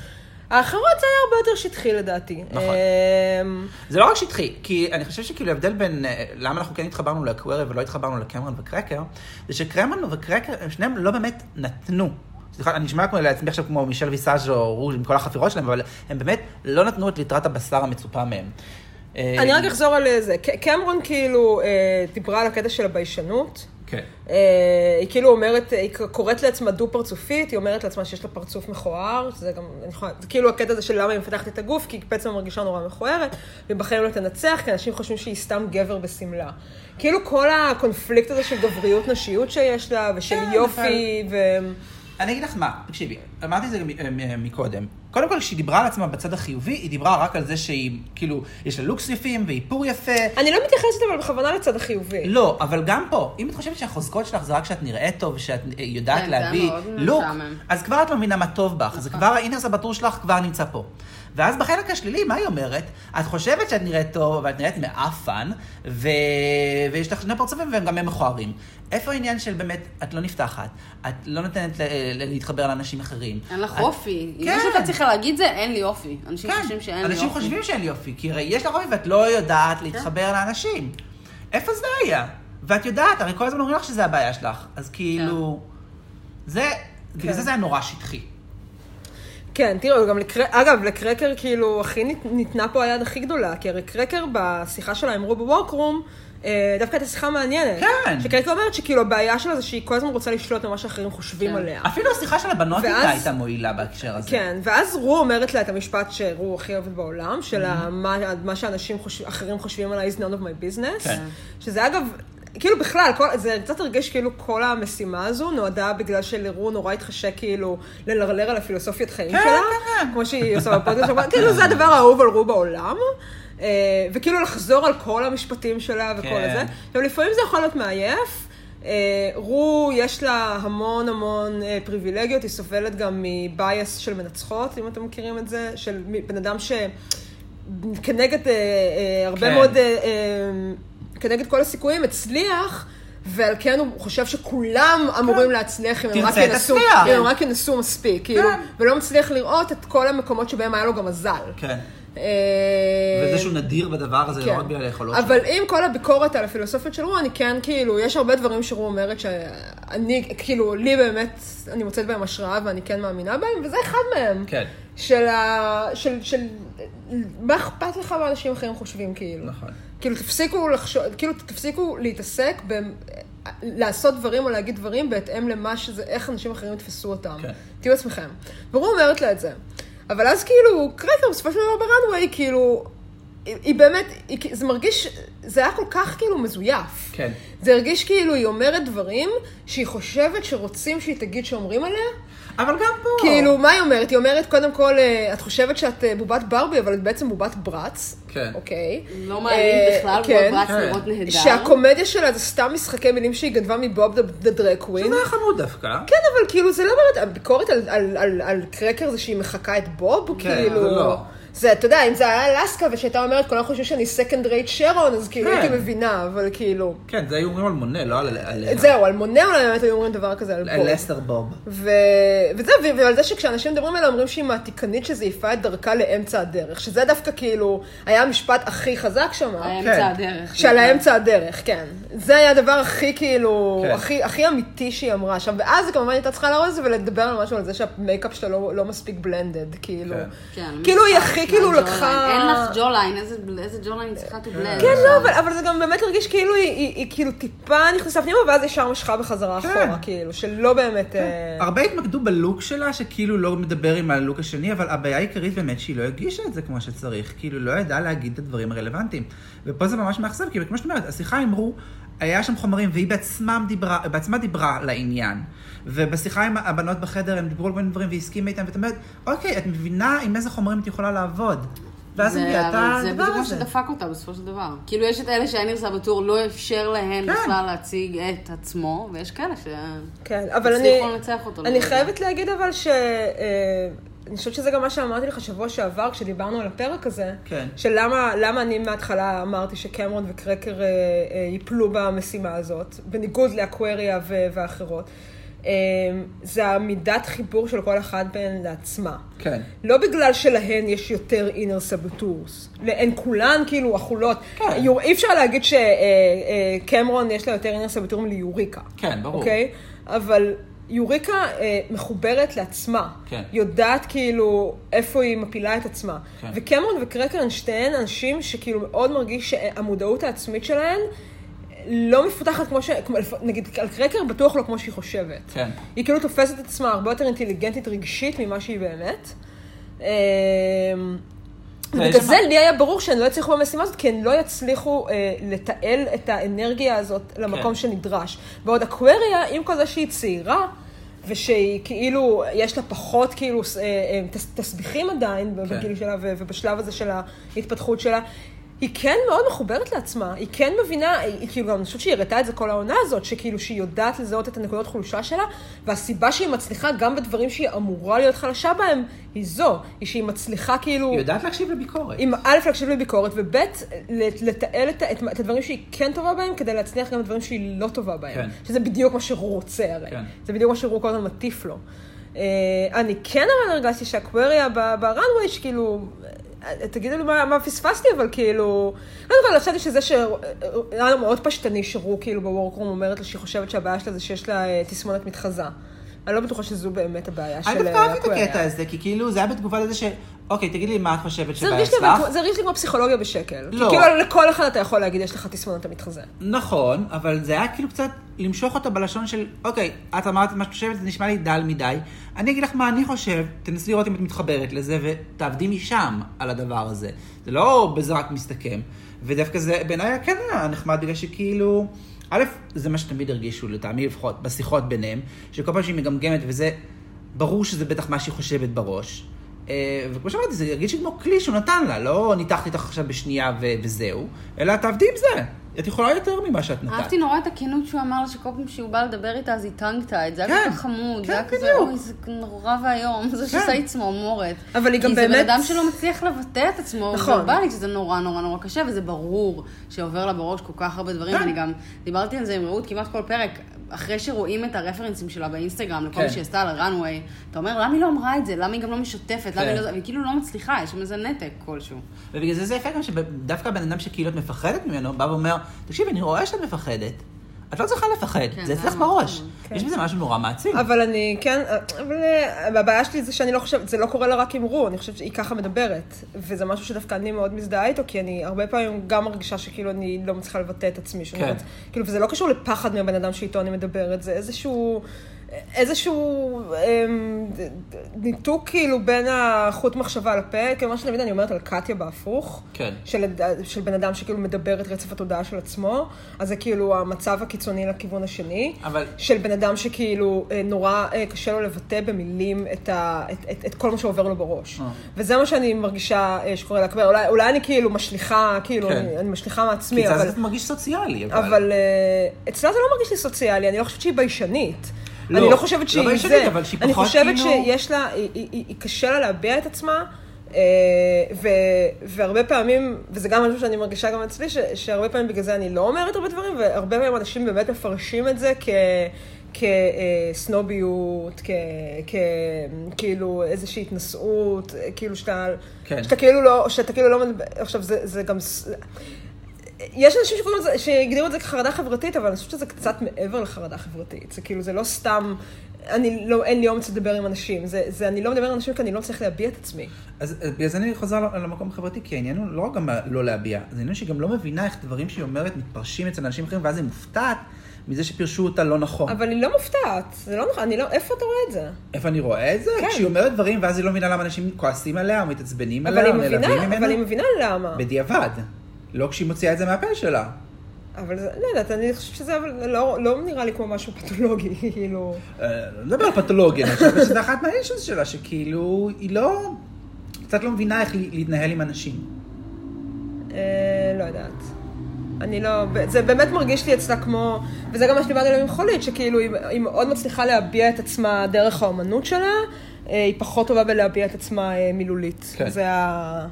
Speaker 2: האחרות זה היה הרבה יותר שטחי לדעתי.
Speaker 1: נכון.
Speaker 2: אמ,
Speaker 1: זה לא רק שטחי, כי אני חושב שכאילו ההבדל בין אה, למה אנחנו כן התחברנו לאקווירי ולא התחברנו לקמרון וקרקר, זה שקרמרון וקרקר, הם שניהם לא באמת נתנו. סליחה, אני נשמע כמו לעצמי עכשיו כמו מישל ויסאז' או רוז' עם כל החפירות שלהם, אבל הם באמת לא נתנו את ליטרת הבשר המצופה מהם. אה,
Speaker 2: אני רק אחזור על זה. ק- קמרון כאילו אה, דיברה על הקטע של הביישנות.
Speaker 1: כן.
Speaker 2: אה, היא כאילו אומרת, היא ק- קוראת לעצמה דו-פרצופית, היא אומרת לעצמה שיש לה פרצוף מכוער, זה גם, אני יכולה, זה כאילו הקטע הזה של למה היא מפתחת את הגוף, כי היא בעצם מרגישה נורא מכוערת, ובחיים לא תנצח, כי אנשים חושבים שהיא סתם גבר בשמלה. כאילו כל הקונפליקט הזה של גבריות נשיות שיש לה, ושל
Speaker 1: כן,
Speaker 2: יופי, ו...
Speaker 1: אני אגיד לך מה, תקשיבי, אמרתי את זה גם אה, אה, מקודם. קודם כל, כשהיא דיברה על עצמה בצד החיובי, היא דיברה רק על זה שהיא, כאילו, יש לה לוקס יפים ואיפור יפה,
Speaker 2: אני לא מתייחסת אבל בכוונה לצד החיובי.
Speaker 1: לא, אבל גם פה, אם את חושבת שהחוזקות שלך זה רק שאת נראית טוב, שאת אה, יודעת
Speaker 3: כן, זה היה
Speaker 1: להביא
Speaker 3: מאוד נכון.
Speaker 1: לוק,
Speaker 3: משעמם.
Speaker 1: אז כבר את לא מבינה מה טוב בך, אז כבר האינרס הבטור שלך כבר נמצא פה. ואז בחלק השלילי, מה היא אומרת? את חושבת שאת נראית טוב, אבל את נראית מעפן, ו... ויש לך שני פרצופים והם גם הם מכוערים. איפה העניין של באמת, את לא נפתחת, את לא נותנת ל... ל- להתחבר לאנשים אחרים.
Speaker 3: אין לך
Speaker 1: את-
Speaker 3: אופי.
Speaker 1: כן.
Speaker 3: כן. מה שאתה צריכה להגיד זה, אין לי אופי. אנשים
Speaker 1: כן,
Speaker 3: חושבים שאין לי אופי.
Speaker 1: אנשים חושבים שאין לי אופי, כי הרי יש לך אופי ואת לא יודעת
Speaker 2: כן.
Speaker 1: להתחבר לאנשים. איפה זה היה? ואת יודעת, הרי כל הזמן אומרים לך שזה הבעיה שלך. אז כאילו, זה, בגלל
Speaker 2: כן.
Speaker 1: זה זה היה נורא שטחי.
Speaker 2: כן, תראו, גם לקר... אגב, לקרקר כאילו הכי ניתנה ניתנה פה היד הכי גדולה, כי הרי קרקר בשיחה שלה עם רוב בוורקרום, אה, דווקא הייתה שיחה מעניינת.
Speaker 1: כן.
Speaker 2: שקרקר אומרת שכאילו הבעיה שלה זה שהיא כל הזמן רוצה לשלוט במה שאחרים חושבים
Speaker 3: כן.
Speaker 2: עליה.
Speaker 1: אפילו השיחה של הבנות
Speaker 2: ואז-
Speaker 1: איתה הייתה מועילה בהקשר הזה.
Speaker 2: כן, ואז רו אומרת לה את המשפט שרו הכי אוהבת בעולם,
Speaker 1: Mm-hmm.
Speaker 2: של ה- מה, מה שאנשים חוש... אחרים חושבים עליי is none of my business.
Speaker 1: כן.
Speaker 2: שזה אגב, כאילו בכלל, כל, זה קצת הרגיש כאילו כל המשימה הזו נועדה בגלל שלרו נורא התחשק כאילו ללרלר על הפילוסופיית חיים
Speaker 1: כן,
Speaker 2: שלה,
Speaker 1: כן, כן.
Speaker 2: כמו שהיא עושה בפודקאסט, אבל כאילו זה הדבר האהוב על רו בעולם. אה, וכאילו לחזור על כל המשפטים שלה וכל
Speaker 1: כן.
Speaker 2: הזה. עכשיו, לפעמים זה יכול להיות מעייף. אה, רו, יש לה המון המון אה, פריבילגיות, היא סובלת גם מבייס של מנצחות, אם אתם מכירים את זה, של מ- בן אדם ש... כנגד אה, אה, הרבה
Speaker 1: כן.
Speaker 2: מאוד, אה, אה, כנגד כל הסיכויים, הצליח. ועל כן הוא חושב שכולם אמורים להצליח אם הם רק
Speaker 1: כן. תרצה,
Speaker 2: ינסו-
Speaker 1: תצליח.
Speaker 2: אם הם רק ינסו מספיק, כאילו,
Speaker 1: כן.
Speaker 2: ולא מצליח לראות את כל המקומות שבהם היה לו גם מזל.
Speaker 1: כן.
Speaker 2: אה,
Speaker 1: וזה שהוא נדיר בדבר הזה, לא רק בגלל היכולות שלו.
Speaker 2: כן. אבל עם כל הביקורת על הפילוסופיות של רו, אני כן, כאילו, יש הרבה דברים שרו אומרת שאני, כאילו, לי באמת, אני מוצאת בהם השראה ואני כן מאמינה בהם, וזה אחד מהם.
Speaker 1: כן.
Speaker 2: של ה... של... של... מה אכפת לך מה אנשים אחרים חושבים, כאילו?
Speaker 1: נכון.
Speaker 2: כאילו, תפסיקו לחשוב, כאילו, תפסיקו להתעסק ב... לעשות דברים או להגיד דברים בהתאם למה שזה, איך אנשים אחרים יתפסו אותם.
Speaker 1: כן.
Speaker 2: תהיו עצמכם. ורו אומרת לה את זה. אבל אז כאילו, קרקר בסופו של דבר ברנווי, כאילו, היא, היא באמת, היא, כ- זה מרגיש, זה היה כל כך כאילו מזויף.
Speaker 1: כן.
Speaker 2: זה הרגיש כאילו היא אומרת דברים שהיא חושבת שרוצים שהיא תגיד שאומרים עליה,
Speaker 1: אבל גם פה...
Speaker 2: כאילו, מה היא אומרת? היא אומרת, קודם כל, אה, את חושבת שאת אה, בובת ברבי, אבל את בעצם בובת ברץ.
Speaker 1: כן.
Speaker 2: אוקיי.
Speaker 3: לא מעניין
Speaker 2: אה,
Speaker 3: בכלל,
Speaker 2: כן.
Speaker 3: הוא רץ
Speaker 1: כן.
Speaker 3: לראות נהדר.
Speaker 2: שהקומדיה שלה זה סתם משחקי מילים שהיא גנבה מבוב דה דרקווין.
Speaker 1: זה לא היה חמוד דווקא.
Speaker 2: כן, אבל כאילו, זה לא באמת, הביקורת על, על, על, על קרקר זה שהיא מחקה את בוב,
Speaker 1: כן,
Speaker 2: כאילו...
Speaker 1: זה לא.
Speaker 2: זה, אתה יודע, אם זה היה אלסקה ושהייתה אומרת, כולם חושבים שאני second rate שרון, אז כאילו
Speaker 1: כן.
Speaker 2: הייתי מבינה, אבל כאילו...
Speaker 1: כן, זה היו אומרים על מונה, לא על... על-
Speaker 2: את זהו, על מונה אולי באמת היו אומרים דבר כזה על
Speaker 1: על
Speaker 2: בוב.
Speaker 1: לסטר בוב.
Speaker 2: ו... וזהו, ו- ועל זה שכשאנשים מדברים עליה אומרים שהיא מעתיקנית שזייפה את דרכה לאמצע הדרך, שזה דווקא כאילו היה המשפט הכי חזק שם.
Speaker 3: האמצע הדרך.
Speaker 2: שעל האמצע הדרך, כן. זה היה הדבר הכי כאילו,
Speaker 1: כן.
Speaker 2: הכי, הכי אמיתי שהיא אמרה. עכשיו, ואז היא כמובן הייתה צריכה להראות את זה ולדבר על משהו, על זה שהמייקאפ שלה לא, לא מספיק בלנדד, כאילו.
Speaker 1: כן.
Speaker 3: כן,
Speaker 2: כאילו, היא
Speaker 3: מי-
Speaker 2: הכי כאילו
Speaker 3: ג'ו-ליין.
Speaker 2: לקחה...
Speaker 3: אין לך ג'וליין, איזה בל- איזה ג'וליין צריכה to blend.
Speaker 2: כן, לא, אבל, אבל זה גם באמת הרגיש כאילו היא, היא, היא כאילו טיפה נכנסה פנימה, ואז ישר משכה בחזרה
Speaker 1: כן.
Speaker 2: אחורה, כאילו, שלא באמת... אה,
Speaker 1: הרבה התמקדו בלוק שלה, שכאילו לא מדבר עם הלוק השני, אבל הבעיה העיקרית באמת שהיא לא הגישה את זה כמו שצריך. כאילו, לא ידעה להגיד את הדברים הרלוונטיים. ופה זה ממש מאכזב, כי כמו שאת אומרת, השיחה עם רו, היה שם חומרים, והיא בעצמה דיברה, בעצמה דיברה לעניין. ובשיחה עם הבנות בחדר, הם דיברו על כל מיני דברים והסכימה איתם, ואת אומרת, אוקיי, את מבינה עם איזה חומרים את יכולה לעבוד. ואז היא
Speaker 3: זה-
Speaker 1: מביאה
Speaker 3: אבל
Speaker 1: את
Speaker 3: זה
Speaker 1: הדבר
Speaker 3: בדיוק מה
Speaker 1: הזה.
Speaker 3: שדפק אותה בסופו של דבר. כאילו, יש את אלה שהאנרס הבטור לא אפשר להן
Speaker 1: כן.
Speaker 3: בכלל להציג את עצמו, ויש כאלה ש...
Speaker 2: כן, אבל אני...
Speaker 3: הצליחו לנצח אותו, לא
Speaker 2: אני
Speaker 3: לדעתי.
Speaker 2: חייבת להגיד אבל ש... אה, אני חושבת שזה גם מה שאמרתי לך שבוע שעבר, כשדיברנו על הפרק הזה,
Speaker 1: כן.
Speaker 2: של למה, למה אני מההתחלה אמרתי שקמרון וקרקר אה, אה, ייפלו במשימה הזאת, בניגוד לאקווריה ו- ואחרות. אה, זה המידת חיבור של כל אחת בהן לעצמה.
Speaker 1: כן.
Speaker 2: לא בגלל שלהן יש יותר אינר סבוטורס. הן כולן כאילו אכולות.
Speaker 1: כן.
Speaker 2: יור- אי אפשר להגיד שקמרון יש לה יותר אינר סבוטורם ליוריקה.
Speaker 1: כן, ברור.
Speaker 2: אוקיי? אבל יוריקה אה, מחוברת לעצמה.
Speaker 1: כן.
Speaker 2: יודעת כאילו איפה היא מפילה את עצמה.
Speaker 1: כן.
Speaker 2: וקמרון וקרקר הן שתיהן אנשים שכאילו מאוד מרגיש שהמודעות העצמית שלהן לא מפותחת כמו ש... כמו- נגיד, על קרקר בטוח לא כמו שהיא חושבת.
Speaker 1: כן.
Speaker 2: היא כאילו תופסת את עצמה הרבה יותר אינטליגנטית רגשית ממה שהיא באמת. אה,
Speaker 1: יש
Speaker 2: ובגלל
Speaker 1: שם-
Speaker 2: זה לי היה ברור שהן לא יצליחו במשימה הזאת, כי הן לא יצליחו אה, לתעל את האנרגיה הזאת למקום
Speaker 1: כן.
Speaker 2: שנדרש. בעוד אקווריה, עם כל זה שהיא צעירה, ושהיא כאילו, יש לה פחות כאילו ס- אה, אה, תס, תסביכים עדיין
Speaker 1: כן.
Speaker 2: בגיל שלה ו- ובשלב הזה של ההתפתחות שלה, היא כן מאוד מחוברת לעצמה, היא כן מבינה, היא, היא כאילו, גם אני חושבת שהיא הראתה את זה כל העונה הזאת, שכאילו שהיא יודעת לזהות את הנקודות חולשה שלה, והסיבה שהיא מצליחה גם בדברים שהיא אמורה להיות חלשה בהם, היא זו, היא שהיא מצליחה כאילו...
Speaker 1: היא יודעת להקשיב לביקורת.
Speaker 2: עם א', להקשיב לביקורת, וב', לת- לתעל את, ה- את, את הדברים שהיא כן טובה בהם, כדי להצליח גם בדברים שהיא לא טובה בהם.
Speaker 1: כן.
Speaker 2: שזה בדיוק מה שהוא רוצה הרי.
Speaker 1: כן.
Speaker 2: זה בדיוק מה שהוא כל הזמן מטיף לו. אה, אני כן אבל הרגשתי שהקווריה ב- בראנוויי, שכאילו, אה, תגידו לי מה, מה פספסתי, אבל כאילו, קודם כל חשבתי שזה ש... היה לו מאוד פשטני שרו כאילו בוורקרום אומרת לה שהיא חושבת שהבעיה שלה זה שיש לה אה, תסמונת מתחזה. אני לא בטוחה שזו באמת הבעיה של
Speaker 1: אני
Speaker 2: אה,
Speaker 1: דווקא
Speaker 2: הקווריה.
Speaker 1: אהבתי את הקטע הזה, כי כאילו זה היה בתגובה לזה ש... אוקיי, תגיד לי מה את חושבת
Speaker 2: זה
Speaker 1: שבעיה
Speaker 2: הרגיש, לי,
Speaker 1: אצלך.
Speaker 2: אבל- זה הרגיש לי כמו פסיכולוגיה בשקל.
Speaker 1: לא.
Speaker 2: לא. כאילו לכל אחד אתה יכול להגיד, יש לך תסמונת המתחזה.
Speaker 1: נכון, אבל זה היה כאילו קצת למשוך אותה בלשון של, אוקיי, את אמרת מה שאת חושבת, זה נשמע לי דל מדי. אני אגיד לך מה אני חושב, תנסי לראות אם את מתחברת לזה, ותעבדי משם על הדבר הזה. זה לא בזה רק מסתכם. ודווקא זה בעיניי כן היה נחמד, בגלל שכאילו, א', זה מה שתמיד הרגישו לטעמי לפחות, בשיחות ביניהם, שכל פעם שהיא מגמגמת, וזה, ברור שזה בטח מה שהיא חושבת בראש. אה, וכמו שאמרתי, זה ירגיש לי כמו כלי שהוא נתן לה, לא ניתחתי אותך עכשיו בשנייה ו- וזהו, אלא תעבדי עם זה. את יכולה יותר ממה שאת נתת.
Speaker 3: אהבתי נורא את הכנות שהוא אמר לה שכל פעם שהוא בא לדבר איתה אז היא טנקתה את זה, היה
Speaker 1: כן,
Speaker 3: כל כך חמוד,
Speaker 1: כן,
Speaker 3: זה היה כזה,
Speaker 1: בדיוק.
Speaker 3: אוי, זה נורא ואיום, *laughs* זה
Speaker 1: כן.
Speaker 3: שעושה לי צמרמורת.
Speaker 2: אבל היא גם
Speaker 3: כי זה
Speaker 2: באמת-
Speaker 3: בן אדם שלא מצליח לבטא את עצמו,
Speaker 2: נכון.
Speaker 3: נכון. בא לי שזה נורא נורא נורא קשה, וזה ברור שעובר לה בראש כל כך הרבה דברים,
Speaker 1: כן.
Speaker 3: אני גם דיברתי על זה עם רעות כמעט כל פרק. אחרי שרואים את הרפרנסים שלה באינסטגרם, לכל
Speaker 1: כן.
Speaker 3: מה שהיא עשתה על הראנוויי, אתה אומר, למה היא לא אמרה את זה? למה היא גם לא משתפת? למה היא
Speaker 1: כן.
Speaker 3: לא... והיא כאילו לא מצליחה, יש שם איזה נתק כלשהו.
Speaker 1: ובגלל זה זה יפה גם שדווקא הבן אדם שכאילו את מפחדת ממנו, בא ואומר, תקשיב, אני רואה שאת מפחדת. את לא צריכה לפחד,
Speaker 3: כן,
Speaker 1: זה
Speaker 3: זה
Speaker 1: אצלך
Speaker 3: היה
Speaker 1: בראש.
Speaker 3: מאוד
Speaker 1: יש בזה משהו נורא מעציב.
Speaker 2: כן. אבל אני כן, אבל אה, הבעיה שלי זה שאני לא חושבת, זה לא קורה לה רק עם רו, אני חושבת שהיא ככה מדברת. וזה משהו שדווקא אני מאוד מזדהה איתו, כי אני הרבה פעמים גם מרגישה שכאילו אני לא מצליחה לבטא את עצמי. שאני
Speaker 1: כן.
Speaker 2: לא מצ- כאילו, וזה לא קשור לפחד מהבן אדם שאיתו אני מדברת, זה איזשהו... איזשהו אמ, ד- ד- ניתוק כאילו בין החוט מחשבה לפה, כאילו מה שאני מבינה, אני אומרת על קטיה בהפוך.
Speaker 1: כן.
Speaker 2: של, של בן אדם שכאילו מדבר את רצף התודעה של עצמו, אז זה כאילו המצב הקיצוני לכיוון השני.
Speaker 1: אבל-
Speaker 2: של בן אדם שכאילו אה, נורא אה, קשה לו לבטא במילים את, ה, את, את, את כל מה שעובר לו בראש.
Speaker 1: אה.
Speaker 2: וזה מה שאני מרגישה אה, שקורה להקבר. אולי, אולי אני כאילו משליכה, כאילו,
Speaker 1: כן.
Speaker 2: אני, אני משליכה
Speaker 1: כי
Speaker 2: מעצמי,
Speaker 1: זה
Speaker 2: אבל...
Speaker 1: אז אתה מרגיש סוציאלי.
Speaker 2: אבל אה, אצלה זה לא מרגיש לי סוציאלי, אני לא חושבת שהיא ביישנית.
Speaker 1: לא,
Speaker 2: אני
Speaker 1: לא
Speaker 2: לא חושבת שהיא
Speaker 1: ביישנית,
Speaker 2: זה.
Speaker 1: אבל שהיא
Speaker 2: אני
Speaker 1: פחות
Speaker 2: חושבת
Speaker 1: כאילו-
Speaker 2: שיש לה, היא- היא- היא היא קשה לה להביע את עצמה, אה, ו- והרבה פעמים, וזה גם משהו שאני מרגישה גם אצלי, ש- שהרבה פעמים בגלל זה אני לא אומרת הרבה דברים, והרבה פעמים אנשים באמת מפרשים את זה כ... אה, כסנוביות, ככאילו כאילו איזושהי התנשאות, אה, כאילו שאתה,
Speaker 1: כן.
Speaker 2: שאתה כאילו לא, שאתה כאילו לא, מדבר- עכשיו זה, זה גם, ס- יש אנשים שקוראים לזה, שהגדירו את זה כחרדה חברתית, אבל אני חושבת שזה קצת מעבר לחרדה חברתית. זה כאילו, זה לא סתם, אני לא, אין לי אומץ לדבר עם אנשים. זה, זה אני לא מדבר עם אנשים כי אני לא מצליח להביע את עצמי.
Speaker 1: אז אז בגלל זה אני חוזר ל- למקום החברתי, כי העניין הוא לא רק גם ה- לא להביע, זה עניין שהיא גם לא מבינה איך דברים שהיא אומרת מתפרשים אצל אנשים אחרים, ואז היא מופתעת מזה שפירשו אותה לא נכון.
Speaker 2: אבל אני לא מופתעת, זה לא נכון, אני לא, איפה אתה רואה את זה?
Speaker 1: איפה אני רואה את זה?
Speaker 2: כן.
Speaker 1: כשהיא אומרת דברים, ואז היא לא מבינה למה אנשים כועסים עליה, או מתעצבנים
Speaker 2: אבל
Speaker 1: עליה,
Speaker 2: היא
Speaker 1: או נעלבים
Speaker 2: מבינה, אבל היא
Speaker 1: ממנה.
Speaker 2: מבינה למה.
Speaker 1: בדיעבד. לא כשהיא מוציאה את זה מהפה שלה.
Speaker 2: אבל זה, לא יודעת, אני חושבת שזה אבל לא, לא נראה לי כמו משהו פתולוגי, *laughs* כאילו.
Speaker 1: אה, לא נדבר על פתולוגיה, אני חושבת שזה אחת מהאישוז שלה, שכאילו, היא לא... קצת לא מבינה איך לה- להתנהל עם אנשים.
Speaker 2: אה, לא יודעת. אני לא, זה באמת מרגיש לי אצלה כמו, וזה גם מה שדיברתי עליו עם חולית, שכאילו היא, היא מאוד מצליחה להביע את עצמה דרך האומנות שלה, אה, היא פחות טובה בלהביע את עצמה אה, מילולית.
Speaker 1: כן.
Speaker 2: זה ה...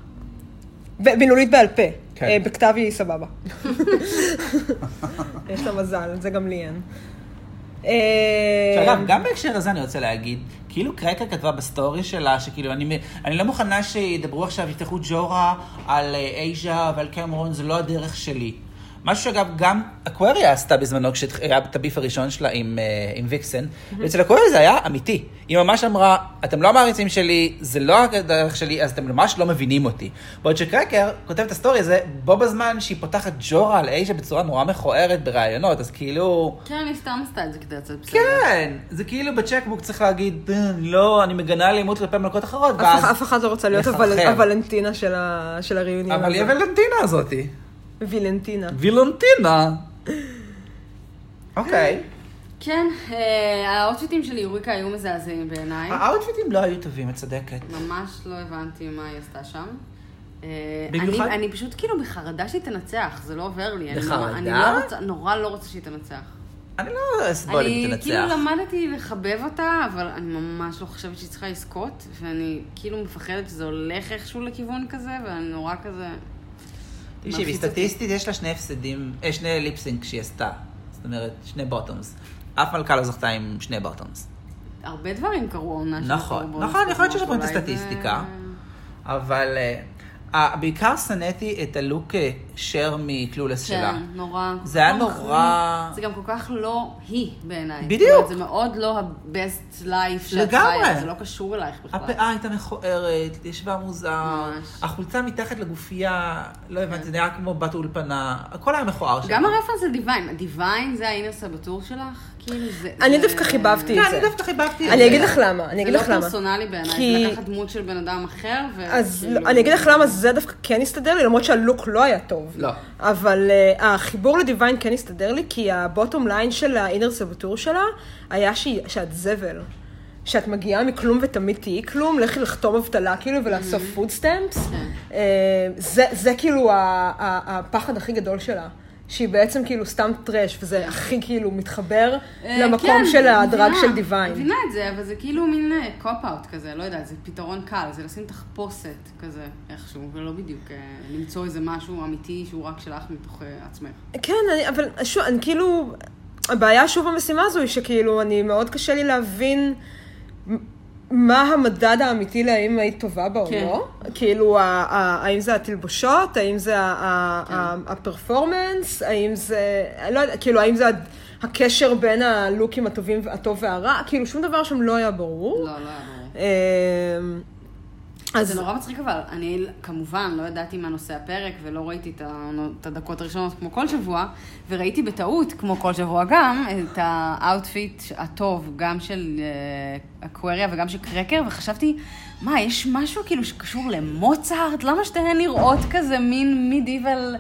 Speaker 2: ב- מילולית בעל פה.
Speaker 1: כן.
Speaker 2: אה, בכתב היא סבבה. *laughs* יש לה מזל, זה גם לי אין. אה,
Speaker 1: שאגב, גם בהקשר הזה אני רוצה להגיד, כאילו קרקע כתבה בסטורי שלה, שכאילו, אני, מ- אני לא מוכנה שידברו עכשיו, יפתחו ג'ורה על אה, אייז'ה ועל קמרון, זה לא הדרך שלי. משהו שאגב, גם אקווריה עשתה בזמנו, כשהיה את הביף הראשון שלה עם, אה, עם ויקסן, ואצל אקווריה זה היה אמיתי. היא ממש אמרה, אתם לא המעריצים שלי, זה לא הדרך שלי, אז אתם ממש לא מבינים אותי. בעוד שקרקר כותב את הסטורי הזה, בו בזמן שהיא פותחת ג'ורה על אייז'ה בצורה נורא מכוערת בראיונות, אז כאילו...
Speaker 3: כן, היא סתם עשתה את זה כדי לצאת בסדר.
Speaker 1: כן, זה כאילו בצ'קבוק צריך להגיד, "אה, לא, אני מגנה אלימות כלפי מלכות אחרות,
Speaker 2: אף אח-
Speaker 1: ואז...
Speaker 2: אף אחד לא רוצה להיות הוול-
Speaker 1: לחרחר.
Speaker 2: הוולנטינה של ה- של הריאיונים.
Speaker 1: אבל היא הוולנטינה *laughs* הזאתי.
Speaker 2: וילנטינה.
Speaker 1: וילנטינה. אוקיי.
Speaker 3: כן, אה, האוטפיטים של יוריקה היו מזעזעים בעיניי.
Speaker 1: האאוטפיטים לא היו טובים, את צודקת.
Speaker 3: ממש לא הבנתי מה היא עשתה שם. אה,
Speaker 1: במיוחד-
Speaker 3: אני, אני פשוט כאילו בחרדה שהיא תנצח, זה לא עובר לי. אני ממש-
Speaker 1: בחרדה?
Speaker 3: אני לא רוצה, נורא לא רוצה שהיא תנצח.
Speaker 1: אני לא אסבול אם
Speaker 3: אני כאילו
Speaker 1: תנצח.
Speaker 3: למדתי לחבב אותה, אבל אני ממש לא חושבת שהיא צריכה לזכות, ואני כאילו מפחדת שזה הולך איכשהו לכיוון כזה, ואני נורא כזה...
Speaker 1: תקשיבי,
Speaker 3: מלחיץ אותי.
Speaker 1: סטטיסטית יש לה שני הפסדים, אה, שני ליפסינק שהיא עשתה. זאת אומרת, שני בוטומס. אף מלכה לא זכתה עם שני בוטומס.
Speaker 3: הרבה דברים קרו עונה של
Speaker 1: נכון,
Speaker 3: הקורבנות,
Speaker 1: נכון, יכול להיות שיש לכם את
Speaker 3: אולי זה-
Speaker 1: הסטטיסטיקה. אבל אה, אה, בעיקר שנאתי את הלוק אה, שר מקלולס שלה.
Speaker 3: כן, נורא.
Speaker 1: זה היה
Speaker 3: כל כך
Speaker 1: נורא-
Speaker 3: מחריד. זה גם כל כך לא היא בעיניי.
Speaker 1: בדיוק.
Speaker 3: זאת אומרת, זה מאוד לא ה-best life שאת
Speaker 1: לגמרי.
Speaker 3: חיה, זה לא קשור אלייך בכלל.
Speaker 1: הפאה הייתה מכוערת, ישבה מוזר,
Speaker 3: ממש.
Speaker 1: החולצה מתחת לגופייה, לא הבנתי, זה נראה כמו בת אולפנה, הכל היה מכוער שם.
Speaker 3: גם הרפרנס לדיוויין, דיוויין זה האינר סבתור שלך? כאילו זה...
Speaker 2: אני
Speaker 3: זה-
Speaker 2: דווקא חיבבתי.
Speaker 1: כן,
Speaker 2: את
Speaker 1: אני
Speaker 2: זה.
Speaker 1: דווקא חיבבתי את זה.
Speaker 2: אני אגיד לך למה, אני אגיד לך
Speaker 3: זה לא
Speaker 2: למה.
Speaker 3: פרסונלי בעיניי,
Speaker 2: כי-
Speaker 3: זה לקחת דמות של בן אדם אחר, ו... כאילו-
Speaker 2: אז לא, אני אגיד לך למה זה דווקא כן הסתדר לי, למרות שהלוק לא היה טוב.
Speaker 1: לא.
Speaker 2: אבל uh, החיבור לדיוויין כן הסתדר לי, כי הבוטום ליין של האינר סבתור שלה היה שהיא, שאת זבל. שאת מגיעה מכלום ותמיד תהיי כלום, לכי לחתום אבטלה כאילו ולאסוף
Speaker 3: Mm-hmm.
Speaker 2: פוד סטמפס.
Speaker 3: כן.
Speaker 2: אה, זה זה כאילו ה- ה- הפחד הכי גדול שלה. שהיא בעצם כאילו סתם טרש, וזה הכי כאילו מתחבר
Speaker 3: כן. אה,
Speaker 2: למקום
Speaker 3: כן,
Speaker 2: של הדרג
Speaker 3: מבינה,
Speaker 2: של דיוויין.
Speaker 3: מבינה את זה, אבל זה כאילו מין קופ-אוט כזה, לא יודעת, זה פתרון קל, זה לשים תחפושת כזה איכשהו, ולא בדיוק אה, למצוא איזה משהו אמיתי שהוא רק שלך מתוך אה, עצמך.
Speaker 2: כן, אני, אבל שוב, אני כאילו, הבעיה שוב במשימה הזו היא שכאילו, אני מאוד קשה לי להבין מ- מה המדד האמיתי להאם היית טובה בה או
Speaker 3: כן.
Speaker 2: לא. כאילו, ה- ה- האם זה התלבושות, האם זה ה- ה-
Speaker 3: כן.
Speaker 2: ה- הפרפורמנס, האם זה, אני לא יודעת, כאילו, האם זה הד- הקשר בין הלוקים הטובים, הטוב והרע, כאילו, שום דבר שם לא היה ברור.
Speaker 3: לא, לא היה ברור.
Speaker 2: אמ, אז
Speaker 3: זה נורא מצחיק אבל, אני כמובן לא ידעתי מה נושא הפרק ולא ראיתי את העונות- את הדקות הראשונות כמו כל שבוע, וראיתי בטעות, כמו כל שבוע גם, את האאוטפיט הטוב, גם של אה, אקווריה וגם של קרקר, וחשבתי, מה, יש משהו כאילו שקשור למוצרט? למה שתיהן נראות כזה מין מידיבל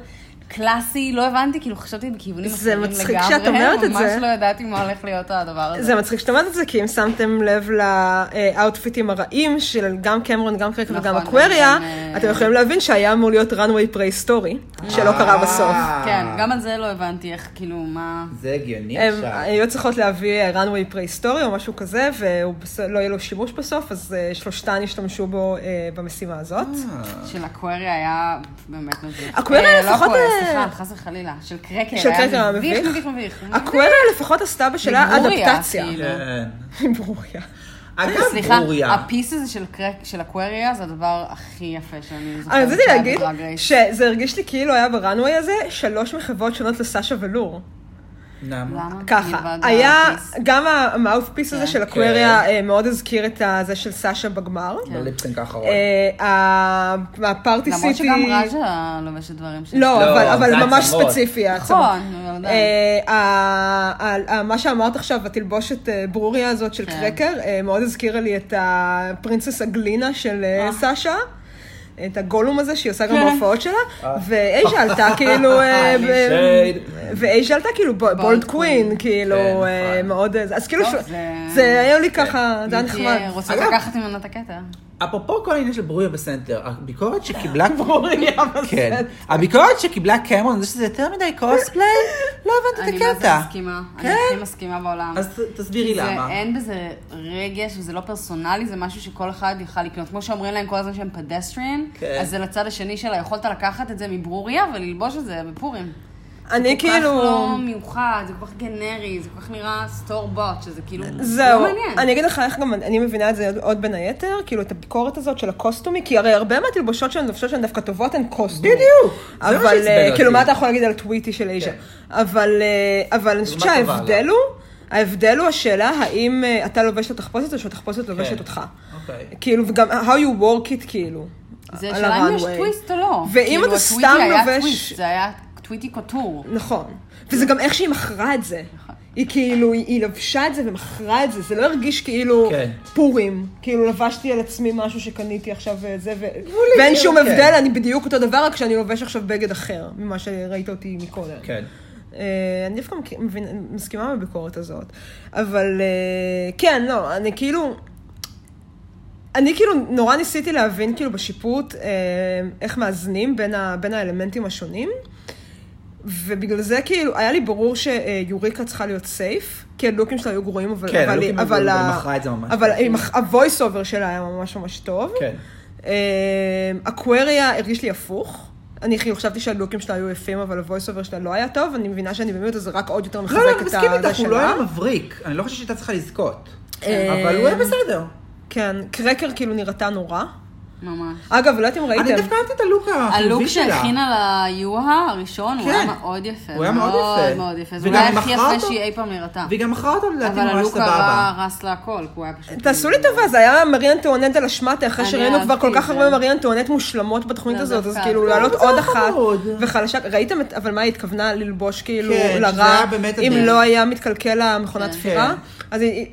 Speaker 3: קלאסי? לא הבנתי, כאילו חשבתי בכיוונים
Speaker 2: זה
Speaker 3: אחרים לגמרי.
Speaker 2: מצחיק שאת אומרת את זה.
Speaker 3: ממש לא ידעתי מה הולך להיות הדבר הזה.
Speaker 2: זה מצחיק שאתה אומרת את זה, כי אם שמתם לב לאאוטפיטים הרעים של גם קמרון, גם קרקר וגם
Speaker 3: נכון,
Speaker 2: אקווריה,
Speaker 3: גם, אה,
Speaker 2: אתם יכולים להבין שהיה אמור להיות runway prehistory, שלא קרה בסוף.
Speaker 1: אה,
Speaker 3: כן, גם על זה לא הבנתי איך, כאילו, מה...
Speaker 1: זה הגיוני
Speaker 2: הם
Speaker 1: עכשיו.
Speaker 2: היו צריכות להביא אה, runway prehistory או משהו כזה, ולא יהיה לו שימוש בסוף, אז אה, שלושתן השתמשו בו אה, במשימה הזאת.
Speaker 3: של אקווריה היה באמת מביך.
Speaker 2: אקווריה
Speaker 3: אה,
Speaker 2: לפחות,
Speaker 3: לא אקווריה,
Speaker 2: אה,
Speaker 3: סליחה, חס וחלילה. של קרקר.
Speaker 2: של קרקר היה מביך.
Speaker 3: מביך, מביך, מביך.
Speaker 2: אקווריה לפחות עשתה בשלה
Speaker 3: מגלוריה,
Speaker 2: אדפטציה.
Speaker 3: אוקיי.
Speaker 2: *laughs*
Speaker 3: כאילו.
Speaker 1: כן.
Speaker 2: ברוריה.
Speaker 1: אגב,
Speaker 3: סליחה,
Speaker 1: ברוריה.
Speaker 3: הפיס הזה של קרק- של אקווריה זה הדבר הכי יפה שאני זוכרת.
Speaker 2: אני אה, רציתי
Speaker 3: שהיה
Speaker 2: להגיד
Speaker 3: בדרג רייס.
Speaker 2: שזה הרגיש לי כאילו היה ברנווי הזה שלוש מחוות שונות לסשה ולור.
Speaker 1: למה?
Speaker 3: למה?
Speaker 2: ככה,
Speaker 3: מלבד
Speaker 2: היה,
Speaker 3: הפיס.
Speaker 2: גם המאוטפיס הזה
Speaker 3: כן.
Speaker 2: של אקווריה אה, מאוד הזכיר את ה- זה של סאשה בגמר.
Speaker 1: בליפסינק האחרון.
Speaker 2: אה, ה- הפארטי סיטי...
Speaker 3: למרות שגם רג'ה לובשת דברים של...
Speaker 2: לא,
Speaker 1: לא,
Speaker 2: אבל-
Speaker 1: זה
Speaker 2: אבל
Speaker 1: העצמות.
Speaker 2: ממש ספציפי העצמות.
Speaker 3: נכון, אבל עדיין.
Speaker 2: אה, ה- ה- ה- מה שאמרת עכשיו, התלבושת אה, ברוריה הזאת של
Speaker 3: כן.
Speaker 2: קרקר, אה, מאוד הזכירה לי את הפרינסס הגלינה של אה, סאשה. את הגולום הזה שהיא עושה גם
Speaker 3: כן.
Speaker 2: בהופעות שלה, ואייז'ה
Speaker 1: *laughs*
Speaker 2: עלתה כאילו, אה, ב-
Speaker 1: אה. שייד.
Speaker 2: ואייז'ה עלתה כאילו ב- בולד
Speaker 3: קווין.
Speaker 2: קווין, כאילו
Speaker 1: כן,
Speaker 2: אה,
Speaker 1: נכון. כן.
Speaker 2: מאוד, אה, אז כאילו,
Speaker 3: טוב,
Speaker 2: ש-
Speaker 3: זה-
Speaker 2: זה היה לי ככה, זה היה
Speaker 3: הייתי,
Speaker 2: נחמד.
Speaker 3: אה, רוצה
Speaker 1: אגב-
Speaker 3: לקחת ממנה את הקטע.
Speaker 1: אפרופו כל העניין של ברוריה בסנטר, הביקורת שקיבלה...
Speaker 2: ברוריה
Speaker 1: כן.
Speaker 2: בסנטר.
Speaker 1: הביקורת שקיבלה קמרון, זה שזה יותר מדי קוספליי, לא הבנתי
Speaker 3: אני
Speaker 1: את
Speaker 3: מה זה
Speaker 1: הקטע.
Speaker 3: מסכימה. אני
Speaker 1: כן?
Speaker 3: הכי מסכימה בעולם.
Speaker 1: אז ת- תסבירי
Speaker 3: כי זה-
Speaker 1: למה.
Speaker 3: אין בזה רגש, וזה לא פרסונלי, זה משהו שכל אחד יכל לקנות. כמו שאומרים להם כל הזמן שהם פדסטריאן,
Speaker 1: כן.
Speaker 3: אז זה לצד השני שלה, יכולת לקחת את זה מברוריה וללבוש את זה בפורים.
Speaker 2: אני
Speaker 3: כל כך
Speaker 2: כאילו...
Speaker 3: לא מיוחד, זה כל כך גנרי, זה כל כך נראה סטור בוט, שזה כאילו...
Speaker 2: זהו,
Speaker 3: לא מעניין.
Speaker 2: אני אגיד לך איך גם אני מבינה את זה עוד- עוד בין היתר, כאילו את הביקורת הזאת של הקוסטומי, כי הרי הרבה מהתלבושות שהן לובשות שהן דווקא טובות הן קוסטומי.
Speaker 1: בדיוק, זה מה
Speaker 2: אבל,
Speaker 1: שעצבן
Speaker 2: אה,
Speaker 1: אותי.
Speaker 2: כאילו, מה אתה יכול להגיד על טוויטי של
Speaker 3: כן.
Speaker 2: אייז'ה? אבל אה, אבל אני חושבת
Speaker 1: דוגמה טובה,
Speaker 2: שההבדל
Speaker 1: לא?
Speaker 2: הוא, ההבדל הוא השאלה האם אה, אתה לובש את התחפושת או שהתחפושת
Speaker 3: כן.
Speaker 2: לובשת אותך.
Speaker 1: אוקיי.
Speaker 2: כאילו, וגם how you work it, כאילו.
Speaker 3: זה
Speaker 2: על
Speaker 3: השאלה אם יש
Speaker 2: ה-runway.
Speaker 3: טוויסט או לא.
Speaker 2: ואם
Speaker 3: כאילו,
Speaker 2: אתה
Speaker 3: הטוויטי
Speaker 2: סתם
Speaker 3: היה
Speaker 2: לובש-
Speaker 3: טוויסט, זה היה טוויטי קוטור.
Speaker 2: נכון. וזה גם איך שהיא מכרה את זה.
Speaker 1: נכון.
Speaker 2: היא כאילו, היא, היא לבשה את זה ומכרה את זה, זה לא הרגיש כאילו
Speaker 1: כן.
Speaker 2: פורים. כאילו לבשתי על עצמי משהו שקניתי עכשיו אה, זה, ו... ואין שום
Speaker 1: כן.
Speaker 2: הבדל, אני בדיוק אותו דבר, רק שאני לובש עכשיו בגד אחר ממה שראית אותי מקודם.
Speaker 1: כן.
Speaker 2: אה, אני דווקא מכ- מבין- מסכימה עם הביקורת הזאת, אבל אה, כן, לא, אני כאילו, אני כאילו נורא ניסיתי להבין כאילו בשיפוט אה, איך מאזנים בין, ה, בין האלמנטים השונים, ובגלל זה כאילו, היה לי ברור שיוריקה צריכה להיות סייף, כי הלוקים שלה היו גרועים, אבל,
Speaker 1: כן,
Speaker 2: אבל,
Speaker 1: הלוקים היו
Speaker 2: אבל,
Speaker 1: גרועים,
Speaker 2: ה-
Speaker 1: אבל מכרה את זה ממש
Speaker 2: אבל
Speaker 1: טוב.
Speaker 2: היא מכ- הוויס אובר שלה היה ממש ממש טוב.
Speaker 1: כן.
Speaker 2: אה, אקווריה הרגיש לי הפוך. אני כאילו חשבתי שהלוקים שלה היו יפים, אבל הוויס אובר שלה לא היה טוב, אני מבינה שאני במיעוט, אז זה רק עוד יותר מחזק
Speaker 1: לא, לא,
Speaker 2: את
Speaker 1: אני
Speaker 2: ה-
Speaker 1: מסכים
Speaker 2: זה
Speaker 1: איתך, הוא לא
Speaker 2: שלה.
Speaker 1: היה מבריק. אני לא חושבת שהייתה צריכה לזכות.
Speaker 2: אה,
Speaker 1: אבל הוא היה בסדר.
Speaker 2: כן, קרקר כאילו נראתה נורא.
Speaker 3: ממש.
Speaker 2: אגב, לא יודעת אם
Speaker 1: אני
Speaker 2: ראיתם.
Speaker 1: דווקא אהבתי את הלוק
Speaker 3: הלוק
Speaker 1: החיובי שלה.
Speaker 3: שהכינה ליוהה הראשון, הוא
Speaker 1: כן.
Speaker 3: היה מאוד יפה.
Speaker 1: הוא היה מאוד יפה.
Speaker 3: מאוד מאוד יפה. זה
Speaker 1: וגם
Speaker 3: אולי
Speaker 1: היא
Speaker 3: הכי
Speaker 1: מכרה
Speaker 3: יפה
Speaker 1: אותו.
Speaker 3: שהיא אי פעם נראתה.
Speaker 1: והיא גם מכרה אותו לדעתי
Speaker 3: אבל
Speaker 1: ממש
Speaker 3: הלוק
Speaker 1: סבבה.
Speaker 3: הרע רס לה הכל, כי הוא היה פשוט... כאילו-
Speaker 2: תעשו לי טובה, זה היה מרי אנטואנט על השמטה, אחרי
Speaker 3: אני
Speaker 2: שראינו כבר כל
Speaker 3: אהבתי
Speaker 2: כך
Speaker 3: את
Speaker 2: הרבה
Speaker 3: זה.
Speaker 2: מרי אנטואנט מושלמות בתוכנית
Speaker 3: לא,
Speaker 2: הזאת, אז
Speaker 3: דווקא.
Speaker 2: כאילו
Speaker 3: לא,
Speaker 2: לעלות
Speaker 1: זה
Speaker 2: עוד
Speaker 1: היה
Speaker 2: אחת
Speaker 1: חמוד.
Speaker 2: וחלשה. ראיתם, את- אבל מה היא התכוונה ללבוש כאילו
Speaker 1: כן, שזה
Speaker 2: לרע,
Speaker 1: היה באמת
Speaker 2: אם
Speaker 1: הדרך.
Speaker 2: לא היה מתקלקל המכונת
Speaker 3: כן.
Speaker 2: תפירה? אז היא...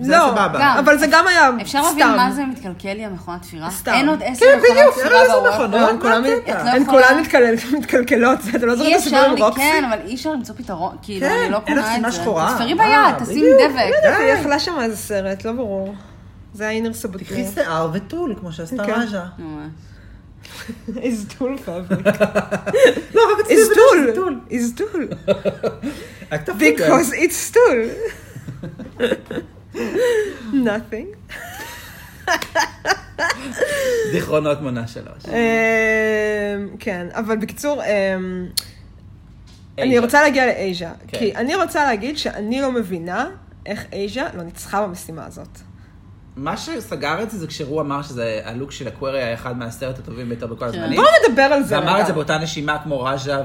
Speaker 1: זה
Speaker 2: לא,
Speaker 1: סבבה.
Speaker 3: גם.
Speaker 2: אבל זה גם היה סתם.
Speaker 3: אפשר להבין מה זה מתקלקל לי המכונת תפירה?
Speaker 2: סתם.
Speaker 3: אין עוד עשר
Speaker 1: כן,
Speaker 3: מכונות
Speaker 1: בדיוק, אין
Speaker 3: תפירה
Speaker 1: לזה
Speaker 3: בוואטסאפ.
Speaker 1: מכונות,
Speaker 2: הן כולן,
Speaker 1: מה הקטע?
Speaker 3: את לא
Speaker 2: הן
Speaker 3: יכולה-
Speaker 2: כולן מתקל- מתקלקלות, זה- אתה לא זוכר את
Speaker 3: אי
Speaker 2: הסיפור
Speaker 3: אפשר,
Speaker 2: עם
Speaker 3: לי-
Speaker 2: רוקסי?
Speaker 3: כן, אבל אי אפשר למצוא פתרון, כאילו,
Speaker 1: כן,
Speaker 3: אני לא
Speaker 1: אין לך
Speaker 3: קונה את
Speaker 1: שמלה
Speaker 3: זה.
Speaker 1: שחורה.
Speaker 3: תפרי
Speaker 1: אה,
Speaker 3: ביד, תשים
Speaker 1: בדיוק. לא,
Speaker 3: דבק. כאילו,
Speaker 1: די.
Speaker 2: לא, היא אכלה שם איזה סרט, לא ברור. זה היה אינר סבוטור.
Speaker 1: קחי שיער וטול, כמו שעשתה
Speaker 2: כן.
Speaker 1: רג'ה.
Speaker 3: ממש.
Speaker 2: איז טול פאב. *laughs*
Speaker 1: לא, רק רציתי
Speaker 2: איז
Speaker 1: לדעת שזה
Speaker 2: טול. איז טול.
Speaker 1: לא הכתפות האלה.
Speaker 2: Because it's טול. Nothing.
Speaker 1: זיכרונות מונה שלוש.
Speaker 3: כן.
Speaker 2: אמ, כן, אבל בקיצור, אמ, אני
Speaker 1: אייז'ה.
Speaker 2: רוצה להגיע לאייז'ה.
Speaker 1: כן.
Speaker 2: כי אני רוצה להגיד שאני לא מבינה איך אייז'ה לא ניצחה במשימה הזאת.
Speaker 1: מה שסגר את זה זה כשהוא אמר שזה הלוק של הקווירי היה אחד מהעשרת הטובים ביותר בכל הזמנים.
Speaker 2: בואו כן. נדבר על זה.
Speaker 1: ואמר את זה
Speaker 2: רגע.
Speaker 1: באותה נשימה כמו רג'ה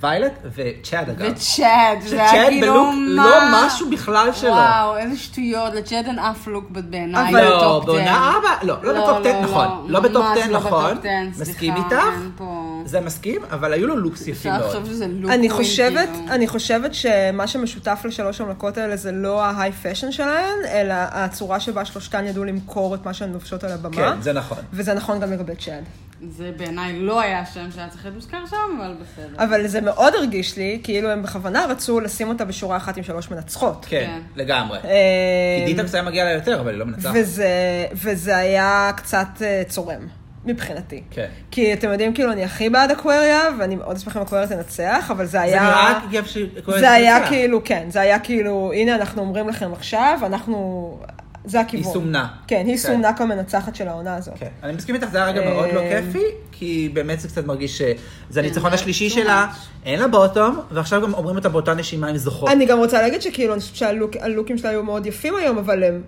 Speaker 1: וויילט וצ'אד אגב.
Speaker 3: וצ'אט, זה היה
Speaker 1: שצ'אד
Speaker 3: כאילו
Speaker 1: בלוק
Speaker 3: מה?
Speaker 1: לא משהו בכלל שלו.
Speaker 3: וואו, איזה שטויות, לצ'אט אין אף לוק בעיניי.
Speaker 2: אבל-
Speaker 1: לא,
Speaker 3: בטופ
Speaker 1: בעונה
Speaker 3: 10.
Speaker 1: ארבע, לא, לא
Speaker 3: לא,
Speaker 1: בטופ 10
Speaker 3: לא,
Speaker 1: נכון.
Speaker 3: לא.
Speaker 1: לא בטופ
Speaker 3: ממש
Speaker 1: 10
Speaker 3: לא
Speaker 1: נכון.
Speaker 3: בטופ 10, סליחה,
Speaker 1: מסכים
Speaker 3: אין
Speaker 1: איתך?
Speaker 3: פה-
Speaker 1: זה מסכים, אבל היו לו לוקס יפים
Speaker 3: אפשר לחשוב
Speaker 1: מאוד.
Speaker 3: שזה לוק.
Speaker 2: אני
Speaker 3: הוא
Speaker 2: חושבת,
Speaker 3: כאילו-
Speaker 2: אני חושבת שמה שמשותף לשלוש המלכות האלה זה לא ההיי פשן שלהן, אלא הצורה שבה שלושתן ידעו למכור את מה שהן לובשות על הבמה.
Speaker 1: כן, זה נכון.
Speaker 2: וזה נכון גם לגבי צ'אד.
Speaker 3: זה בעיניי לא היה שם שהיה צריך להיות מוזכר שם, אבל בסדר.
Speaker 2: אבל זה מאוד הרגיש לי, כאילו הם בכוונה רצו לשים אותה בשורה אחת עם שלוש מנצחות.
Speaker 1: כן, לגמרי.
Speaker 2: אה,
Speaker 1: כי דיטקס היה מגיע לה יותר, אבל היא לא מנצחת.
Speaker 2: וזה, וזה היה קצת אה, צורם, מבחינתי.
Speaker 1: כן.
Speaker 2: כי אתם יודעים, כאילו, אני הכי בעד אקווריה, ואני מאוד אשמח אם אקווריה תנצח, אבל זה היה...
Speaker 1: זה נראה כיף ש...
Speaker 2: זה היה כאילו, כן, זה היה כאילו, הנה אנחנו אומרים לכם עכשיו, אנחנו... זה הכיוון.
Speaker 1: היא סומנה.
Speaker 2: כן,
Speaker 1: כן.
Speaker 2: היא סומנה כמנצחת של העונה הזאת.
Speaker 1: כן, אני מסכים איתך, זה היה
Speaker 2: אמ,
Speaker 1: רגע מאוד לא כיפי, כי באמת זה קצת מרגיש
Speaker 2: כן,
Speaker 1: שזה הניצחון
Speaker 3: זה
Speaker 1: השלישי
Speaker 3: too
Speaker 1: שלה,
Speaker 3: much.
Speaker 1: אין לה בוטום, ועכשיו גם אומרים אותה באותה נשימה עם זוכות.
Speaker 2: אני גם רוצה להגיד שכאילו, אני חושבת שהלוקים שלה היו מאוד יפים היום, אבל הם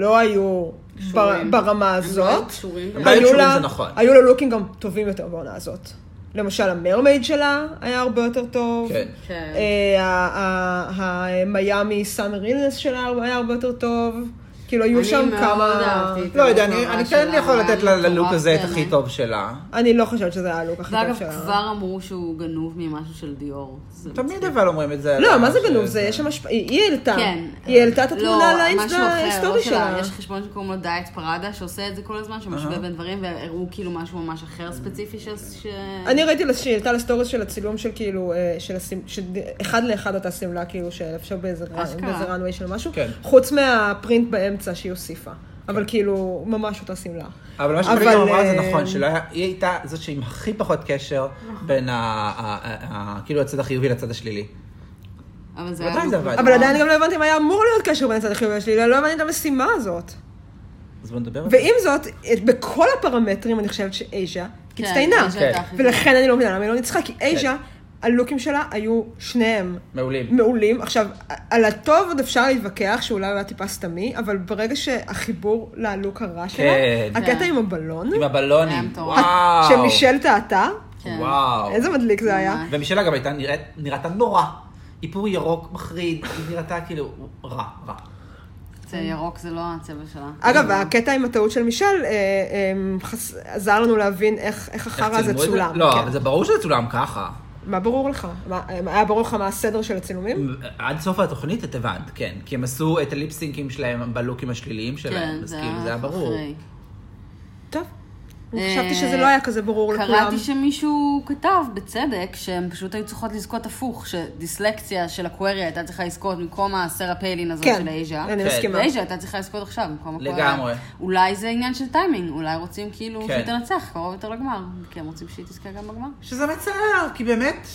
Speaker 2: לא היו בר,
Speaker 3: קשורים.
Speaker 2: ברמה
Speaker 3: הם לא היו
Speaker 2: הזאת.
Speaker 3: קשורים.
Speaker 1: הם לא היו
Speaker 2: היו
Speaker 1: קשורים,
Speaker 2: לה-
Speaker 1: זה נכון.
Speaker 2: היו לה לוקים גם טובים יותר בעונה הזאת. למשל, המרמייד שלה היה הרבה יותר טוב.
Speaker 1: כן.
Speaker 3: כן.
Speaker 2: אה, ה- ה- ה- המיאמי סאמר אילנס שלה היה הרבה יותר טוב. כאילו, היו
Speaker 3: אני
Speaker 2: שם
Speaker 3: מאוד
Speaker 2: כמה...
Speaker 3: אהבתי את
Speaker 1: לא יודע, אני-
Speaker 3: המקום
Speaker 1: אני
Speaker 3: שלה,
Speaker 1: כן יכול
Speaker 3: היה
Speaker 1: לתת לה-
Speaker 3: מטורף
Speaker 1: ללוק הזה את
Speaker 3: בעיניי.
Speaker 1: הכי טוב שלה.
Speaker 2: אני לא חושבת שזה היה הלוק הכי
Speaker 3: זה
Speaker 2: טוב
Speaker 3: אגב,
Speaker 2: שלה.
Speaker 3: כבר אמרו שהוא גנוב ממשהו של דיור. זה
Speaker 1: תמיד אבל אומרים את זה.
Speaker 2: לא,
Speaker 1: עליו,
Speaker 2: מה זה
Speaker 1: ש-
Speaker 2: גנוב? זה יש שם השפעה, היא העלתה.
Speaker 3: כן.
Speaker 2: היא העלתה את
Speaker 3: לא,
Speaker 2: התמונה לאינסטה
Speaker 3: משהו אחר,
Speaker 2: ההיסטורי
Speaker 3: לא
Speaker 2: שלה.
Speaker 3: יש חשבון שקוראים לו דייט פרדה, שעושה את זה כל הזמן, שמשווה בין דברים, והראו כאילו משהו ממש אחר ספציפי של... ש-
Speaker 2: אני ראיתי לה שהיא העלתה לסטוריס של הצילום של כאילו, אה, של הסמ- של- אחד לאחד אותה שמלה, כאילו, שאפשר באיזה רן-
Speaker 3: אשכרה.
Speaker 2: באיזה runway של משהו.
Speaker 1: כן.
Speaker 2: חוץ מהפרינט באמצע שהיא הוסיפה. אבל כאילו, ממש אותה שמלה.
Speaker 1: אבל מה שקרינה אמרה זה
Speaker 2: אה, נכון.
Speaker 1: נכון, שלא היה- היא הייתה זאת שעם הכי פחות קשר בין ה- ה- ה- ה- כאילו הצד החיובי לצד השלילי.
Speaker 3: אבל זה
Speaker 1: בוודאי זה עבד.
Speaker 2: אבל עדיין גם לא הבנתי מה היה אמור להיות קשר בין הצד החיובי שלי, לא הבנתי את המשימה הזאת.
Speaker 1: אז בוא נדבר על זה.
Speaker 2: ועם זאת, בכל הפרמטרים אני חושבת שאייז'ה
Speaker 3: כן,
Speaker 2: הצטיינה.
Speaker 3: אייז'ה
Speaker 1: כן.
Speaker 3: הייתה הכי-
Speaker 2: ולכן אני לא מבינה למה היא לא ניצחה, כי אייז'ה, הלוקים שלה היו שניהם
Speaker 1: מעולים.
Speaker 2: מעולים. עכשיו, על הטוב עוד אפשר להתווכח, שאולי הוא היה טיפה סתמי, אבל ברגע שהחיבור ללוק הרע שלה,
Speaker 1: כן.
Speaker 2: הקטע
Speaker 3: כן.
Speaker 2: עם הבלון,
Speaker 1: עם
Speaker 3: היה
Speaker 1: הבלונים.
Speaker 3: מטורף.
Speaker 1: וואו.
Speaker 2: שמישל טעתה,
Speaker 3: כן.
Speaker 1: וואו.
Speaker 2: איזה מדליק זה היה.
Speaker 3: ממש.
Speaker 1: ומישלה גם הייתה נראית- נראתה נורא. איפור ירוק מחריד, היא נראתה כאילו רע, רע.
Speaker 3: זה ירוק, זה לא הצבע שלה.
Speaker 2: אגב, הקטע עם הטעות של מישל אה, אה, חס- עזר לנו להבין איך איך החרא
Speaker 1: איך
Speaker 2: הזה
Speaker 1: צילמו את
Speaker 2: צולם.
Speaker 1: לא,
Speaker 2: כן.
Speaker 1: אבל זה ברור שזה צולם ככה.
Speaker 2: מה ברור לך? מה- היה ברור לך מה הסדר של הצילומים?
Speaker 1: עד סוף התוכנית את הבנת, כן. כי הם עשו את הליפסינקים שלהם בלוקים השליליים שלהם.
Speaker 3: כן,
Speaker 1: אז כאילו זה היה ברור.
Speaker 3: אחרי.
Speaker 2: טוב. אני
Speaker 3: אה,
Speaker 2: חשבתי שזה לא היה כזה ברור לכולם.
Speaker 3: קראתי שמישהו כתב, בצדק, שהן פשוט היו צריכות לזכות הפוך, שדיסלקציה של אקווריה הייתה צריכה לזכות במקום הסרה פיילין הזאת
Speaker 2: כן,
Speaker 3: של אייז'ה.
Speaker 2: אני
Speaker 1: כן.
Speaker 2: מסכימה.
Speaker 3: ואייז'ה הייתה צריכה לזכות עכשיו במקום אקווריה.
Speaker 1: לגמרי.
Speaker 3: אולי זה עניין של טיימינג, אולי רוצים כאילו
Speaker 1: כן.
Speaker 3: שהיא תנצח קרוב יותר לגמר, כי הם רוצים שהיא תזכה גם בגמר.
Speaker 1: שזה מצער, כי באמת...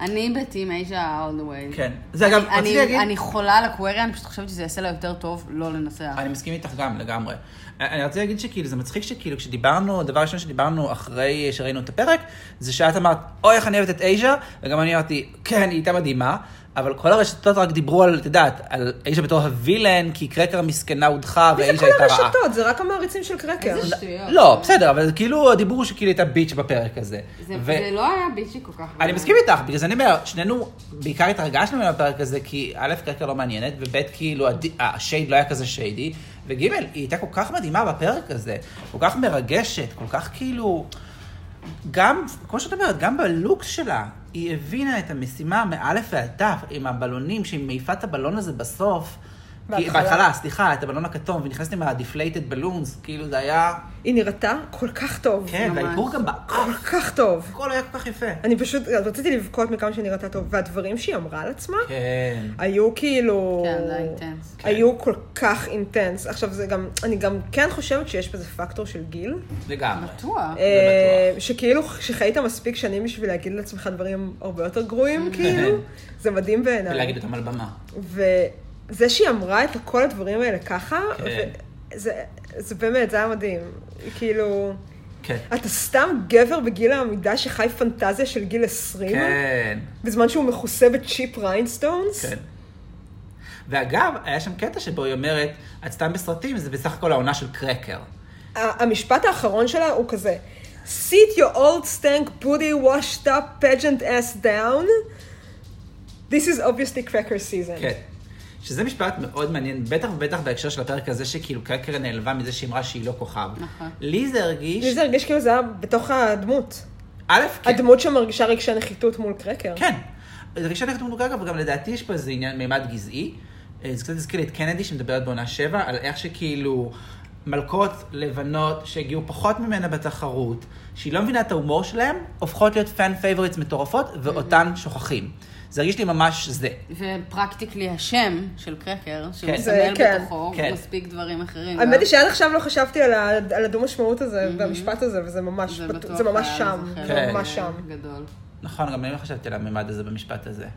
Speaker 3: אני בטים אייז'ה all the way.
Speaker 1: כן. זה אגב,
Speaker 3: אני-
Speaker 1: רציתי להגיד...
Speaker 3: אני חולה על אקווריה, אני פשוט חושבת שזה יעשה לה יותר טוב לא לנצח.
Speaker 1: אני מסכים איתך גם, לגמרי. אני רוצה להגיד שכאילו, זה מצחיק שכאילו, כשדיברנו, הדבר הראשון שדיברנו אחרי שראינו את הפרק, זה שאת אמרת, אוי, איך אני אוהבת את אייז'ה, וגם אני אמרתי, כן, היא הייתה מדהימה, אבל כל הרשתות רק דיברו על, את יודעת, על אייז'ה בתור הווילן, כי קרקר המסכנה הודחה,
Speaker 2: זה
Speaker 1: ואייז'ה
Speaker 2: כל
Speaker 1: הייתה רעה.
Speaker 2: הרשתות, זה רק המעריצים של קרקר.
Speaker 3: איזה שטויות.
Speaker 1: לא, בסדר, אבל כאילו, הדיבור הוא שכאילו הייתה ביץ' בפרק הזה.
Speaker 3: זה
Speaker 1: ו-
Speaker 3: זה לא היה ביצ'י כל כך.
Speaker 1: אני מסכים איתך, בגלל זה אני אומר, שנינו בעיקר התרגשנו ממנו בפרק הזה, כי א', קרקע לא מעניינת, וב', כאילו, הד- השייד לא היה כזה שיידי, וג', היא הייתה כל כך מדהימה בפרק הזה, כל כך מרגשת, כל כך כאילו... גם, כמו שאת אומרת, גם בלוק שלה, היא הבינה את המשימה מאלף ועד תף, עם הבלונים, שהיא מעיפה את הבלון הזה בסוף. כי-
Speaker 2: בהתחלה.
Speaker 1: בהתחלה, סליחה, את הבלון הכתום, ונכנסת עם ה-deflated balloons, כאילו זה היה...
Speaker 2: היא נראתה כל כך טוב.
Speaker 1: כן,
Speaker 3: ממש.
Speaker 1: והאיפור גם באף,
Speaker 2: כל כך טוב.
Speaker 1: הכל היה כל כך יפה.
Speaker 2: אני פשוט אה, רציתי לבכות מכמה שהיא נראתה טוב, והדברים שהיא אמרה על עצמה
Speaker 1: כן.
Speaker 2: היו כאילו...
Speaker 3: כן, זה היה אינטנס.
Speaker 2: היו כל כך אינטנס. עכשיו, זה גם, אני גם כן חושבת שיש בזה פקטור של גיל.
Speaker 1: לגמרי.
Speaker 3: בטוח.
Speaker 2: אה, שכאילו, שחיית מספיק שנים בשביל להגיד לעצמך דברים הרבה יותר גרועים, כאילו. זה מדהים בעיניי.
Speaker 1: כן. ולהגיד אותם על במה.
Speaker 2: וזה שהיא אמרה את כל הדברים האלה ככה,
Speaker 1: כן.
Speaker 2: זה, זה באמת, זה היה מדהים. כאילו,
Speaker 1: כן.
Speaker 2: אתה סתם גבר בגיל העמידה שחי פנטזיה של גיל 20,
Speaker 1: כן,
Speaker 2: בזמן שהוא מכוסה בצ'יפ ריינסטונס.
Speaker 1: כן. ואגב, היה שם קטע שבו היא אומרת, את סתם בסרטים, זה בסך הכל העונה של קרקר.
Speaker 2: ה- המשפט האחרון שלה הוא כזה, sit your old stank booty washed up pageant ass down. This is obviously cracker season.
Speaker 1: כן. שזה משפט מאוד מעניין, בטח ובטח בהקשר של הפרק הזה, שכאילו קרקר נעלבה מזה שהיא אמרה שהיא לא כוכב.
Speaker 3: נכון.
Speaker 1: לי זה הרגיש,
Speaker 2: לי זה הרגיש כאילו זה היה בתוך הדמות.
Speaker 1: א', כן.
Speaker 2: הדמות שמרגישה רגשי נחיתות מול קרקר.
Speaker 1: כן. זה רגשי נחיתות מול קרקר, וגם לדעתי יש פה איזה עניין מימד גזעי. אה, זה קצת הזכיר לי את קנדי שמדברת בעונה 7, על איך שכאילו מלכות לבנות שהגיעו פחות ממנה בתחרות, שהיא לא מבינה את ההומור שלהם, הופכות להיות פן פייבוריטס מטורפות, ואותן שוכחים. זה הרגיש לי ממש זה.
Speaker 3: ופרקטיקלי השם של קרקר, שהוא
Speaker 1: כן.
Speaker 2: זה-
Speaker 3: מסמל
Speaker 2: כן,
Speaker 3: בתוכו
Speaker 1: כן.
Speaker 3: מספיק דברים אחרים.
Speaker 2: האמת היא שעד עכשיו לא חשבתי על ה- על הדו-משמעות הזה והמשפט הזה, וזה ממש,
Speaker 3: Mm-hmm. זה
Speaker 2: פת-
Speaker 3: בטוח
Speaker 2: זה ממש
Speaker 3: היה
Speaker 2: שם,
Speaker 3: לזה חלק,
Speaker 2: זה
Speaker 1: כן.
Speaker 2: ממש
Speaker 3: אה,
Speaker 2: שם.
Speaker 3: גדול.
Speaker 1: נכון, גם אני לא חשבתי על הממד הזה במשפט הזה.
Speaker 3: כן.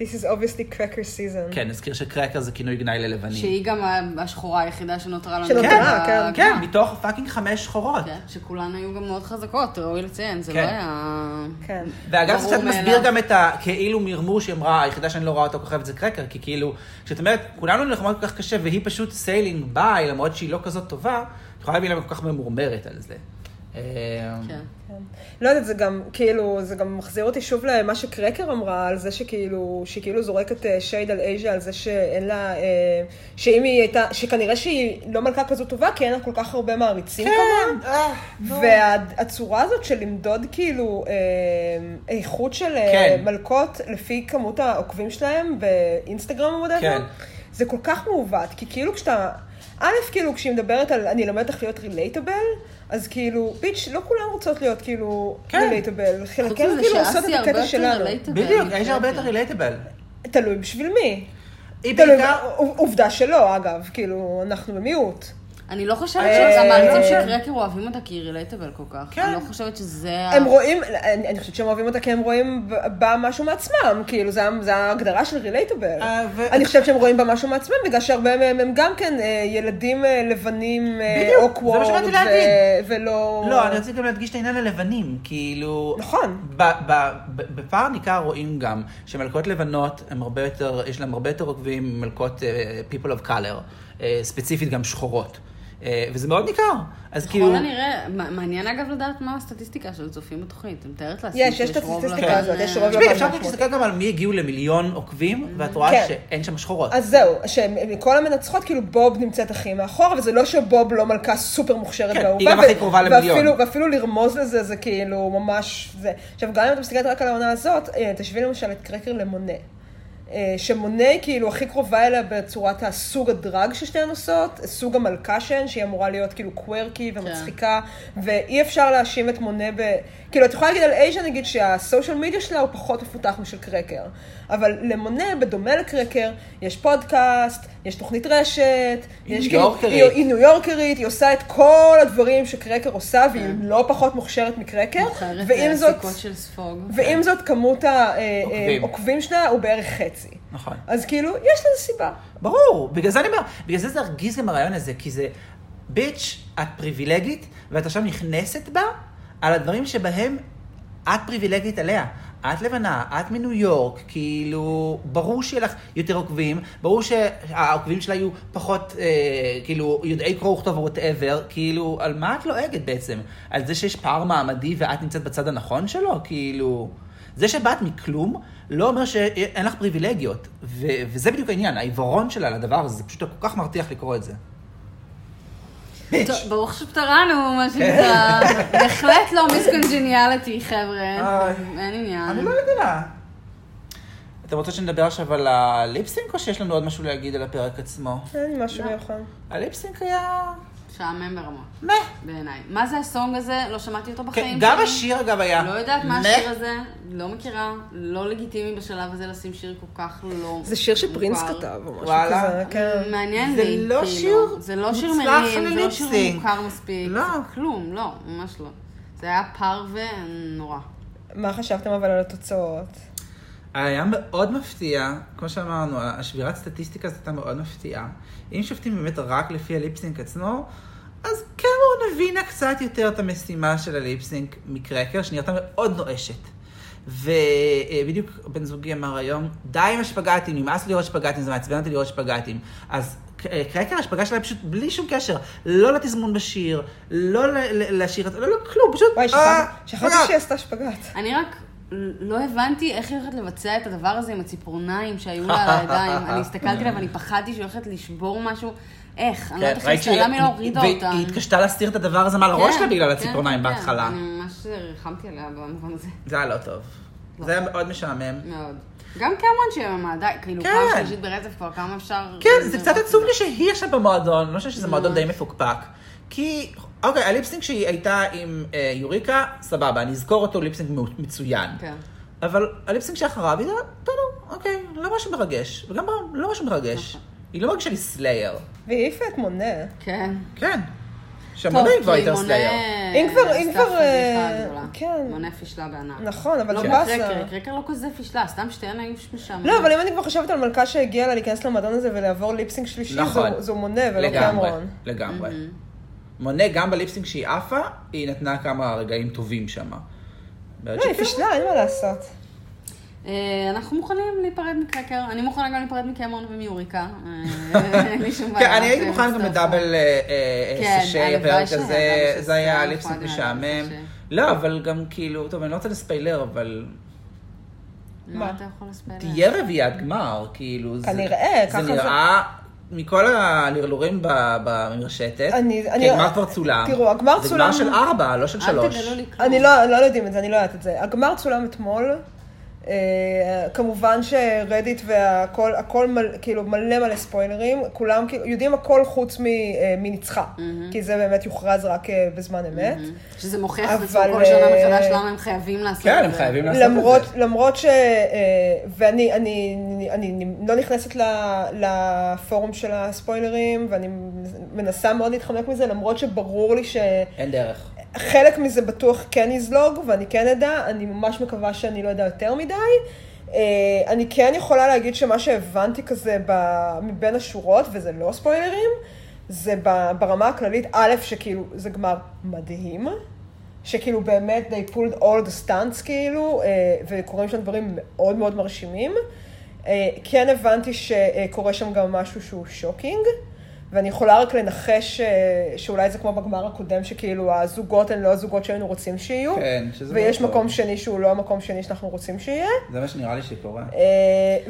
Speaker 2: This is obviously cracker season.
Speaker 1: כן, נזכיר שקרקר זה כינוי גנאי ללבנים.
Speaker 3: שהיא גם ה- השחורה היחידה שנותרה לנו.
Speaker 2: שנותרה,
Speaker 3: ב-
Speaker 2: כן,
Speaker 3: ב-
Speaker 1: כן, מתוך פאקינג חמש שחורות.
Speaker 3: כן, שכולן היו גם מאוד חזקות, ראוי לציין, זה לא
Speaker 1: כן.
Speaker 3: היה...
Speaker 2: כן.
Speaker 1: ואגב, זה
Speaker 3: ברור
Speaker 1: קצת מסביר
Speaker 3: מאליו.
Speaker 1: גם את הכאילו מרמור שהיא אמרה, היחידה שאני לא רואה אותה כוכבת זה קרקר, כי כאילו, כשאת אומרת, כולנו נלחמות כל כך קשה, והיא פשוט סיילינג ביי, למרות שהיא לא כזאת טובה, את יכולה להבין למה היא כל כך ממורמרת על זה. אה,
Speaker 3: כן.
Speaker 2: כן. לא יודעת, זה גם, כאילו, זה גם מחזיר אותי שוב למה שקרקר אמרה, על זה שכאילו, שהיא כאילו זורקת אה, שייד על אייז'ה, על זה שאין לה, אה, שאם היא הייתה, שכנראה שהיא לא מלכה כזו טובה, כי אין לה כל כך הרבה מעריצים כמוה.
Speaker 1: אה,
Speaker 2: והצורה הזאת של למדוד כאילו אה, איכות של אה,
Speaker 1: כן.
Speaker 2: מלכות לפי כמות העוקבים שלהם באינסטגרם או
Speaker 1: כן.
Speaker 2: וואטאבר, זה כל כך מעוות, כי כאילו כשאתה, א', כאילו כשהיא מדברת על אני אלמד אותך להיות רילייטבל, אז כאילו, ביץ', לא כולן רוצות להיות כאילו
Speaker 1: כן.
Speaker 2: רילייטבל,
Speaker 3: חוץ
Speaker 2: חלקן
Speaker 3: מזה
Speaker 2: כאילו עושות
Speaker 3: שאסי
Speaker 2: את
Speaker 3: הרבה
Speaker 2: הקטע
Speaker 3: יותר
Speaker 2: שלנו.
Speaker 3: רילייטבל.
Speaker 1: בדיוק, יש הרבה יותר רילייטבל.
Speaker 2: תלוי בשביל מי.
Speaker 1: היא
Speaker 2: תלוי,
Speaker 1: בעיקר...
Speaker 2: עובדה שלא אגב, כאילו, אנחנו במיעוט.
Speaker 3: אני לא חושבת
Speaker 2: אה,
Speaker 3: שהמעריצים
Speaker 2: לא.
Speaker 3: של קרקר אוהבים אותה כי היא רילייטבל כל כך.
Speaker 1: כן.
Speaker 3: אני לא חושבת שזה... ה-
Speaker 2: הם רואים, אני אני חושבת שהם אוהבים אותה כי הם רואים ב- בה משהו מעצמם, כאילו, זה ה- זה ההגדרה של רילייטבל.
Speaker 1: אה, ו-
Speaker 2: אני חושבת שהם רואים בה משהו מעצמם, בגלל שהרבה מהם הם גם כן אה, ילדים אה, לבנים,
Speaker 1: בדיוק, זה מה
Speaker 2: אוקוורד,
Speaker 1: שבאתי להגיד.
Speaker 2: ולא...
Speaker 1: לא, אני רציתי גם להדגיש את העניין הלבנים, כאילו...
Speaker 2: נכון.
Speaker 1: ב- ב- ב- בפער ניכר רואים גם שמלכות לבנות, הן הרבה יותר, יש להן הרבה יותר עוקבים ממלכות אה, people of color, אה, ספציפית גם שחורות. אה, וזה מאוד ניכר. אז כאילו...
Speaker 3: ככל הנראה, מע- מעניין אגב לדעת מה הסטטיסטיקה של צופים בתוכנית. אני מתארת לעצמי
Speaker 2: יש, יש את
Speaker 3: רוב
Speaker 2: הסטטיסטיקה
Speaker 3: לבן,
Speaker 2: הזאת, יש
Speaker 3: אה,
Speaker 2: רוב
Speaker 1: תשמעי,
Speaker 2: לא
Speaker 1: אפשר
Speaker 2: ממש
Speaker 1: גם להסתכל גם על מי הגיעו למיליון עוקבים, ואת רואה
Speaker 2: כן.
Speaker 1: שאין שם שחורות.
Speaker 2: אז זהו, שמכל המנצחות, כאילו בוב נמצאת הכי מאחורה, וזה לא שבוב לא מלכה סופר מוכשרת
Speaker 1: כן,
Speaker 2: ואהובה.
Speaker 1: היא גם הכי קרובה
Speaker 2: ו-
Speaker 1: למיליון.
Speaker 2: ואפילו- ואפילו לרמוז לזה, זה כאילו ממש... זה. עכשיו, גם אם את מסתכלת רק על העונה הזאת, אה, תשבי למשל את קרקר למונה. אה, שמונה היא כאילו הכי קרובה אליה בצורת הסוג הדרג ששתיהן עושות, סוג המלכה שהן, שהיא אמורה להיות כאילו קוורקי ומצחיקה, ואי אפשר להאשים את מונה ב... כאילו, את יכולה להגיד על אייז'ה נגיד שהסושיאל מדיה שלה הוא פחות מפותח משל קרקר, אבל למונה, בדומה לקרקר, יש פודקאסט, יש תוכנית רשת,
Speaker 1: היא ניו
Speaker 2: יש כאילו-
Speaker 1: יורקרית.
Speaker 2: היא, היא ניו יורקרית, היא עושה את כל הדברים שקרקר עושה, והיא לא פחות מוכשרת מקרקר,
Speaker 3: מוכרת
Speaker 2: ועם
Speaker 3: אה,
Speaker 2: זאת...
Speaker 3: סיכות של ספוג.
Speaker 2: ועם זאת, כמות
Speaker 1: עוקבים.
Speaker 2: העוקבים שלה הוא בערך חצי.
Speaker 1: נכון.
Speaker 2: אז כאילו, יש לזה סיבה.
Speaker 1: ברור, בגלל זה אני אומר, בגלל זה זה הרגיז גם הרעיון הזה, כי זה, ביץ', את פריבילגית, ואת עכשיו נכנסת בה על הדברים שבהם את פריבילגית עליה. את לבנה, את מניו יורק, כאילו, ברור שיהיה לך יותר עוקבים, ברור שהעוקבים שלה יהיו פחות, אה, כאילו, יודעי קרוא וכתוב וואטאבר, כאילו, על מה את לועגת בעצם? על זה שיש פער מעמדי ואת נמצאת בצד הנכון שלו? כאילו... זה שבאת מכלום, לא אומר שאין לך פריבילגיות. ו- וזה בדיוק העניין, העיוורון שלה לדבר הזה, זה פשוט כל כך מרתיח לקרוא את זה. ביץ'.
Speaker 3: טוב, ברוך שפטרנו, מה
Speaker 1: *laughs*
Speaker 3: שנקרא. בהחלט לא מיסקונג'יניאליטי, חבר'ה.
Speaker 1: איי.
Speaker 3: אין עניין.
Speaker 1: אני לא יודע. אתם רוצות שנדבר עכשיו על הליפסינק, או שיש לנו עוד משהו להגיד על הפרק עצמו?
Speaker 2: אין משהו מיוחד.
Speaker 1: הליפסינק היה...
Speaker 3: משעמם ברמות,
Speaker 1: מה?
Speaker 3: בעיניי. מה זה הסונג הזה? לא שמעתי אותו בחיים
Speaker 1: כן,
Speaker 3: שלי.
Speaker 1: גם השיר אגב היה...
Speaker 3: לא יודעת מה
Speaker 1: מה?
Speaker 3: השיר הזה, לא מכירה, לא לגיטימי בשלב הזה לשים שיר כל כך לא...
Speaker 2: זה שיר שפרינס
Speaker 3: מוכר.
Speaker 2: כתב או משהו
Speaker 1: וואלה.
Speaker 2: כזה, כן.
Speaker 3: מעניין
Speaker 1: זה
Speaker 3: לי,
Speaker 1: לא
Speaker 3: כאילו.
Speaker 1: שיר
Speaker 3: זה לא שיר
Speaker 1: מוצלח
Speaker 3: מילים, זה לא שיר
Speaker 1: לליפסינק.
Speaker 3: מוכר מספיק.
Speaker 1: לא.
Speaker 3: זה כלום, לא, ממש לא. זה היה פרווה נורא.
Speaker 2: מה חשבתם אבל על התוצאות?
Speaker 1: אה, היה מאוד מפתיע, כמו שאמרנו, השבירת סטטיסטיקה הזאת הייתה מאוד מפתיעה. אם שופטים באמת רק לפי הליפסינק עצמו, אז קמרון הבינה קצת יותר את המשימה של הליפסינק מקרקר, שנראתה מאוד נואשת. ובדיוק בן זוגי אמר היום, די עם השפגטים, נמאס לי לראות שפגטים, זה מעצבן אותי לראות שפגטים. אז ק- קרקר, ההשפגה שלה היא פשוט בלי שום קשר, לא לתזמון בשיר, לא ל- ל- לשיר, לא לכלום, פשוט...
Speaker 2: וואי,
Speaker 1: אה,
Speaker 2: שכחתי- שכחתי
Speaker 1: שפגט.
Speaker 2: שהיא עשתה שפגאט.
Speaker 3: אני רק לא הבנתי איך היא הולכת לבצע את הדבר הזה עם הציפורניים שהיו לה על הידיים. אני הסתכלתי עליה ואני פחדתי שהיא הולכת לשבור משהו. איך? אני לא
Speaker 1: כן,
Speaker 3: יודעת איך היא
Speaker 1: ראית שהיא-
Speaker 3: הסתכלה מי לא הורידה
Speaker 1: והיא-
Speaker 3: אותה.
Speaker 1: היא התקשתה להסתיר את הדבר הזה מעל הראש
Speaker 3: כן,
Speaker 1: שלה בגלל
Speaker 3: כן,
Speaker 1: הציפורניים
Speaker 3: כן, כן.
Speaker 1: בהתחלה.
Speaker 3: אני ממש ריחמתי עליה במובן הזה.
Speaker 1: זה היה לא טוב.
Speaker 3: לא.
Speaker 1: זה היה מאוד משעמם.
Speaker 3: מאוד. גם קמרון שהיא במעמדה, כאילו,
Speaker 1: כן.
Speaker 3: פעם שלישית ברצף כבר כמה אפשר...
Speaker 1: כן, זה קצת עצוב לי שהיא עכשיו במועדון, אני חושב
Speaker 3: לא.
Speaker 1: שזה מועדון די מפוקפק. כי, אוקיי, הליפסינג שהיא הייתה עם אה, יוריקה, סבבה, אני אזכור אותו ליפסינג מ- מצוין.
Speaker 3: כן.
Speaker 1: אבל הליפסינג שאחריו, היא יודעת, טוב, נו, אוקיי, לא משהו מרגש. וגם ברם, לא משהו מרגש.
Speaker 3: נכון.
Speaker 1: היא לא מרגישה לי סלייר.
Speaker 2: והיא העיפה את מונה.
Speaker 3: כן.
Speaker 1: כן. שהמודל כבר
Speaker 3: כי
Speaker 1: יותר
Speaker 3: כאילו, מונה-
Speaker 1: סלייר.
Speaker 2: אם כבר- אם
Speaker 3: סתם
Speaker 2: כבר,
Speaker 3: פדיחה
Speaker 2: אה,
Speaker 3: גדולה.
Speaker 2: כן.
Speaker 3: מונה פישלה בענק.
Speaker 2: נכון, אבל
Speaker 3: לא
Speaker 2: זה
Speaker 3: קרקר,
Speaker 2: באסה.
Speaker 3: קרקר לא כזה פישלה, סתם שתיהן היו משעמם.
Speaker 2: לא, אבל אם אני כבר חושבת על מלכה שהגיעה לה להיכנס למדון הזה ולעבור ליפסינג שלישי,
Speaker 1: נכון.
Speaker 2: זו- זו מונה ולא
Speaker 1: לגמרי,
Speaker 2: קמרון.
Speaker 1: לגמרי. מונה גם בליפסינג שהיא עפה, היא נתנה כמה רגעים טובים שם.
Speaker 2: לא, היא פישלה, אין מה לעשות.
Speaker 3: אה, אנחנו מוכנים להיפרד מקרקר, אני מוכנה גם להיפרד מקמרון ומיוריקה.
Speaker 1: *laughs*
Speaker 3: אה, אין לי שום
Speaker 1: כן,
Speaker 3: בעיה.
Speaker 1: אני הייתי
Speaker 3: שהם
Speaker 1: מוכן גם
Speaker 3: יצטרפו.
Speaker 1: לדאבל אה, אה,
Speaker 3: כן,
Speaker 1: סשה
Speaker 3: הלוואי
Speaker 1: הפרק
Speaker 3: שהיה
Speaker 1: הזה,
Speaker 3: גם
Speaker 1: זה היה
Speaker 3: סשה,
Speaker 1: ליפסינג
Speaker 3: נכון, היה גם
Speaker 1: משעמם.
Speaker 3: סשה.
Speaker 1: לא, אבל גם כאילו, טוב, אני לא רוצה לספיילר, אבל
Speaker 3: מה לא, אתה יכול לספר?
Speaker 1: תהיה רביעיית גמר, כאילו. זה-
Speaker 2: כנראה, ככה
Speaker 1: זה
Speaker 2: זה.
Speaker 1: נראה... מכל הלרלורים ב- במרשתת,
Speaker 2: אני- אני-
Speaker 1: כי הגמר כבר צולם.
Speaker 2: תראו, הגמר
Speaker 1: זה גמר
Speaker 2: צולם-
Speaker 1: של ארבע, לא של
Speaker 3: אל
Speaker 1: שלוש.
Speaker 3: תגלו לי כלום.
Speaker 2: אני לא, לא יודעים את זה, אני לא יודעת את זה. הגמר צולם אתמול, אה, כמובן שרדיט והכל, הכל מל, כאילו מלא מלא ספוילרים, כולם כאילו יודעים הכל חוץ מ, אה, מניצחה, mm-hmm. כי זה באמת יוכרז רק אה, בזמן אמת. Mm-hmm.
Speaker 3: שזה מוכיח את
Speaker 2: אבל,
Speaker 3: עצמו כל שנה
Speaker 2: אה,
Speaker 3: מחדש למה הם חייבים לעשות את זה.
Speaker 1: כן, הם חייבים לעשות
Speaker 2: למרות,
Speaker 1: את זה.
Speaker 2: למרות ש... אה, ואני אני, אני, אני לא נכנסת ל- לפורום של הספוילרים, ואני מנסה מאוד להתחמק מזה, למרות שברור לי ש...
Speaker 1: אין דרך.
Speaker 2: חלק מזה בטוח כן יזלוג, ואני כן אדע, אני ממש מקווה שאני לא אדע יותר מדי. אה, אני כן יכולה להגיד שמה שהבנתי כזה ב... מבין השורות, וזה לא ספוילרים, זה ב... ברמה הכללית, א', שכאילו זה גמר מדהים, שכאילו באמת they pulled all the stunts כאילו, אה, וקורים שם דברים מאוד מאוד מרשימים. אה, כן הבנתי שקורה שם גם משהו שהוא שוקינג. ואני יכולה רק לנחש אה, שאולי זה כמו בגמר הקודם, שכאילו הזוגות הן לא הזוגות שהיינו רוצים שיהיו.
Speaker 1: כן, שזה
Speaker 2: ויש
Speaker 1: מאוד
Speaker 2: מקום
Speaker 1: טוב.
Speaker 2: שני שהוא לא המקום שני שאנחנו רוצים שיהיה.
Speaker 1: זה מה שנראה לי שקורה.
Speaker 2: אה,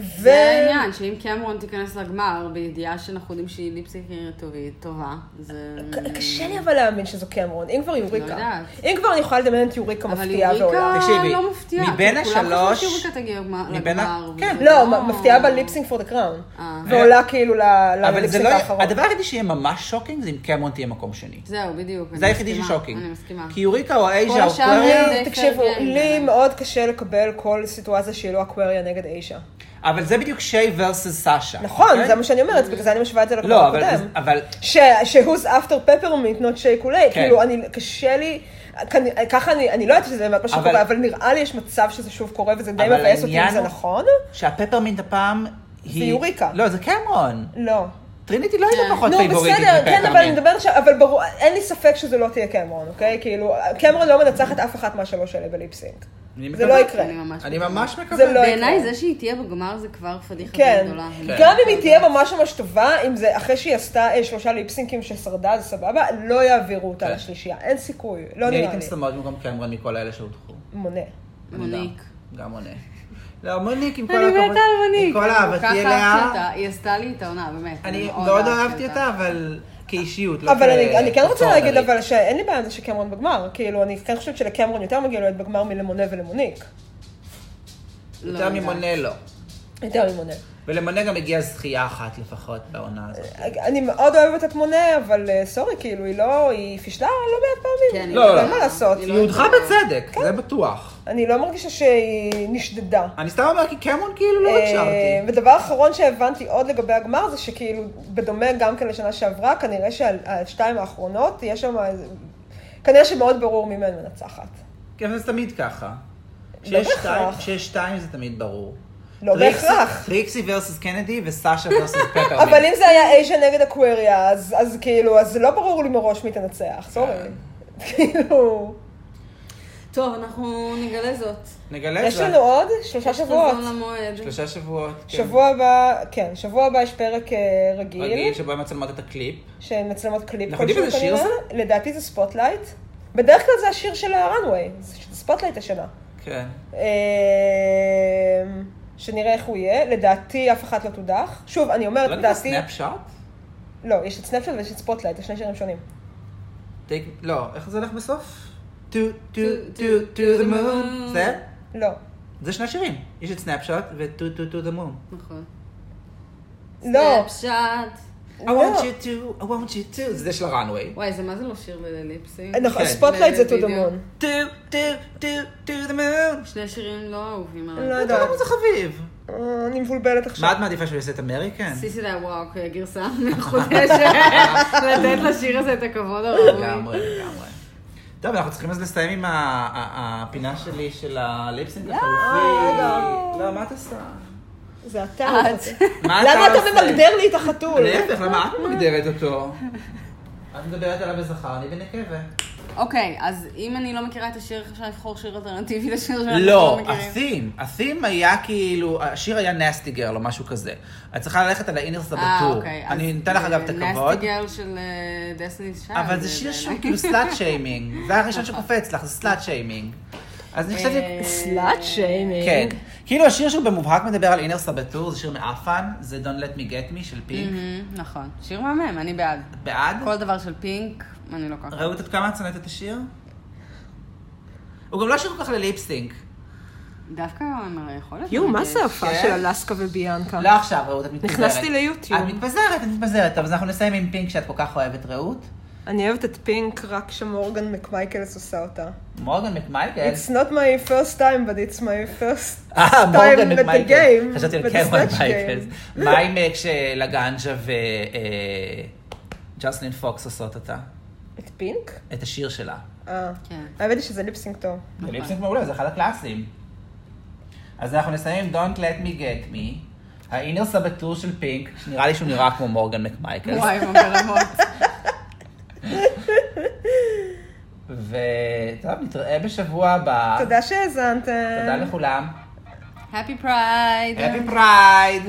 Speaker 2: ו...
Speaker 3: זה העניין, שאם קמרון תיכנס לגמר, בידיעה שאנחנו יודעים שהיא ליפסיקרית טובה, זה...
Speaker 2: ק- קשה לי אבל להאמין שזו קמרון, אם כבר יוריקה.
Speaker 3: לא יודעת.
Speaker 2: אם כבר אני יכולה לדמיין את יוריקה
Speaker 3: אבל
Speaker 2: מפתיעה ועולה.
Speaker 3: יוריקה
Speaker 1: תקשיבי,
Speaker 3: לא מפתיעה.
Speaker 1: מבין
Speaker 3: כי כולם חשבו
Speaker 1: השלוש-
Speaker 3: שיוריקה תגיע לגמר.
Speaker 1: מבין ה-
Speaker 3: לגמר,
Speaker 1: כן,
Speaker 3: וזה
Speaker 2: לא, מ- מפתיעה בליפסינג פור דה קראון.
Speaker 3: אה.
Speaker 2: ועולה כאילו ל-
Speaker 1: אבל זה
Speaker 2: לליפסינג
Speaker 1: לא...
Speaker 2: האחרון.
Speaker 1: הדבר היחידי שיהיה ממש שוקינג זה אם קמרון תהיה מקום שני.
Speaker 3: זהו, בדיוק.
Speaker 1: זה
Speaker 3: אני
Speaker 1: היחידי
Speaker 3: מסכימה,
Speaker 1: ששוקינג.
Speaker 3: אני מסכימה.
Speaker 1: כי יוריקה או אייז'ה או
Speaker 3: השאר
Speaker 1: קוויריה,
Speaker 3: זה
Speaker 2: לי, תקשיבו,
Speaker 3: fair game,
Speaker 2: לי
Speaker 3: באמת.
Speaker 2: מאוד קשה לקבל כל סיטואציה שהיא לא אקווריה נגד איישה.
Speaker 1: אבל זה בדיוק שיי versus סאשה.
Speaker 2: נכון,
Speaker 1: אוקיי?
Speaker 2: זה מה שאני אומרת, בגלל זה אני משווה את זה לקודם.
Speaker 1: לא, אבל- אבל...
Speaker 2: ש-Who's after peppermint not shake ולא,
Speaker 1: כן.
Speaker 2: כאילו, אני, קשה לי, כנ- ככה אני, אני לא יודעת שזה באמת מה
Speaker 1: אבל-
Speaker 2: שקורה, אבל נראה לי יש מצב שזה שוב קורה, וזה די
Speaker 1: אבל
Speaker 2: מבאס אותי אם
Speaker 1: העניין
Speaker 2: זה
Speaker 1: הוא-
Speaker 2: נכון.
Speaker 1: שהפפרמינט הפעם היא...
Speaker 2: יוריקה.
Speaker 1: לא, זה קמרון.
Speaker 2: לא.
Speaker 1: טריניטי לא הייתה
Speaker 3: כן.
Speaker 1: פחות
Speaker 2: נו,
Speaker 1: פייבוריטית
Speaker 2: בסדר, כן, אבל אני
Speaker 1: מפפרמינט.
Speaker 2: מדברת עכשיו, אבל ברור, אין לי ספק שזה לא תהיה קמרון, אוקיי? כאילו, קמרון לא מנצחת אף אחת מהשלוש האלה בליפסינג.
Speaker 1: אני
Speaker 2: זה
Speaker 1: מקווה.
Speaker 2: לא יקרה.
Speaker 3: אני ממש
Speaker 1: אני
Speaker 3: מקווה.
Speaker 1: ממש מקווה.
Speaker 2: זה לא
Speaker 3: בעיניי
Speaker 2: יקרה.
Speaker 3: זה שהיא תהיה בגמר זה כבר פדיחה
Speaker 2: כן,
Speaker 3: גדולה.
Speaker 2: גם אם היא תהיה ממש ממש טובה, אם זה אחרי שהיא עשתה אה, שלושה ליפסינקים ששרדה, זה סבבה, לא יעבירו אותה
Speaker 1: כן.
Speaker 2: לשלישייה, אין סיכוי, לא
Speaker 1: אני
Speaker 2: נראה לי.
Speaker 1: הייתם שמות במקום קמרון מכל האלה שהודחו.
Speaker 2: מונה.
Speaker 3: מוניק.
Speaker 1: גם- גם מונה. לא, מוניק, עם כל
Speaker 3: אני
Speaker 1: הכבוד.
Speaker 3: מתה על מוניק.
Speaker 1: עם כל אהבתי
Speaker 3: כל כך אהבתי אותה,
Speaker 1: אליה.
Speaker 3: היא עשתה לי את העונה, באמת.
Speaker 1: אני
Speaker 3: מאוד
Speaker 1: מאוד
Speaker 3: אהבתי
Speaker 1: אהבתי אותה, אבל כאישיות, לא
Speaker 2: אבל אני- אני כן רוצה
Speaker 1: כפרסונלית.
Speaker 2: להגיד אבל שאין לי בעיה עם זה שקמרון בגמר, כאילו, אני כן חושבת שלקמרון יותר מגיע להיות בגמר מלמונה ולמוניק.
Speaker 3: לא
Speaker 1: יותר
Speaker 3: יודעת.
Speaker 1: ממונה לא.
Speaker 2: יותר ממונה.
Speaker 1: ולמונה גם הגיעה זכייה אחת לפחות בעונה הזאת.
Speaker 2: אני מאוד אוהבת את מונה, אבל אה, סורי, כאילו, היא לא, היא פישלה לא מעט
Speaker 3: כן,
Speaker 2: פעמים.
Speaker 3: היא
Speaker 1: לא, לא,
Speaker 2: אבל
Speaker 1: לא.
Speaker 2: מה לעשות?
Speaker 3: היא
Speaker 1: היא הודחה בצדק,
Speaker 2: כן.
Speaker 1: זה בטוח.
Speaker 2: אני לא מרגישה שהיא נשדדה.
Speaker 1: אני סתם אומר כי קמרון כאילו לא הקשרתי.
Speaker 2: אה, ודבר אחרון שהבנתי עוד לגבי הגמר זה שכאילו, בדומה גם כן לשנה שעברה, כנראה שהשתיים האחרונות, יש שם, איזה- כנראה שמאוד ברור מי מהן מנצחת.
Speaker 1: כן, אבל זה תמיד ככה. כשיש
Speaker 2: לא בהכרח.
Speaker 1: שתיים- כשיש שתיים זה תמיד ברור.
Speaker 2: לא
Speaker 1: טריקסי-
Speaker 2: בהכרח.
Speaker 1: טריקסי versus קנדי וסאשה
Speaker 2: *laughs*
Speaker 1: versus פפרמינט.
Speaker 2: אבל אם זה היה אייז'ה נגד אקוויריה, אז, אז כאילו, אז לא ברור לי מראש מי תנצח,
Speaker 1: כן.
Speaker 2: סורי. *laughs* כאילו,
Speaker 3: טוב, אנחנו נגלה זאת.
Speaker 1: נגלה את
Speaker 2: יש
Speaker 1: זה.
Speaker 2: לנו עוד שלושה
Speaker 3: יש
Speaker 2: שבועות.
Speaker 3: חזון למועד.
Speaker 1: שלושה שבועות. כן.
Speaker 2: שבוע הבא, כן, שבוע הבא יש פרק אה, רגיל,
Speaker 1: רגיל שבו הם מצלמות את הקליפ.
Speaker 2: של מצלמות קליפ
Speaker 1: אנחנו יודעים
Speaker 2: כלשהו
Speaker 1: איזה שיר
Speaker 2: כנראה. לדעתי זה ספוטלייט. בדרך כלל זה השיר של הראנוויי, זה ספוטלייט השנה.
Speaker 1: כן.
Speaker 2: אה, שנראה איך הוא יהיה, לדעתי אף אחת לא תודח. שוב, אני אומרת,
Speaker 1: לא נקרא
Speaker 2: לדעתי...
Speaker 1: סנאפ שוט?
Speaker 2: לא, יש את סנאפשוט ויש את ספוטלייט, זה שני שירים שונים.
Speaker 1: Take- לא, איך זה הולך בסוף? To, to,
Speaker 3: To-
Speaker 1: to, to the moon. זה?
Speaker 2: לא.
Speaker 1: זה שני שירים. יש את סנאפ שוט ו-to, to, to the moon.
Speaker 3: נכון.
Speaker 2: לא.
Speaker 3: סנאפשאט.
Speaker 1: I
Speaker 2: לא.
Speaker 1: want you to, I want you to. זה של הראנווי.
Speaker 3: וואי, זה מה זה לא שיר לליפסינג?
Speaker 2: נכון,
Speaker 1: כן.
Speaker 2: ספוטלייט זה to the
Speaker 3: בדיוק.
Speaker 2: moon.
Speaker 1: To, to, to, to the moon.
Speaker 3: שני שירים לא אהובים
Speaker 2: לא
Speaker 3: עליי.
Speaker 1: אתה
Speaker 2: יודעת.
Speaker 1: יודע, זה חביב.
Speaker 2: אה, אני מבולבלת עכשיו.
Speaker 1: מה את מעדיפה שהוא יעשה את אמריקן?
Speaker 3: סיסי דה וואק, גרסה מחודשת, לתת לשיר הזה את הכבוד הראוי.
Speaker 1: לגמרי, לגמרי. טוב, אנחנו צריכים אז לסיים עם ה- ה- ה- הפינה שלי של הליפסינג החלופי. לא, מה את עושה?
Speaker 2: זה אתה. אוקיי.
Speaker 3: את.
Speaker 1: מה אתה
Speaker 2: למה אתה
Speaker 1: עושה?
Speaker 2: ממגדר לי את החתול?
Speaker 1: להפך, למה *laughs* את מגדרת אותו? את מדברת עליו בזכר, אני בנקבה.
Speaker 3: אוקיי, אז אם אני לא מכירה את השיר, איך אפשר לבחור שיר אלטרנטיבי לשיר שאנחנו
Speaker 1: לא,
Speaker 3: לא מכירים?
Speaker 1: הסים, הסים היה כאילו, השיר היה נסטי גרל או משהו כזה. את צריכה ללכת על האינר
Speaker 3: אה,
Speaker 1: סבתור.
Speaker 3: אוקיי,
Speaker 1: אני נותן לך אגב את הכבוד.
Speaker 3: נסטי גרל של אה, דסני שם.
Speaker 1: אבל זה שיר שהוא
Speaker 3: *laughs*
Speaker 1: כאילו סלאט שיימינג. זה הראשון שקופץ לך, זה סלאט שיימינג. אז אני חשבתי...
Speaker 2: סלאט שיימינג.
Speaker 1: כן. כאילו השיר שהוא במובהק מדבר על אינר סבתור, זה שיר מאפן, זה Don't Let Me Get Me של פינק.
Speaker 3: נכון. שיר מהמם, אני בעד.
Speaker 1: את בעד?
Speaker 3: כל דבר של פינק, אני לא ככה.
Speaker 1: ראו את עד כמה את שונאת את השיר? הוא גם לא שיר כל כך לליפסינק.
Speaker 3: דווקא יכול להיות.
Speaker 2: יואו, מה
Speaker 3: מרגש.
Speaker 2: זה ההופעה
Speaker 1: כן.
Speaker 2: של אלסקה וביאנקה?
Speaker 1: לא עכשיו, רעות, את מתפזרת.
Speaker 2: נכנסתי ליוטיוב.
Speaker 1: את מתפזרת, את מתפזרת. טוב, אז אנחנו נסיים עם פינק שאת כל כך אוהבת, רעות.
Speaker 2: אני אוהבת את פינק רק כשמורגן מקמייקלס עושה אותה.
Speaker 1: מורגן מקמייקל.
Speaker 2: It's not my first time, but it's my first
Speaker 1: כן. אה,
Speaker 2: time
Speaker 1: מורגן
Speaker 2: at the
Speaker 1: מקמייקל.
Speaker 2: game.
Speaker 1: חשבתי על
Speaker 2: but
Speaker 1: קרון
Speaker 2: it's not
Speaker 1: מייקלס.
Speaker 2: game.
Speaker 1: מה עם אה, כשלגנג'ה וג'סלין פוקס עושות אותה?
Speaker 2: את פינק?
Speaker 1: את השיר שלה.
Speaker 2: אה.
Speaker 3: כן.
Speaker 2: האמת היא שזה ליפסינג טוב.
Speaker 1: זה ליפסינג מעולה, זה אחד הקלאסים. אז אנחנו נסיים עם Don't Let Me Get Me, האינר סבתור של פינק, שנראה לי שהוא נראה כמו מורגן מקמייקל.
Speaker 3: וואי,
Speaker 1: *laughs*
Speaker 3: מברמות.
Speaker 1: וטוב, נתראה בשבוע הבא.
Speaker 2: תודה שהאזנתם.
Speaker 1: תודה לכולם.
Speaker 3: Happy Pride.
Speaker 1: Happy Pride!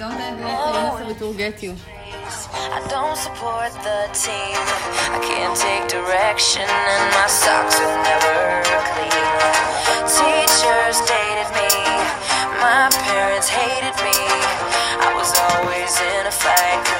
Speaker 3: Don't let the answer to get you.
Speaker 4: I don't support the team. I can't take direction, and my socks are never clean. Teachers dated me, my parents hated me. I was always in a fight 'cause